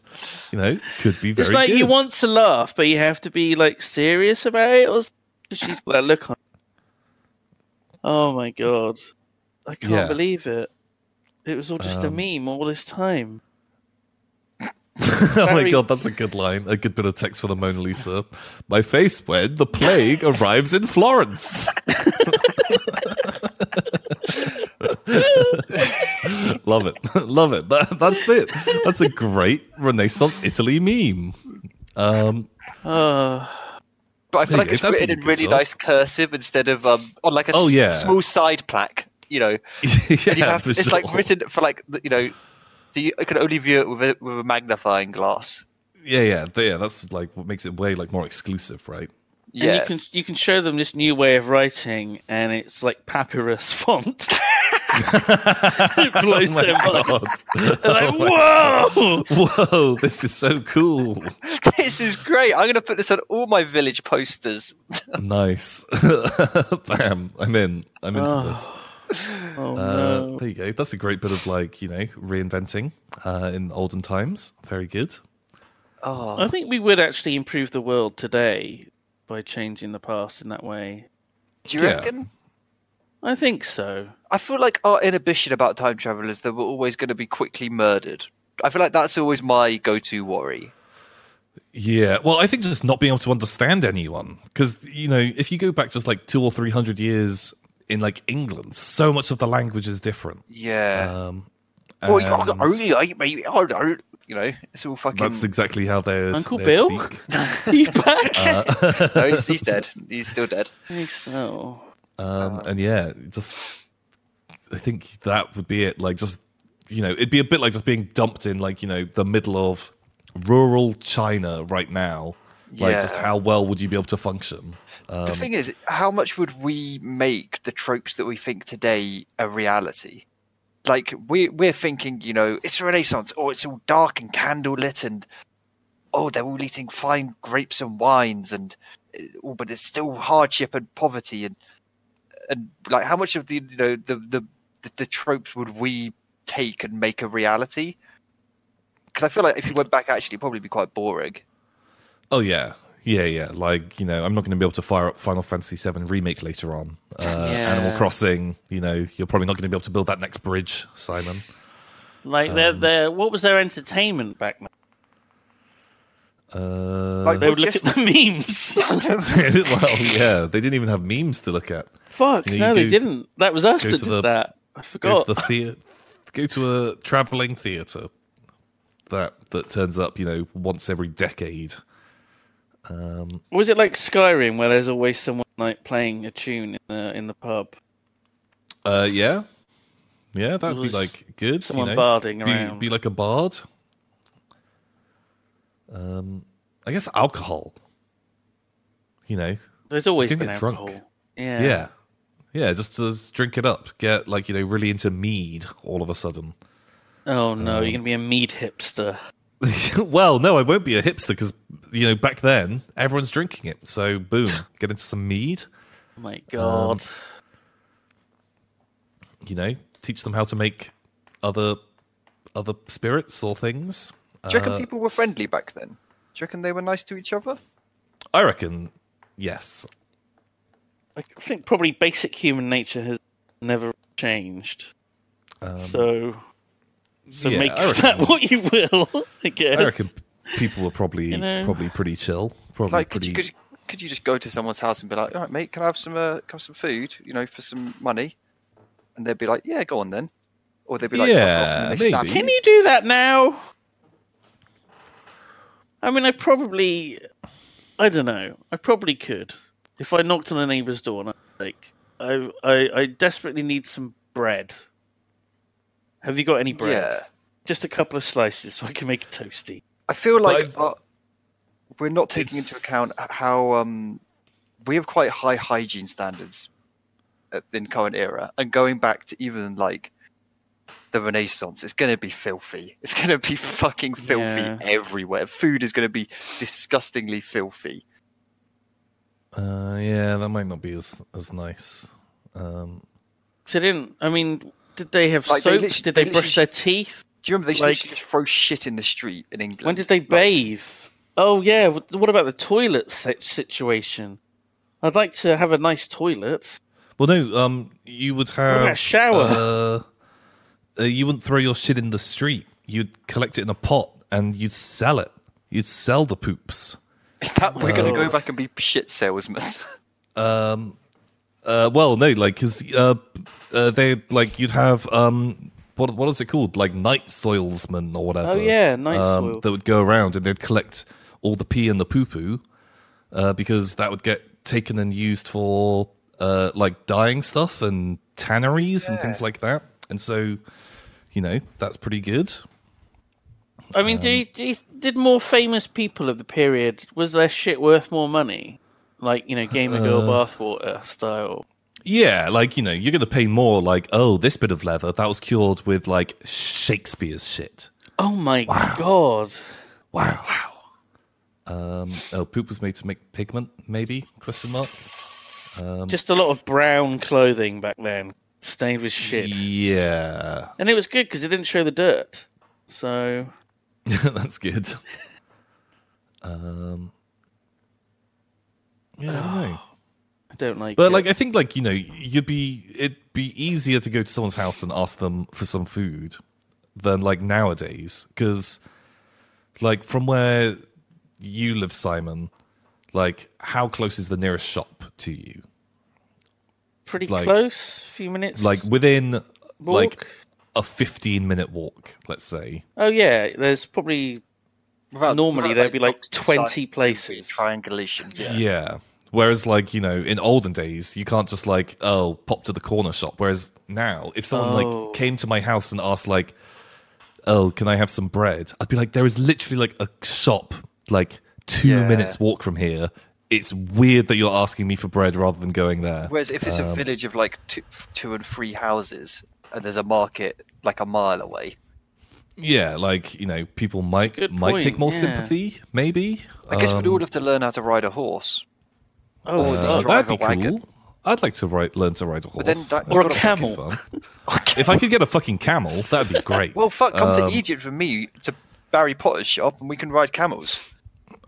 B: you know, could be very.
A: It's like you
B: good.
A: want to laugh, but you have to be like serious about it. Or s- she's got that look on. Oh my god, I can't
B: Yeah. Um,
A: believe it. It was all just a meme all this time.
B: Oh my
A: Very-
B: god, that's a good line. A good bit of text for the Mona Lisa. My face when the plague arrives in Florence. Love it. Love it. That, that's it. That's a great Renaissance Italy meme. Um,
A: Oh,
C: But I feel
B: There you
C: like
B: go,
C: it's
B: that'd be
C: written
B: a
C: in
B: good
C: really
B: job.
C: nice cursive instead of um, on like a
B: Oh,
C: s-
B: yeah.
C: small side plaque, you know.
B: yeah,
C: And you have to,
B: for
C: it's like
B: sure.
C: written for like, the- you know, so you, you can only view it with a, with a magnifying glass.
B: Yeah, yeah, th- yeah. That's like what makes it way like more exclusive, right?
C: Yeah.
A: and you can you can show them this new way of writing, and it's like papyrus font. it blows their mind.
B: Oh God. Oh
A: They're like, whoa!
B: Whoa, this is so cool.
C: this is great. I'm going to put this on all my village posters.
B: Nice. Bam. I'm in. I'm into
A: Oh,
B: this.
A: Oh
B: Uh,
A: no!
B: There you go. That's a great bit of like, you know, reinventing uh, in olden times. Very good.
C: Oh,
A: I think we would actually improve the world today by changing the past in that way.
C: do you
B: yeah.
C: reckon?
A: I think so.
C: I feel like our inhibition about time travel is that we're always going to be quickly murdered. I feel like that's always my go-to worry.
B: Yeah. Well, I think just not being able to understand anyone. Because, you know, if you go back just like two or three hundred years in like England, so much of the language is different.
C: Yeah.
B: Um,
C: well,
B: and
C: you, you know, it's all fucking.
B: that's exactly how they
A: Uncle Bill? He's back.
B: Uh,
C: no, he's, he's dead. He's still dead.
A: I think so.
B: Um,
C: Uh-huh.
B: and yeah, just I think that would be it. Like just you know, it'd be a bit like just being dumped in like you know the middle of rural China right now, Like, just how well would you be able to function? Um,
C: the thing is, how much would we make the tropes that we think today a reality? Like we we're thinking, you know, it's Renaissance, or it's all dark and candlelit, and oh, they're all eating fine grapes and wines, and oh, but it's still hardship and poverty, and and like how much of the you know the the the, the tropes would we take and make a reality? Because I feel like if you went back, actually, it'd probably be quite boring.
B: oh yeah, yeah, yeah. Like you know, I'm not going to be able to fire up Final Fantasy VII remake later on. Uh, Animal
C: Yeah.
B: Crossing. You know, you're probably not going to be able to build that next bridge, Simon.
A: Like their
B: um,
A: their what was their entertainment back then?
B: Uh,
C: Like-
A: They
C: Well,
A: would look at
C: just-
A: the memes.
B: well, yeah, they didn't even have memes to look at.
A: Fuck
B: You know,
A: no,
B: you
A: they
B: go-
A: didn't. That was us
B: go
A: that
B: to
A: did
B: the-
A: that. I
B: Go
A: forgot.
B: to the theater. Go to a traveling theater that that turns up, you know, once every decade.
A: Was it like Skyrim where there's always someone like playing a tune in the in the pub?
B: Uh, yeah, yeah, that'd be
A: Was
B: like good.
A: someone
B: you know?
A: barding
B: be,
A: around.
B: be like a bard. Um, I guess alcohol. You know,
A: There's always
B: don't
A: been
B: get
A: alcohol.
B: drunk.
A: Yeah.
B: yeah, yeah, just just drink it up. Get like you know really into mead all of a sudden.
A: Oh no,
B: Um,
A: you're gonna be a mead hipster.
B: well, no, I won't be a hipster because you know back then everyone's drinking it. So boom, get into some mead.
A: Oh
B: um,
A: my god.
B: You know, teach them how to make other other spirits or things.
C: Do you reckon
B: Uh,
C: people were friendly back then? Do you reckon they were nice to each other?
B: I reckon, yes.
A: I think probably basic human nature has never changed.
B: Um,
A: so so
B: yeah,
A: make
B: I
A: of that
B: reckon-
A: what you will, I guess.
B: I reckon people were probably
A: know?
B: probably pretty chill. Probably
C: Like, could
B: pretty.
C: you, could, you- could you just go to someone's house and be like, "All right, mate, can I have some uh, can I have some food? You know, for some money?" And they'd be like, "Yeah, go on then," or they'd be like, "Fuck off,"
B: Yeah,
C: and they stab
B: maybe.
A: Can you do that now? I mean, I probably, I don't know. I probably could if I knocked on a neighbour's door and I was like, I, I, I desperately need some bread. Have you got any bread?
C: Yeah.
A: Just a couple of slices so I can make it toasty.
C: I feel like
B: But I-
C: uh, we're not taking into
B: It's-
C: account how um, we have quite high hygiene standards at- in current era, and going back to even like the Renaissance, it's going to be filthy. It's going to be fucking filthy
A: Yeah.
C: everywhere. Food is going to be disgustingly filthy.
B: Uh, yeah, that might not be as as nice. Um,
A: So they didn't. I mean, did they have
C: Like, they
A: soap?
C: literally-
A: did they,
C: they
A: brush their teeth?
C: Do you remember they used to
A: Like-
C: literally just throw shit in the street in England?
A: When did they bathe? Oh yeah. wh- What about the toilet si- situation? I'd like to have a nice toilet.
B: well, no. Um, you would
A: What about a
B: have
A: shower?
B: Uh, uh, you wouldn't throw your shit in the street. You'd collect it in a pot and you'd sell it. You'd sell the poops.
C: Is that we're going to go
A: Oh.
C: back and be shit salesmen?
B: Uh, well, no, like because uh, uh, they like you'd have um, what what is it called? Like night soilsmen or whatever.
A: Oh, yeah, night
B: um,
A: soil.
B: That would go around and they'd collect all the pee and the poo poo, uh, because that would get taken and used for uh, like dyeing stuff and tanneries and things like that. And so, you know, that's pretty good.
A: I mean, do, you, do you- did more famous people of the period was their shit worth more money? Like you know, Game of Girl
B: Uh.
A: bathwater style.
B: Yeah, like you know, you're gonna pay more. Like, oh, this bit of leather that was cured with like Shakespeare's shit.
A: Oh my god!
B: Wow. Um, oh, poop was made to make pigment, maybe? Question mark. Um,
A: Just a lot of brown clothing back then, stained with shit,
B: Yeah,
A: and it was good because it didn't show the dirt. So
B: that's good. Um, yeah, I don't know.
A: I don't like.
B: But
A: it.
B: like, I think like you know, you'd be it'd be easier to go to someone's house and ask them for some food than like nowadays because like from where you live, Simon, like how close is the nearest shop to you?
A: pretty
B: like-
A: close, few minutes.
B: Like within like
A: walk.
B: a 15 minute walk, let's say.
A: oh yeah, there's probably
C: Without-
A: normally
C: without,
A: there'd be like
C: boxes,
A: twenty
C: like,
A: places.
C: triangulation.
B: Yeah.
C: Yeah.
B: Whereas, like, you know, in olden days, you can't just, like, oh, pop to the corner shop. Whereas now, if someone,
A: Oh.
B: like, came to my house and asked, like, oh, can I have some bread? I'd be like, there is literally, like, a shop, like, two
C: Yeah.
B: minutes walk from here. It's weird that you're asking me for bread rather than going there.
C: Whereas if it's a village of like two, two and three houses, and there's a market like a mile away,
B: Yeah, like you know, people might
A: good
B: might take
A: point,
B: more
A: yeah.
B: sympathy. Maybe.
C: I guess we'd
B: Um,
C: all have to learn how to ride a horse.
A: Oh,
C: Uh,
A: no.
B: Oh,
C: drive
B: that'd be
C: a wagon.
B: cool. I'd like to ride, learn to ride a horse.
C: But then that-
B: That'd
A: or a
B: be fucking
A: camel.
B: fun. if I could get a fucking camel, that'd be great.
C: Well, fuck, come
B: Um,
C: to Egypt with me to Barry Potter's shop, and we can ride camels.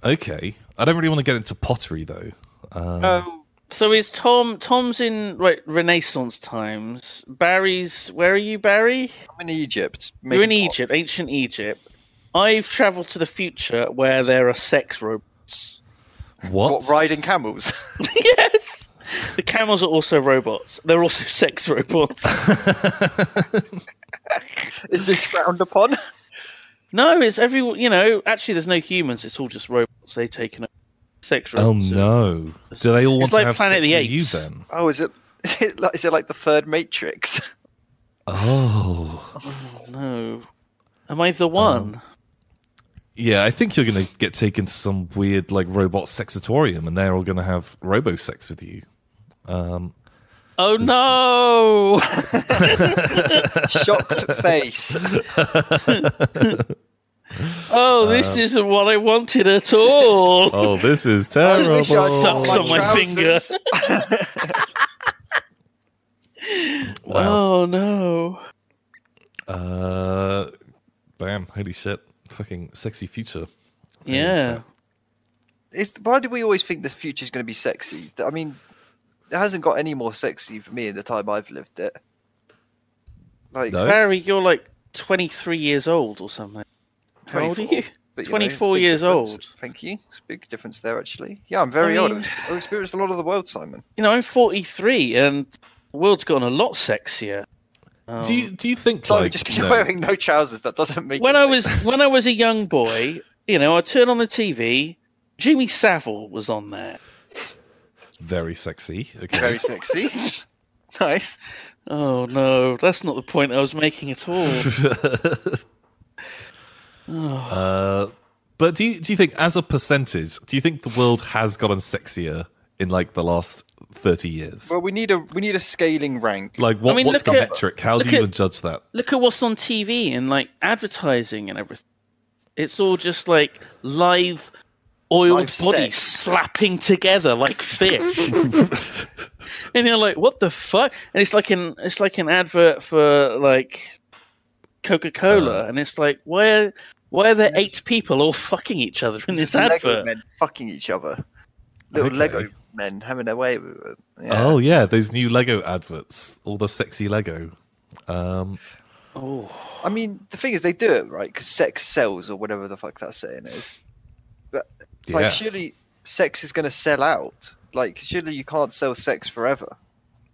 B: okay. I don't really want to get into pottery though.
C: No,
A: So is Tom? Tom's in right Renaissance times. Barry's. Where are you, Barry?
C: I'm in Egypt.
A: You're in
C: making pot.
A: Egypt, ancient Egypt. I've travelled to the future where there are sex robots.
B: What?
C: What riding camels?
A: yes, the camels are also robots. They're also sex robots.
C: Is this frowned upon?
A: no, it's every. You know, actually, there's no humans. It's all just robots. They've taken over sex
B: Oh
A: robots.
B: no! Do they all want
A: It's
B: to
A: like
B: have
A: Planet
B: sex
A: of the
B: with you
A: Apes.
B: then?
C: Oh, is it? Is it like, is it like the third Matrix?
B: Oh,
A: no. Am I the one?
B: Um, yeah. I think you're gonna get taken to some weird like robot sexatorium, and they're all gonna have robo sex with you.
A: oh no!
C: Shocked face.
A: Oh, this isn't what I wanted at all.
B: Um, Oh, this is
C: I
B: terrible.
C: wish I'd
A: Sucks
C: got
A: on my
C: trousers.
B: Wow.
A: Oh no!
B: Uh, bam! Holy shit! Fucking sexy future.
A: Yeah.
C: Is, why do we always think the future is going to be sexy? I mean, it hasn't got any more sexy for me in the time I've lived it. Like,
B: No?
A: Barry, you're like 23 years old or something. How old are you?
C: but, you know, it's a
A: 24
C: big
A: years
C: difference.
A: old.
C: Thank you. It's a big difference there, actually. Yeah, I'm very
A: I
C: old.
A: mean-
C: I've experienced a lot of the world, Simon.
A: You know, I'm 43 and the world's gotten a lot sexier.
B: Do you do you think
C: Simon,
B: like
C: just because
B: no.
C: you're wearing no trousers, that doesn't make
A: When
C: it
A: I
C: sexy.
A: was when I was a young boy, you know, I turned on the TV, Jimmy Savile was on there.
B: very sexy? Okay.
C: very sexy. nice.
A: Oh no, that's not the point I was making at all.
B: Uh, but do you do you think as a percentage, do you think the world has gotten sexier in like the last thirty years?
C: Well, we need a we need a scaling rank.
B: Like what,
A: I mean,
B: what's the
A: look at-
B: metric? How do
A: look
B: you
A: at-
B: even judge that?
A: Look at what's on TV and like advertising and everything. It's all just like live oiled
C: Live
A: bodies
C: sex.
A: slapping together like fish. and you're like, what the fuck? And it's like an it's like an advert for like Coca
C: Uh.
A: Cola, and it's like, why why are there eight people all fucking each other in this
C: Just Lego
A: advert?
C: men fucking each other. Little
B: Okay.
C: Lego men having their way with it. Yeah.
B: Oh yeah, those new Lego adverts, all the sexy Lego. Um,
C: I mean, the thing is, they do it right because sex sells, or whatever the fuck that saying is. But
B: Yeah.
C: like, surely sex is going to sell out. Like, surely you can't sell sex forever.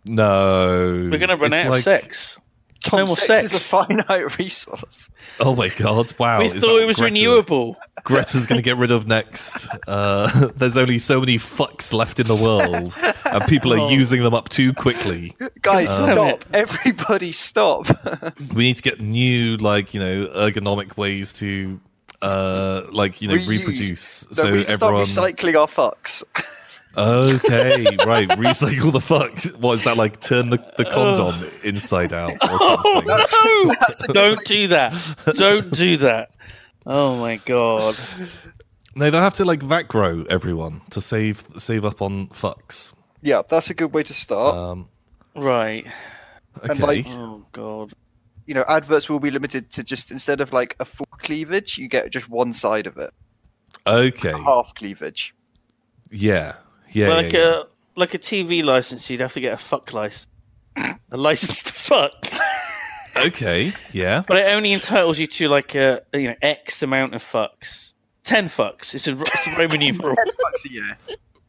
B: no,
A: We're gonna run
B: It's
A: out
B: like-
A: of sex.
C: Tom,
A: more
C: sex, is a
A: sex.
C: finite resource.
B: Oh my god! Wow,
A: we
B: is that
A: thought
B: what
A: it was
B: Greta's-
A: renewable.
B: Greta's gonna get rid of next. Uh, there's only so many fucks left in the world, and people are
A: Oh.
B: using them up too quickly.
C: Guys,
A: Um,
C: stop! Everybody, stop!
B: we need to get new like you know ergonomic ways to uh like you know
C: Reuse.
B: reproduce
C: No,
B: so
C: we need to start
B: everyone
C: recycling our fucks.
B: okay right recycle the fuck what is that like turn the, the condom inside out or
A: Oh
B: something
A: no!
C: That's a good
A: Don't do that. Don't do that. Oh my god.
B: no they'll have to like vac grow everyone to save save up on fucks
C: Yeah, that's a good way to
A: Uh,
C: start.
B: um
A: Right.
B: okay
C: Oh, like-
A: Oh god.
C: you know, adverts will be limited to just instead of like a full cleavage, you get just one side of it,
B: okay
C: half cleavage.
B: yeah yeah,
A: like uh,
B: yeah, yeah.
A: a like a TV license, you'd have to get a fuck license. A license to fuck.
B: okay yeah
A: But it only entitles you to like a you know X amount of fucks. Ten fucks. It's a, it's a Roman numeral.
C: Ten bucks a year.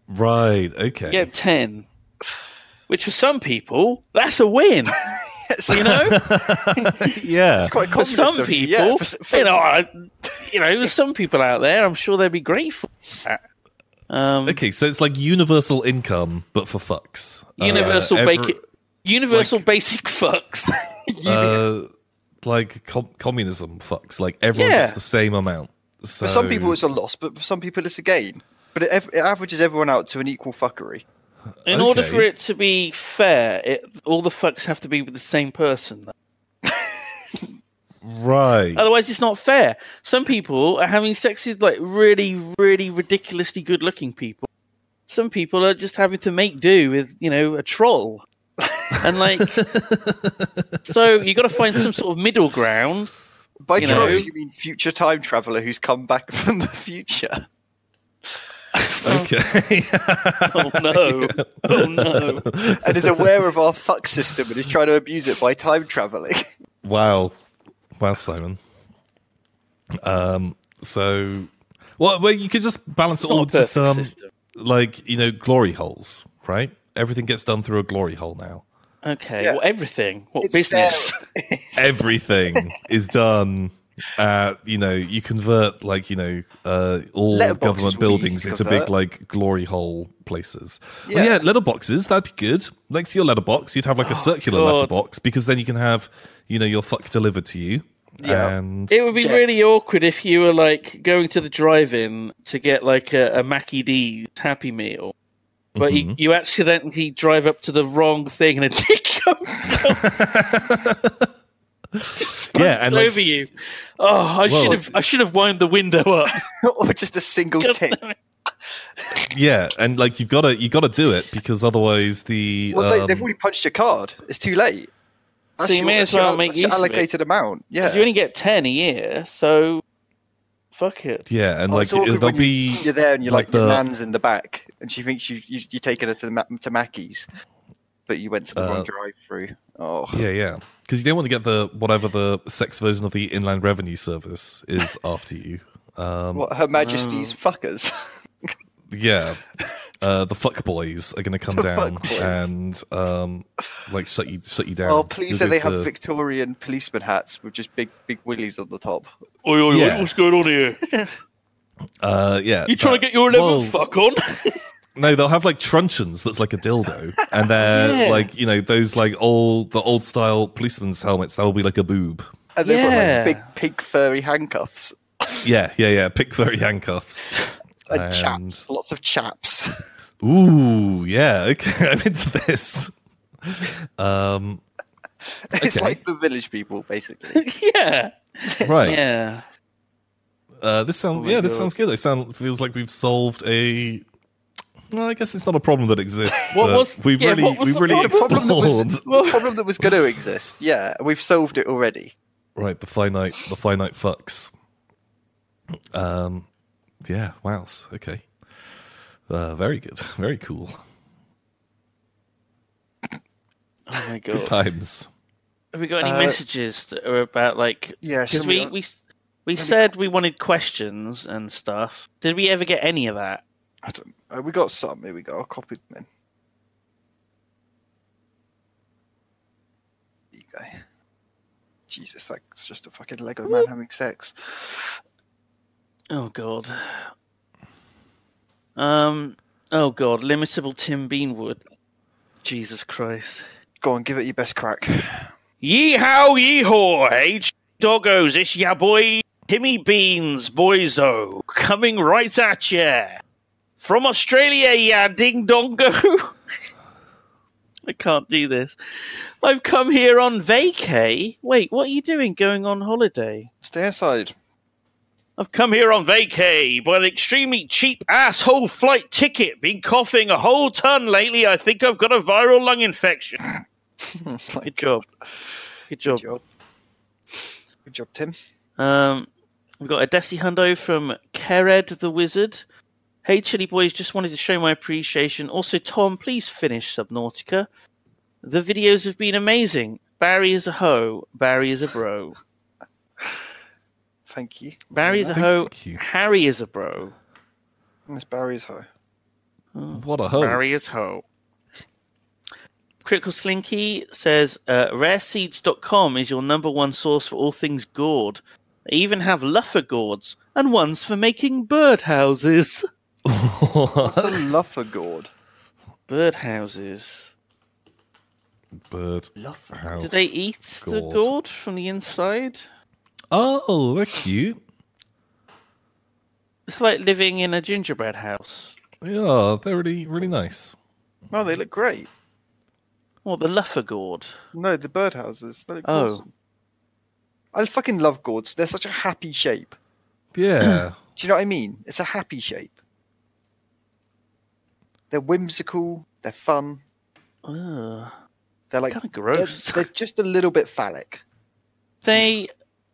B: right okay
A: yeah, ten. Which for some people, that's a win. You know,
B: yeah
C: Quite
A: for
C: communist
A: some
C: of you,
A: people,
C: yeah, for s- for-
A: you know, I, you know, there's some people out there. I'm sure they'd be grateful. For that. Um,
B: Okay, so it's like universal income, but for fucks. Uh,
A: universal
B: every-
A: basic, universal basic fucks.
C: you mean-
B: Uh, like com- communism fucks. Like everyone
A: Yeah.
B: gets the same amount. So,
C: For some people, it's a loss, but for some people, it's a gain. But it, ev- it averages everyone out to an equal fuckery.
A: In order
B: Okay.
A: for it to be fair, it, all the fucks have to be with the same person.
B: right.
A: Otherwise, it's not fair. Some people are having sex with like really, really ridiculously good-looking people. Some people are just having to make do with you know a troll, and like, so you got to find some sort of middle ground.
C: By
A: You
C: troll,
A: know-
C: do you mean future time traveler who's come back from the future?
B: Okay.
A: Oh no! Oh no!
C: and is aware of our fuck system and is trying to abuse it by time traveling.
B: wow. Wow, Simon. Um. So, well, well you could just balance it all.
A: Not a perfect
B: Just um,
A: system.
B: like you know, glory holes, right? Everything gets done through a glory hole now.
A: Okay.
C: Yeah.
A: Well, everything. What
C: It's
A: business?
C: fair.
B: everything is done at you know you convert like you know uh, all
C: Letterboxes will be
B: government
C: easy
B: buildings
C: to
B: into
C: convert.
B: big like glory hole places yeah,
C: Yeah.
B: yeah letterboxes that'd be good next to your letterbox you'd have like a circular
A: God.
B: letterbox because then you can have you know your fuck delivered to you
C: Yeah.
B: and
A: It would be
C: Yeah.
A: really awkward if you were like going to the drive-in to get like a, a Mackie D's Happy Meal, but you,
B: Mm-hmm.
A: you accidentally drive up to the wrong thing and a dick comes
B: yeah and like,
A: over you. Oh, I
B: Well-
A: should have I should have wound the window up.
C: or just a single tick.
B: yeah and like you've got to you got to do it because otherwise the
C: Well, they,
B: um,
C: they've already punched your card. It's too late.
A: So you may
C: your-
A: as well
C: your-
A: make
C: that's your
A: use of it.
C: allocated amount. Yeah.
A: 'Cause you only get ten a year, so fuck it.
B: yeah and
C: Oh,
B: like
C: it's awkward
B: there'll
C: when
B: be
C: you, are there and you're like,
B: like
C: your
B: the-
C: nan's in the back and she thinks you, you you're taking her to the Ma- to Mackey's, but you went to the
B: Uh,
C: wrong drive-through. Oh,
B: Yeah, yeah. Because you don't want to get the whatever the sex version of the Inland Revenue Service is after you. Um,
C: what Her Majesty's fuckers.
B: yeah, uh, the fuck boys are going to come down
C: fuck boys.
B: and um, like shut you shut you down.
C: Oh, please say
B: You'll
C: they
B: go
C: have
B: to-
C: Victorian policeman hats with just big big willies on the top.
A: Oi, oi,
B: oi, Yeah. what's
A: going on here?
B: Uh, yeah,
A: You trying to
B: that-
A: get your level
B: Whoa.
A: fuck on?
B: No, they'll have like truncheons that's like a dildo, and they're
A: Yeah.
B: like you know those like old the old style policeman's helmets. That will be like a boob.
C: And they've
A: Yeah.
C: got like big pink furry handcuffs.
B: Yeah, yeah, yeah. Pick very handcuffs.
C: And,
B: And-
C: chaps. Lots of chaps.
B: Ooh, yeah. Okay, I'm into this. Um,
C: it's
B: Okay.
C: like the village people, basically.
A: yeah.
B: right.
A: Yeah.
B: Uh, this sounds
A: Oh my
B: yeah, this
A: God.
B: sounds good. It sound feels like we've solved a. Well, I guess it's not a problem that exists.
A: What
B: but
A: was-
B: we've
A: yeah,
B: really
A: what was
B: we've
A: the
B: really
A: problem?
C: It's a problem
B: explored
C: that was, a problem that was going to exist. Yeah, we've solved it already.
B: right the finite the finite fucks. Um, yeah. Wows. Okay. Uh, very good. Very cool
A: Oh my god.
B: times.
A: Have we got any
C: Uh,
A: messages that are about like?
C: Yeah,
A: Because
C: some-
A: we we we said we wanted questions and stuff. Did we ever get any of that?
C: I don't, uh, we got some. Here we go. I'll copy them in. There you go. Jesus, that's just a fucking Lego man having sex.
A: Oh god. Um. Oh god. Limitable Tim Beanwood. Jesus Christ.
C: Go on, give it your best crack.
A: Yeehaw, yeehaw, H doggos, it's ya boy, Timmy Beans, boyzo, coming right at ya. From Australia, ya ding dongo. I can't do this. I've come here on vacay. Wait, what are you doing going on holiday?
C: Stay inside.
A: I've come here on vacay by an extremely cheap asshole flight ticket. Been coughing a whole ton lately. I think I've got a viral lung infection. Good job. Good job.
C: Good job. Good job, Tim.
A: Um, we've got a Desi Hundo from Kered the Wizard. Hey, Chili Boys, just wanted to show my appreciation. Also, Tom, please finish Subnautica. The videos have been amazing. Barry is a hoe. Barry is a bro.
C: Thank you.
A: Barry is a hoe.
B: Thank you.
A: Harry is a bro.
C: Miss Barry's high.
B: What a hoe.
A: Barry is hoe. Critical Slinky says uh, rareseeds.com is your number one source for all things gourd. They even have luffer gourds and ones for making birdhouses.
C: What's a luffer gourd?
A: birdhouses.
B: Bird house.
A: Do they eat the
B: gourd.
A: gourd from the inside?
B: Oh, they're cute.
A: It's like living in a gingerbread house.
B: They are. They're really, really nice.
C: No, they look great.
A: Or the Luffer Gourd.
C: No, the birdhouses. They look
A: Oh.
C: awesome. I fucking love gourds. They're such a happy shape.
B: Yeah.
C: Do you know what I mean? It's a happy shape. They're whimsical. They're fun.
A: Ugh,
C: They're like
A: kind of
C: they're,
A: gross.
C: they're just a little bit phallic.
A: They.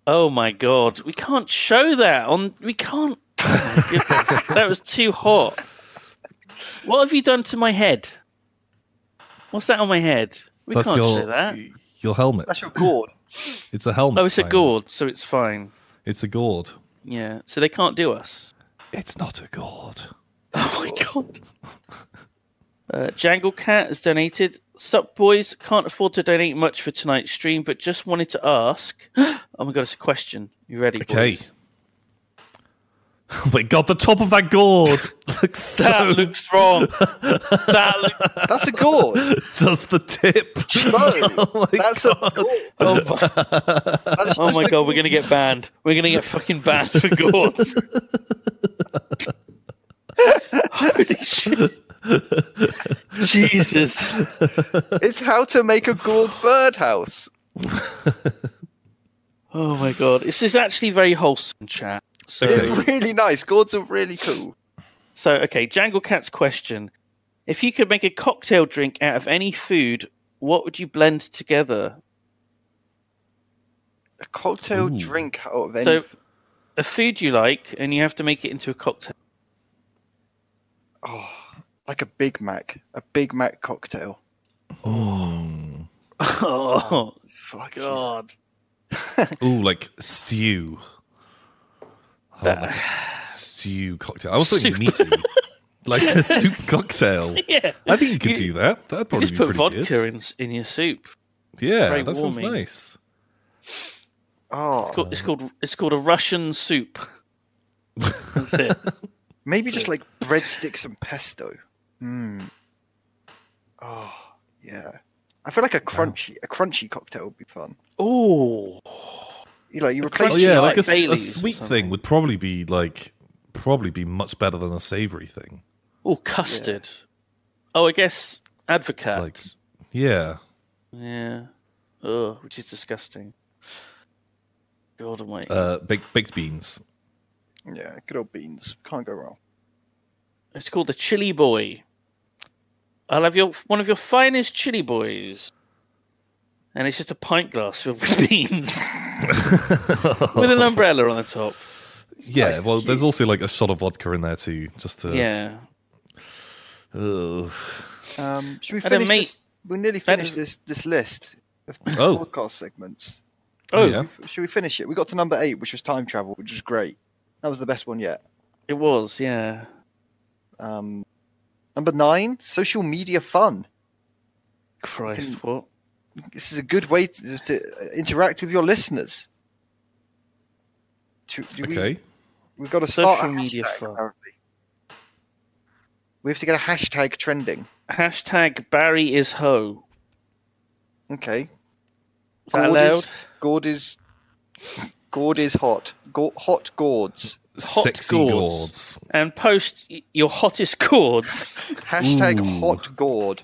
A: Oh my god, we can't show that on. We can't. Oh my goodness, that was too hot. What have you done to my head? What's that on my head? We
B: That's
A: can't
B: your-
A: show that.
B: Your helmet.
D: That's your gourd.
B: It's a helmet.
A: Oh, it's a
B: thing.
A: gourd, so it's fine.
B: It's a gourd.
A: Yeah, so they can't do us.
B: It's not a gourd.
A: Oh my god. Uh, Jangle Cat has donated. Sup, boys? Can't afford to donate much for tonight's stream, but just wanted to ask. oh my god, it's a question. You ready?
B: Okay.
A: boys?
B: Oh my god, the top of that gourd looks
A: That
B: so
A: looks wrong. that looks
C: That's a gourd.
B: just the tip.
C: No,
B: Oh my
C: that's
B: god.
C: a gourd.
A: Oh my,
C: That's
A: oh
C: just
A: my
C: a
A: god, we're gonna get banned. We're gonna get fucking banned for gourds. Holy shit. Jesus.
C: It's how to make a gourd birdhouse.
A: Oh my god. This is actually very wholesome chat. So
C: It's really nice. Gourds are really cool.
A: So okay, Jangle Cat's question. If you could make a cocktail drink out of any food, what would you blend together?
C: A cocktail
B: Ooh.
C: drink out of any.
A: So a food you like and you have to make it into a cocktail.
C: oh, like a Big Mac. A Big Mac cocktail.
B: Mm.
A: Oh
C: Fuck yeah.
A: god.
B: Ooh, like stew. Oh,
A: That-
B: like a s- stew cocktail. I was thinking
A: Soup.
B: meaty. like a soup cocktail.
A: Yeah.
B: I think you could
A: You-
B: do that.
A: You
B: That'd probably
A: just
B: be
A: put
B: pretty
A: vodka
B: good.
A: in in your soup.
B: Yeah,
A: very
B: that sounds
A: warming.
B: nice.
C: Oh,
A: It's called, it's called it's called a Russian soup. That's it.
C: maybe just like breadsticks and pesto. Mm. Oh, yeah. I feel like a crunchy, a crunchy cocktail would be fun.
A: Oh,
C: You like you
A: A
C: replace
B: Oh
A: crunchy
C: your
B: yeah,
A: like
B: like a, s- a
A: Baileys or
B: sweet thing
A: something.
B: would probably be like probably be much better than a savory thing.
A: oh, custard. Oh, I guess advocat.
B: Like yeah.
A: Yeah. Oh, which is disgusting. God almighty.
B: Uh baked baked beans.
C: yeah, good old beans. Can't go wrong.
A: it's called the Chili Boy. I'll have your one of your finest chili boys. And it's just a pint glass filled with beans with an umbrella on the top.
B: yeah,
C: nice,
B: well there's
C: cute.
B: also like a shot of vodka in there too, just to
A: Yeah.
B: Ugh.
C: Um, should we
A: And then
C: finish?
A: mate-
C: this? We nearly
A: That
C: finished
A: is-
C: this this list of
B: Oh.
C: podcast segments.
A: Oh,
B: Yeah.
C: Should we finish it? We got to number eight, which was time travel, which was great. That was the best one yet.
A: it was. Yeah.
C: Um, number nine, social media fun.
A: Christ,
C: Can-
A: what?
C: This is a good way to, to interact with your listeners. To, do we-
B: Okay.
C: We've got to start
A: Social
C: a
A: media
C: hashtag,
A: fun.
C: apparently. We have to get a hashtag trending.
A: Hashtag Barry is ho.
C: Okay.
A: Is that
C: Gord
A: allowed?
C: is- Gourd is gourd is hot. Go- hot gourds.
A: Hot
B: Sexy
A: gourds.
B: gourds.
A: And post y- your hottest chords.
C: Hashtag
B: Ooh.
C: hot gourd.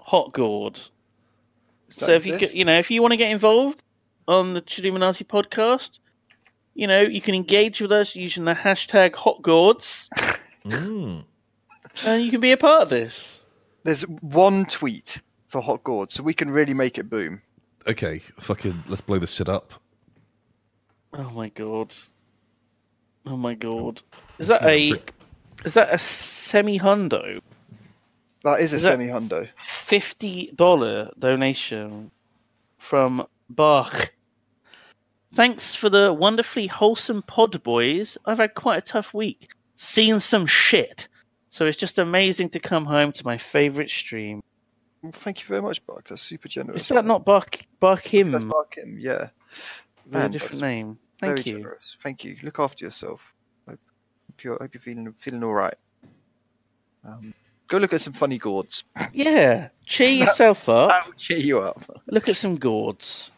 A: Hot gourd.
C: Does
A: So
C: that
A: if you
C: exist?
A: g- you know if you want to get involved on the Chiluminati podcast, you know you can engage with us using the hashtag Hot Gourds,
C: Hmm.
B: Mm.
A: and you can be a part of this.
C: there's one tweet for hot gourd, so we can really make it boom.
B: Okay, fucking let's blow this shit up.
A: Oh my god! Oh my god! Is
B: Let's
A: that
B: see
A: a
B: what brick-
A: is that a semi hundo
C: That is a
A: Is that-
C: semi hundo.
A: fifty dollar donation from Bark? Thanks for the wonderfully wholesome pod, boys. I've had quite a tough week. Seen some shit. So it's just amazing to come home to my favorite stream.
C: Well, thank you very much, Bark. That's super generous.
A: Is that not Bark Barkim
C: That's Bark him, yeah.
A: with a
C: man,
A: different
C: that's
A: name?
C: very
A: Thank you.
C: generous. Thank you. Look after yourself. I hope you're, hope you're feeling feeling all right. Um, go look at some funny gourds.
A: Yeah, cheer yourself up.
C: That will cheer you up.
A: Look at some gourds.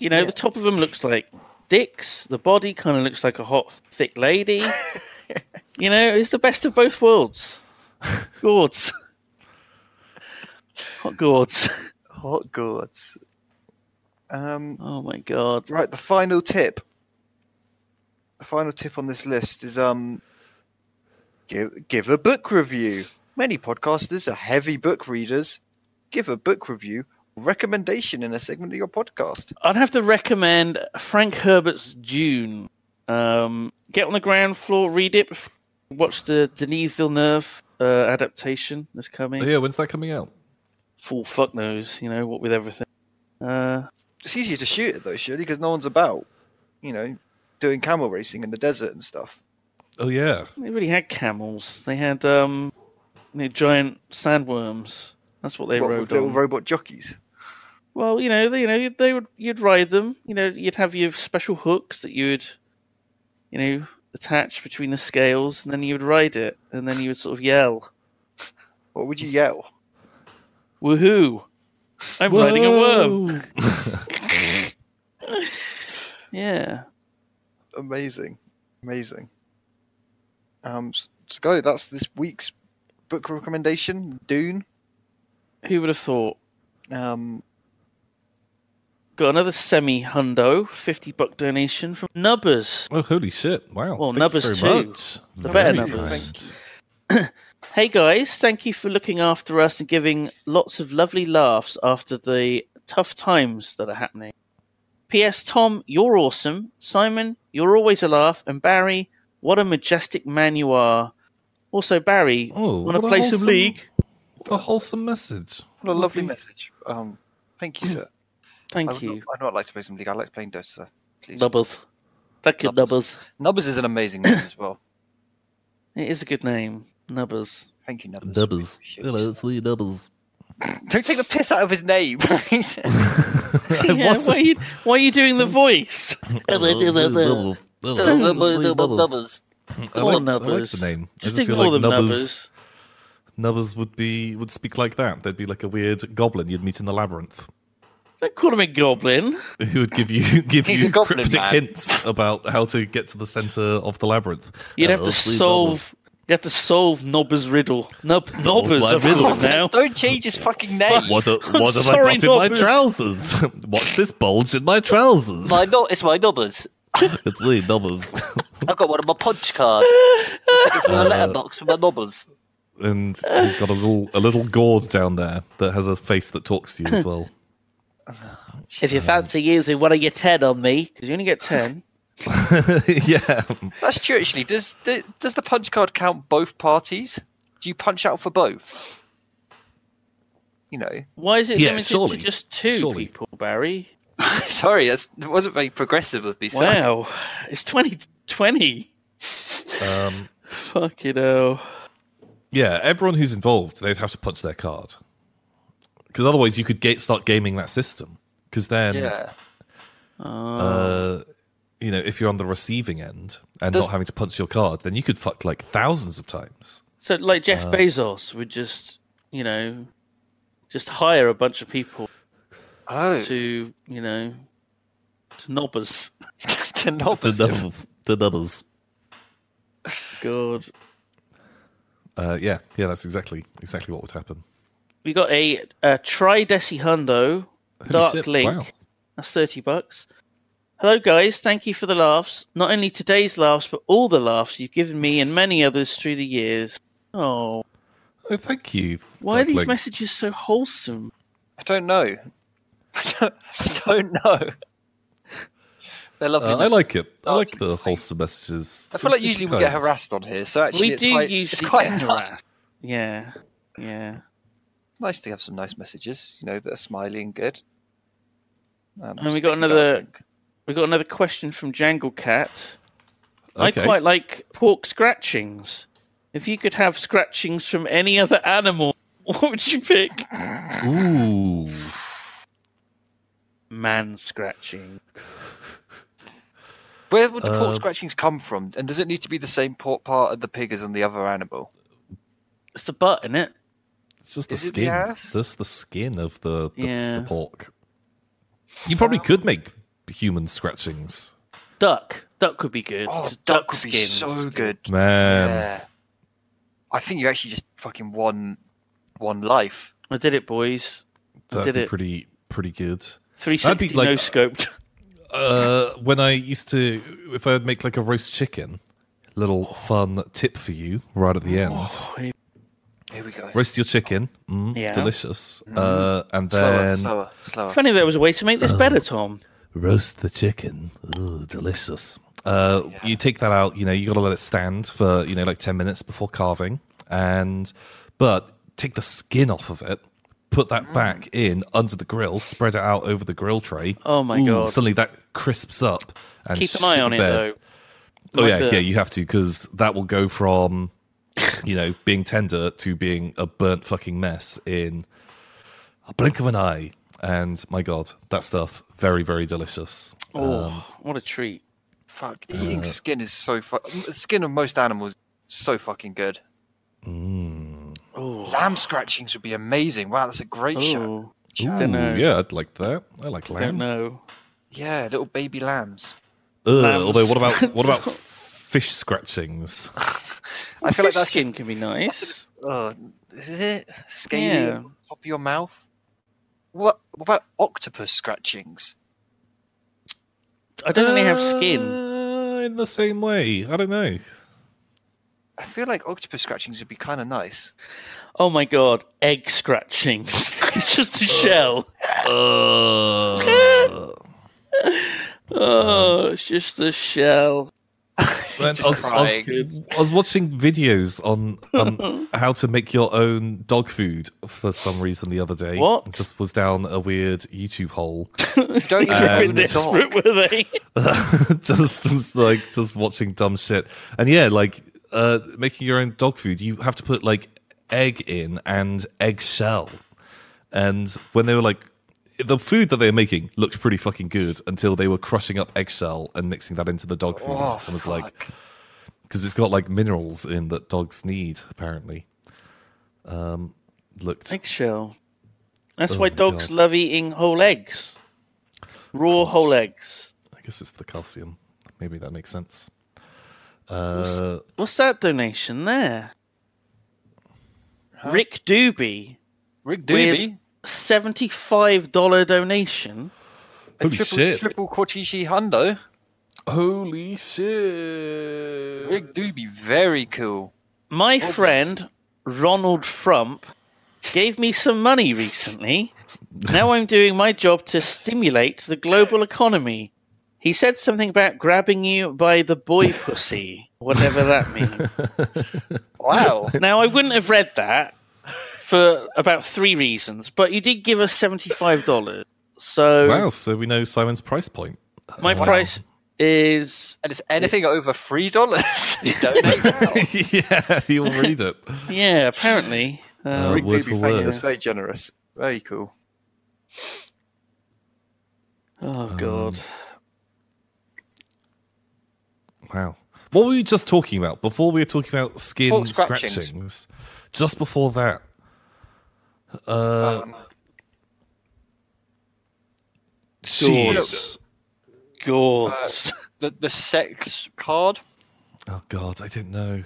A: You know,
C: Yeah.
A: the top of them looks like dicks. The body kind of looks like a hot, thick lady. You know, it's the best of both worlds. Gourds. Hot gourds.
D: Hot gourds. Um,
A: Oh my god.
D: right, the final tip. The final tip on this list is um, give give a book review. Many podcasters are heavy book readers. Give a book review recommendation in a segment of your podcast.
A: I'd have to recommend Frank Herbert's Dune. Um, get on the ground floor, read it. Watch the Denis Villeneuve uh, adaptation that's coming.
B: Oh, yeah, when's that coming out?
A: Full fuck knows, you know, what with everything. Uh,
D: It's easier to shoot it though, surely, because no one's about. You know, doing camel racing in the desert and stuff.
B: Oh yeah,
A: They really had camels. They had um, you know, giant sandworms. That's what they
D: What,
A: rode
D: with little
A: on.
D: robot jockeys.
A: well, you know, they, you know, they would you'd ride them. You know, you'd have your special hooks that you'd, you know, attach between the scales, and then you would ride it, and then you would sort of yell,
D: What would you yell?
A: "Woohoo! I'm riding a worm!" Yeah.
D: Amazing, amazing. Um, s- so go. That's this week's book recommendation. Dune.
A: Who would have thought?
D: Um,
A: Got another semi hundo, fifty buck donation from Nubbers.
B: Oh holy shit! Wow.
A: Well,
B: Thank
A: numbers
B: you very
A: two.
B: Much.
A: The
B: Very
A: better numbers.
B: kind.
A: Hey guys, thank you for looking after us and giving lots of lovely laughs after the tough times that are happening. P.S. Tom, you're awesome. Simon, you're always a laugh. And Barry, what a majestic man you are. Also, Barry,
B: Oh,
A: want
B: what
A: to
B: a
A: play some
B: wholesome-
A: league?
B: What a wholesome message.
D: what a lovely message. Um, thank you, sir. I
A: Thank
D: would not-
A: you,
D: I'd not like to play some league. I like playing DOS, sir. Please.
A: Nubbers. Thank you,
D: Nubbers.
A: Nubbers.
D: Nubbers is an amazing name as well.
A: It is a good name, Nubbers.
D: Thank you, Nubbers.
B: Doubles.
D: We appreciate you,
B: Hello,
D: sir.
B: it's Lee Doubles.
D: Don't take the piss out of his name.
B: It
A: Yeah, why, are
B: wasn't-
A: you, why are you doing the voice?
B: Doubles. Doubles. Doubles. I
A: All
B: like,
A: the
B: I like
A: nubbers.
B: the name. I
A: Just
B: feel
A: ignore
B: like
A: them,
B: nubbers-
A: Nubbers.
B: Nubbers would be would speak like that. They'd be like a weird goblin you'd meet in the labyrinth,
A: Don't call him a goblin.
B: who would give you give
C: He's
B: you
C: a goblin
B: cryptic
C: man.
B: hints about how to get to the center of the labyrinth. Uh,
A: You'd have
B: Hello,
A: to
B: Lee Doubles.
A: solve. You'd have to solve Nobber's riddle. Nob Nobber's
B: my
A: I've
B: riddle.
A: called now.
C: Don't change his fucking name.
B: What, a,
A: I'm
B: what have
A: sorry,
B: I got in my
A: Nubbers.
B: trousers? What's this bulge in my trousers?
C: My no, it's my numbers.
B: It's Lee Nubbers.
C: I've got one on my punch card. from a
B: Uh,
C: letterbox for my numbers.
B: and he's got a little a little gourd down there that has a face that talks to you as well.
A: If you fancy using one of your ten on me, because you only get ten.
B: yeah.
C: That's true, actually. Does do, does the punch card count both parties? Do you punch out for both?
D: you know,
A: Why is it
B: Yeah,
A: limited
B: surely.
A: to just two
B: Surely.
A: people, Barry?
C: Sorry, that's, that wasn't very progressive of me. Sorry.
A: Wow, it's twenty twenty.
B: Um,
A: Fucking hell.
B: yeah, everyone who's involved, they'd have to punch their card. Because otherwise you could ga- start gaming that system. Because then,
C: Yeah.
B: uh, you know, if you're on the receiving end and
C: Does-
B: not having to punch your card, then you could fuck like thousands of times.
A: So, like Jeff
B: uh,
A: Bezos would just, you know, just hire a bunch of people
C: Oh.
A: to, you know, to Nobbers.
C: to numbers.
B: the doubles.
A: God.
B: Uh, yeah, yeah, that's exactly exactly what would happen.
A: We got a, a Tri Desi Hundo
B: Holy
A: Dark
B: shit,
A: Link.
B: wow.
A: That's 30 bucks. Hello, guys. Thank you for the laughs. Not only today's laughs, but all the laughs you've given me and many others through the years. Oh,
B: Oh, thank you.
A: why are
B: Dark
A: these
B: Link.
A: messages so wholesome?
D: I don't know.
C: I, don't, I don't know. They're lovely.
B: Uh, I like it. I
C: Dark
B: like
C: Link.
B: the wholesome messages.
C: I feel like usually we get harassed on here, so actually
A: we
C: it's
A: do
C: quite,
A: usually
C: it's quite
A: get
C: ni-
A: harassed. Yeah, yeah.
C: nice to have some nice messages, you know, that are smiley and good. Um,
A: And we
C: just
A: got
C: thinking about
A: another-
C: Link.
A: We got another question from Jangle Cat.
B: Okay.
A: I quite like pork scratchings. If you could have scratchings from any other animal, what would you pick?
B: Ooh.
A: Man scratching.
C: Where would the pork
B: Uh,
C: scratchings come from? And does it need to be the same pork part of the pig as on the other animal?
A: It's the butt, in it?
B: It's just the
C: Is it the
B: skin.
C: ass?
B: just the skin of the, the,
A: Yeah.
B: the pork. You probably could make human scratchings.
A: duck. Duck would be good.
C: Oh,
A: Just
C: duck would be
A: skins.
C: so good.
B: Man,
C: yeah. I think you actually just fucking won one life.
A: I did it, boys. I
B: that'd
A: did
B: be
A: it.
B: pretty pretty good. That'd
A: 360
B: be like-
A: no scoped.
B: Uh, when I used to, if I'd make like a roast chicken, little fun tip for you right at the end:
C: Here we go.
B: roast your chicken, mm,
A: Oh. Yeah. Mm.
B: delicious, uh, and
C: Slower,
B: then
C: slower, slower.
A: Funny there was a way to make this
B: Oh.
A: better, Tom.
B: roast the chicken. Ooh, delicious. Uh, You take that out, you know, you got to let it stand for, you know, like 10 minutes before carving. And, but take the skin off of it, put
A: Mm.
B: that back in under the grill, spread it out over the grill tray.
A: Oh my God.
B: Suddenly that crisps up. And
A: Keep an eye
B: shit
A: on
B: the
A: it
B: bed.
A: though.
B: Oh,
A: Like
B: yeah,
A: the-
B: yeah, you have to, because that will go from, you know, being tender to being a burnt fucking mess in a blink of an eye. And my God, that stuff, very, very delicious.
A: Oh,
B: Um,
A: what a treat!
C: Fuck.
B: Uh,
C: Eating skin is so fu- Skin of most animals is so fucking good.
B: Mm.
A: Oh,
C: Lamb scratchings would be amazing. Wow, that's a great show.
A: oh,
B: Ooh,
A: don't know.
B: yeah, I'd like that. I like
A: don't
B: lamb.
A: know.
C: Yeah, little baby lambs.
B: Ugh,
A: Lambs.
B: although, what about what about fish scratchings?
C: I feel like that's
A: skin can be nice.
C: just. Oh, this is it. Scaly
A: Yeah.
C: on top of your mouth. What, what about octopus scratchings?
A: I don't really have skin.
B: Uh, in the same way. I don't know.
C: I feel like octopus scratchings would be kind of nice.
A: Oh my god, egg scratchings. it's just a shell.
B: Uh,
A: Oh, it's just a shell.
B: man, I, was, I was-
C: crying.
B: I was watching videos on um, how to make your own dog food for some reason the other day.
A: What?
B: Just was down a weird YouTube hole.
C: Don't you
A: These
B: Um,
A: were a bit
C: own a dog?
A: desperate, were they?
B: just, just like just watching dumb shit and yeah like uh making your own dog food you have to put like egg in and eggshell and when they were like the food that they were making looked pretty fucking good until they were crushing up eggshell and mixing that into the dog food
C: Oh,
B: and was like because it's got like minerals in that dogs need apparently um looked
A: Eggshell. That's
B: Oh
A: why
B: my
A: dogs
B: God.
A: love eating whole eggs. Raw whole eggs.
B: i guess it's for the calcium maybe that makes sense uh
A: What's that donation there? Rick Doobie,
C: Rick Doobie.
A: seventy-five dollar donation.
B: holy
C: triple,
B: shit
C: triple Cortici Hundo.
B: Holy shit!
C: Rick Doobie, very cool.
A: My friend Ronald Frump gave me some money recently. now I'm doing my job to stimulate the global economy. He said something about grabbing you by the boy pussy, whatever that means.
C: Wow.
A: Now I wouldn't have read that for about three reasons, but you did give us seventy-five dollars. So
B: Wow, so we know Simon's price point.
A: my price is
C: and it's anything over three dollars. Donate now.
B: yeah, you'll read it.
A: yeah, apparently. Uh,
B: Uh,
D: Rick
B: word
D: Doobie,
B: for
D: thank
B: word.
D: you. That's very generous. Very cool.
A: oh god.
B: Wow. What were we just talking about before we were talking about skin
C: Pork
B: scratchings.
C: scratchings.
B: Just before that. Uh,
C: Um,
B: shit.
A: Gauds. Gauds.
C: the the sex card.
B: Oh god, I didn't know.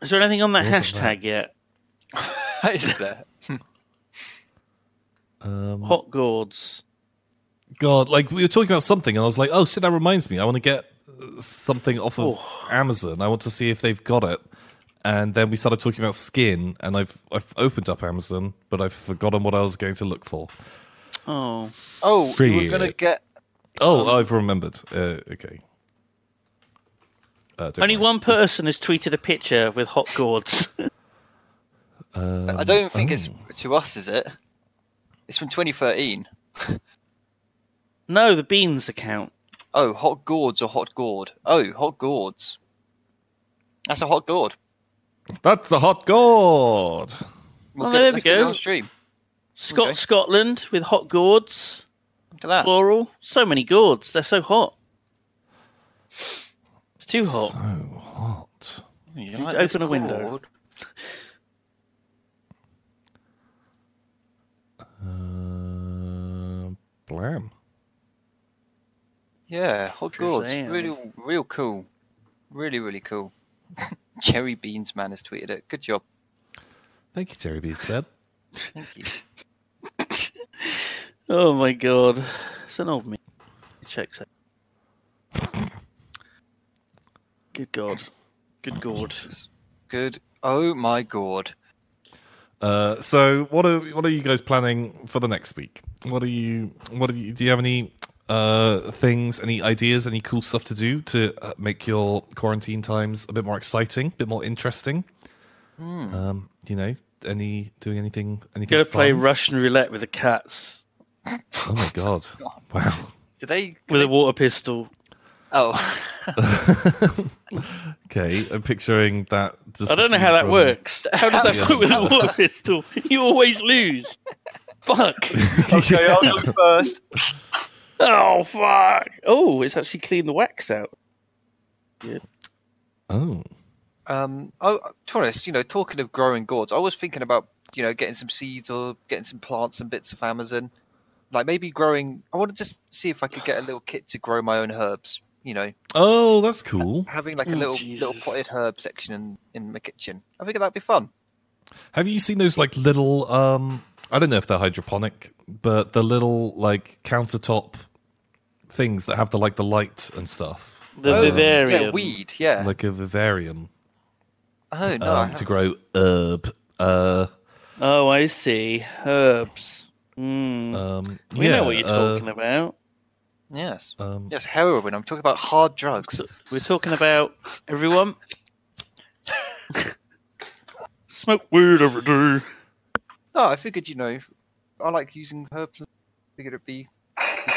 A: Is there anything on that
B: Wasn't
A: hashtag yet?
C: That is there.
B: Um,
A: Hot Gauds.
B: God, like we were talking about something, and I was like, "Oh shit, that reminds me. I want to get uh, something off of
C: Oh.
B: Amazon. I want to see if they've got it." And then we started talking about skin, and I've I've opened up Amazon, but I've forgotten what I was going to look for.
A: Oh.
D: Oh,
B: Pretty
D: we're gonna
B: good.
D: get.
B: Oh,
C: Um,
B: I've remembered. Uh, okay. Uh, don't
A: Only
B: worry.
A: one person has tweeted a picture with hot Gauds.
B: Um,
C: I don't think it's to us, is it? It's from 2013.
A: no, the Beans account.
C: Oh, hot gourds or hot gourd? Oh, hot gourds. That's a hot gourd.
B: oh, That's a hot god.
C: We'll
A: Oh,
C: get-
A: there we
C: let's get it
A: go.
C: On stream.
A: Scott
C: Okay.
A: Scotland with hot Gauds.
C: Look at that.
A: Plural. So many Gauds. They're so hot. It's too hot.
B: So hot.
C: You
A: Just
C: like
A: open
C: this
A: a window.
C: gourd?
B: Uh, blam.
C: Yeah, oh
A: Sure
C: god,
A: thing.
C: real, real cool, really, really cool. Cherry Beans Man has tweeted it. Good job.
B: Thank you, Jerry B. Said.
C: Thank you.
A: Oh my god, it's an old me. It checks out. Good god, good god.
C: Good. Oh my god.
B: Uh, so what are what are you guys planning for the next week? What are you what are you do you have any uh things, any ideas, any cool stuff to do to uh, make your quarantine times a bit more exciting, a bit more interesting? Um, you know, any doing anything anything
A: Hmm. Gonna play
B: fun?
A: Russian roulette with the cats
B: Oh my god. Wow.
C: Do they?
A: with a water pistol.
C: Oh,
B: Okay, I'm picturing that just
A: I don't
B: the
A: know how
B: scene
A: that
B: from-
A: works. How does that
B: Yes.
A: work with a water pistol? You always lose. Fuck.
C: okay, I'll go first.
A: Oh fuck. Oh, it's actually cleaned the wax out.
B: Oh.
C: Um, oh, to be honest, you know, talking of growing gourds, I was thinking about you know getting some seeds or getting some plants and bits of Amazon, like maybe growing. I want to just see if I could get a little kit to grow my own herbs. You know,
B: Oh, that's cool.
C: having like a
A: Oh,
C: little little
A: Jesus.
C: potted herb section in in my kitchen. I think that'd be fun.
B: Have you seen those like little um I don't know if they're hydroponic, but the little like countertop things that have the like the light and stuff.
A: The
C: Oh,
A: vivarium.
C: Yeah, weed. Yeah.
B: Like a vivarium
C: oh no. I
B: um, to grow herb. Uh
A: Oh, I see. Herbs. Mm.
B: um
A: we
B: yeah,
A: know what you're talking about.
C: Yes.
B: about. Um,
C: Yes, heroin. I'm talking about hard drugs.
A: We're talking about everyone. Smoke weed every day.
C: No, Oh, I figured, you know, I like using herbs. I figured it'd be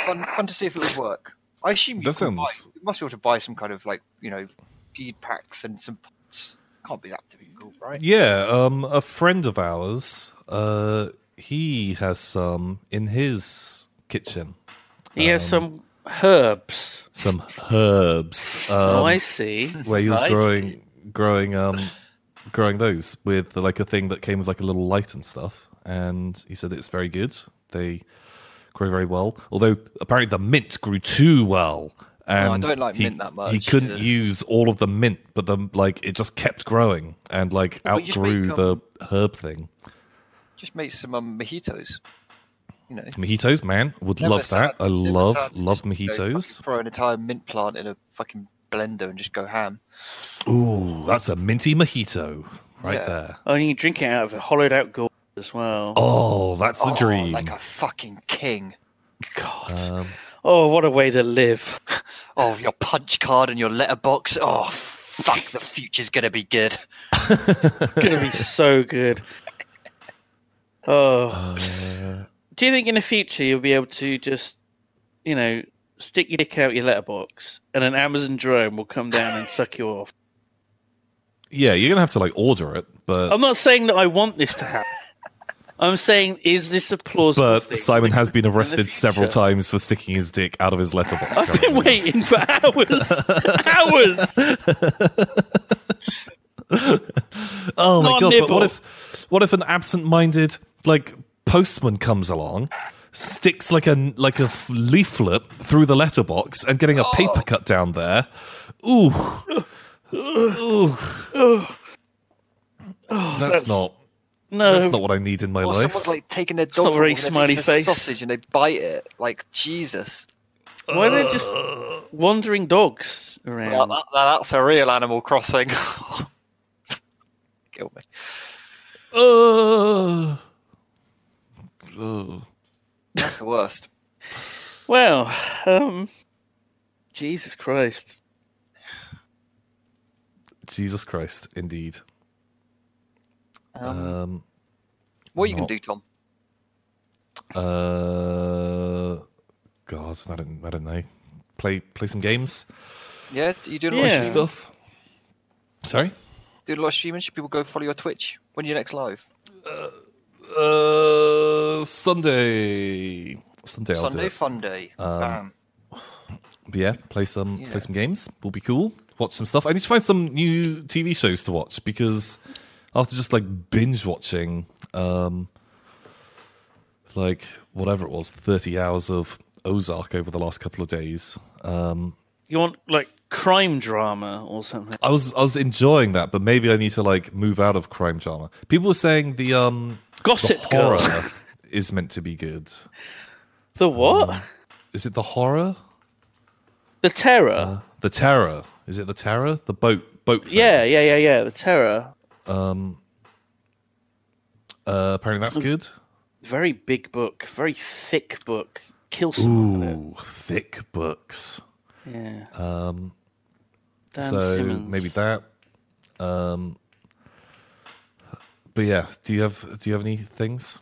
C: fun, fun to see if it would work. I assume you,
B: That
C: can buy-
B: sounds-
C: you must be able to buy some kind of, like, you know, deed packs and some pots. Can't be that difficult, right?
B: Yeah, um, a friend of ours, uh, he has some in his kitchen,
A: He has some herbs.
B: some herbs. Um,
A: oh, I see.
B: where he was
A: I
B: growing,
A: see.
B: growing, um, growing those with like a thing that came with like a little light and stuff. And he said it's very good. They grow very well. Although apparently the mint grew too well. And
C: Oh, don't like
B: he-
C: mint that much,
B: He couldn't
C: yeah.
B: use all of the mint, but the like it just kept growing and like
C: Well, you just
B: outgrew
C: make,
B: the
C: um,
B: herb thing.
C: Just make some um, mojitos. You know,
B: Mojitos, man, would
C: Never
B: love that.
C: sad-
B: I
C: never
B: love
C: sad to
B: love
C: just, you know,
B: mojitos.
C: fucking throw an entire mint plant in a fucking blender and just go ham.
B: Ooh, that's a minty mojito right
C: Yeah.
B: there.
A: Oh, you can drink it out of a hollowed out gourd as well. Oh,
B: Oh, that's the
C: Oh,
B: dream.
C: Like a fucking king.
A: God.
B: Um,
A: oh, what a way to live.
C: Oh, your punch card and your letterbox. Oh, fuck, the future's gonna be good.
A: gonna be so good. Oh, do you think in the future you'll be able to just, you know, stick your dick out your letterbox and an Amazon drone will come down and suck you off?
B: yeah, you're gonna have to like order it, but
A: I'm not saying that I want this to happen. I'm saying, is this a plausible
B: but
A: thing?
B: Simon has been arrested several
A: future.
B: times for sticking his dick out of his letterbox.
A: I've been
B: currently.
A: waiting for hours, hours.
B: oh my
A: Not
B: god! But
A: nibble.
B: what if what if an absent-minded like postman comes along? Sticks like a like a f- leaflet through the letterbox and getting a paper cut down there. Ooh, Ooh. that's,
A: that's-
B: not
A: No,
B: that's not what I need in my
C: Or
B: life.
C: someone's like taking their
A: not
C: dog
A: very
C: and they're
A: smiley
C: eating a
A: face.
C: sausage and they bite it. Like Jesus,
A: why are there just wandering dogs
C: Now
A: around?
C: that- now that's a real Animal Crossing. Kill me.
B: Ugh. Ugh.
C: That's the worst.
A: Well, um, Jesus Christ.
B: Jesus Christ, indeed.
C: Um,
B: Um,
C: what you can
B: not-
C: do, Tom?
B: Um, uh, God, I don't, I don't know. Play, play some games,
C: Yeah, you doing a lot
B: play
A: Yeah.
B: some
C: of streaming?
B: stuff. Sorry.
C: Doing a lot of streaming? Should people go follow your Twitch when you're next live?
B: Uh, Sunday, Sunday, I'll do
C: Sunday
B: it.
C: fun day.
A: Um,
C: Um, Bam.
B: But yeah, play some,
C: Yeah.
B: play some games. Will be cool. Watch some stuff. I need to find some new TV shows to watch because after just like binge watching, um, like whatever it was, thirty hours of Ozark over the last couple of days. Um,
A: You want like crime drama or something?
B: I was I was enjoying that, but maybe I need to like move out of crime drama. People were saying the um the
A: Gossip
B: horror
A: Girl.
B: is meant to be good.
A: The what?
B: Mm. Is it the horror?
A: the terror.
B: The terror? Is it the terror? The boat boat? Thing?
A: yeah, yeah, yeah, yeah. The terror.
B: Uh, apparently that's good.
A: Very big book. Very thick book. Kill someone. with
B: Ooh, thick books.
A: it. Yeah. Um. Dan
B: so
A: Simmons.
B: maybe that. Um, but yeah, do you have do you have any things?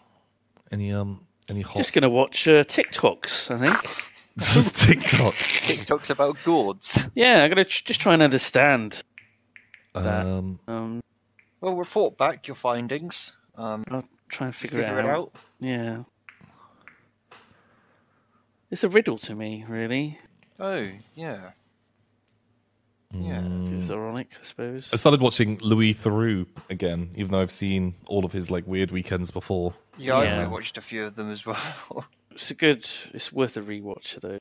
B: Any um any hot
A: Just gonna watch uh, TikToks. I think.
B: just TikToks?
C: TikToks about gourds.
A: Yeah, I'm gonna tr- just try and understand. That.
B: Um,
A: Um,
C: Well, report back your findings. Um,
A: I'll try and figure,
C: figure it out.
A: Yeah. It's a riddle to me, really.
C: Oh, yeah. Yeah.
A: Which
B: Hmm.
A: is ironic, I suppose.
B: I started watching Louis Theroux again, even though I've seen all of his like weird weekends before.
C: Yeah, I
A: Yeah.
C: I watched a few of them as well.
A: It's a good. It's worth a rewatch, though.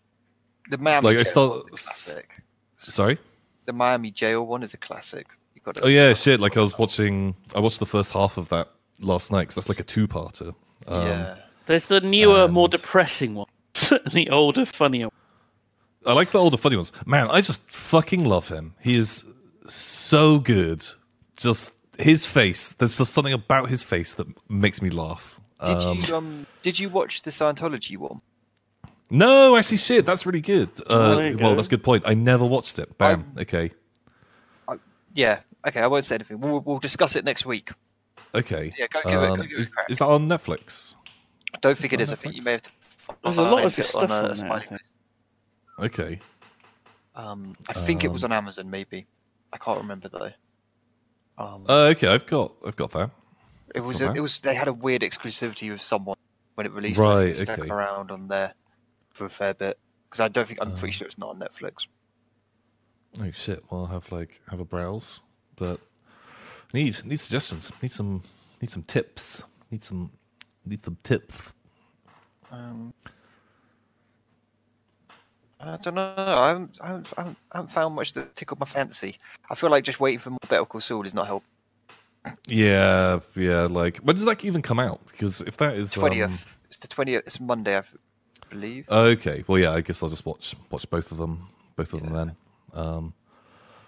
C: the Miami
B: Like I
C: Jail
B: start.
C: one's a classic.
B: Sorry.
C: The Miami Jail one is a classic. You got
B: Oh yeah, shit. Like I was watching. I watched the first half of that last night because that's like a two-parter. Um,
C: yeah.
A: There's the newer, more
B: And-
A: depressing one. the older, funnier. one.
B: I like the older funny ones. Man, I just fucking love him. He is so good. Just his face. There's just something about his face that makes me laugh. Uh,
C: Did you um did you watch the Scientology one?
B: No, actually, shit. That's really good. Uh,
A: there you
B: well,
A: go.
B: that's a good point. I never watched it. Bam. okay.
C: Yeah. Okay, I won't say anything. We'll, we'll discuss it next week.
B: Okay. Um,
C: Yeah, go give it- go give it a
B: is,
C: crack.
B: is that on Netflix?
C: I don't think it
B: Oh,
C: is. I
B: no,
C: think you
B: thanks.
C: may have to.
A: There's a lot of
C: find
A: his
C: it on
A: stuff
C: a- a
A: on, there. I
C: spy-
A: think.
B: Okay.
C: Um, I think it was on Amazon, maybe. I can't remember though. Um,
B: Uh, okay. I've got. I've got that.
C: it was.
B: okay.
C: It was. They had a weird exclusivity with someone when it released.
B: Right,
C: It stuck
B: okay.
C: around on there for a fair bit because I don't think I'm pretty sure it's not on Netflix.
B: Oh shit. Well, I'll have like have a browse, but need need suggestions. Need some need some tips. Need some need some tips.
C: Um, I don't know. I haven't, I, haven't, I, haven't, I haven't found much that tickled my fancy. I feel like just waiting for more Better Call Saul is not helping.
B: Yeah, yeah. Like, when does that even come out? Because if that is um, uh,
C: Twentieth. it's the twentieth. It's Monday, I believe.
B: okay. Well, yeah. I guess I'll just watch watch both of them, both of them then.
C: Oh,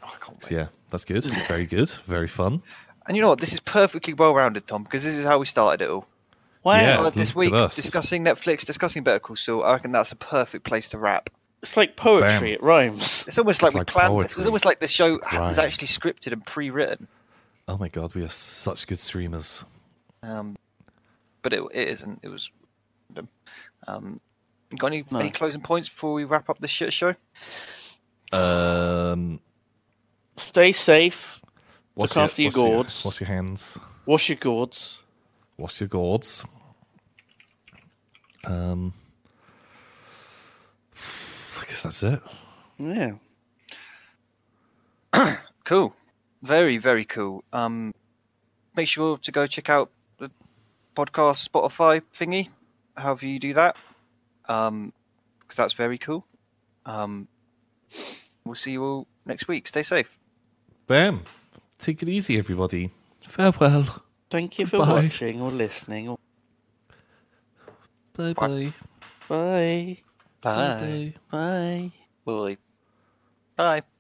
C: I can't wait.
B: So, yeah, that's good. Very good. Very fun.
C: And you know what? This is perfectly well-rounded, Tom, because this is how we started it all.
A: Wow.
B: Yeah.
C: Uh, this
B: look
C: week,
B: at us.
C: discussing Netflix, discussing Better Call Saul. I reckon that's a perfect place to wrap.
A: It's like poetry.
B: Bam.
A: It rhymes.
C: It's almost like
B: It's
C: we
B: like
C: planned this.
B: poetry.
C: It's almost like the show ha was
B: Right.
C: actually scripted and pre-written.
B: Oh my god, we are such good streamers.
C: Um, but it, it isn't. It was. random. Um, you got any,
A: No.
C: any closing points before we wrap up this shit show?
B: Um,
A: Stay safe.
B: wash
A: Look after your
B: wash
A: gourds.
B: wash your hands.
A: Wash your gourds.
B: Wash your gourds. Um, I guess that's it.
A: Yeah.
C: Cool. Very, very cool. Um, make sure to go check out the podcast Spotify thingy, however you do that, because that's very cool. Um, we'll see you all next week. Stay safe.
B: Bam. Take it easy, everybody. Farewell.
A: Thank you for
B: Bye.
A: watching or listening. Or...
B: Bye bye.
A: Bye.
B: Bye bye.
A: Bye.
C: Bye. Bye.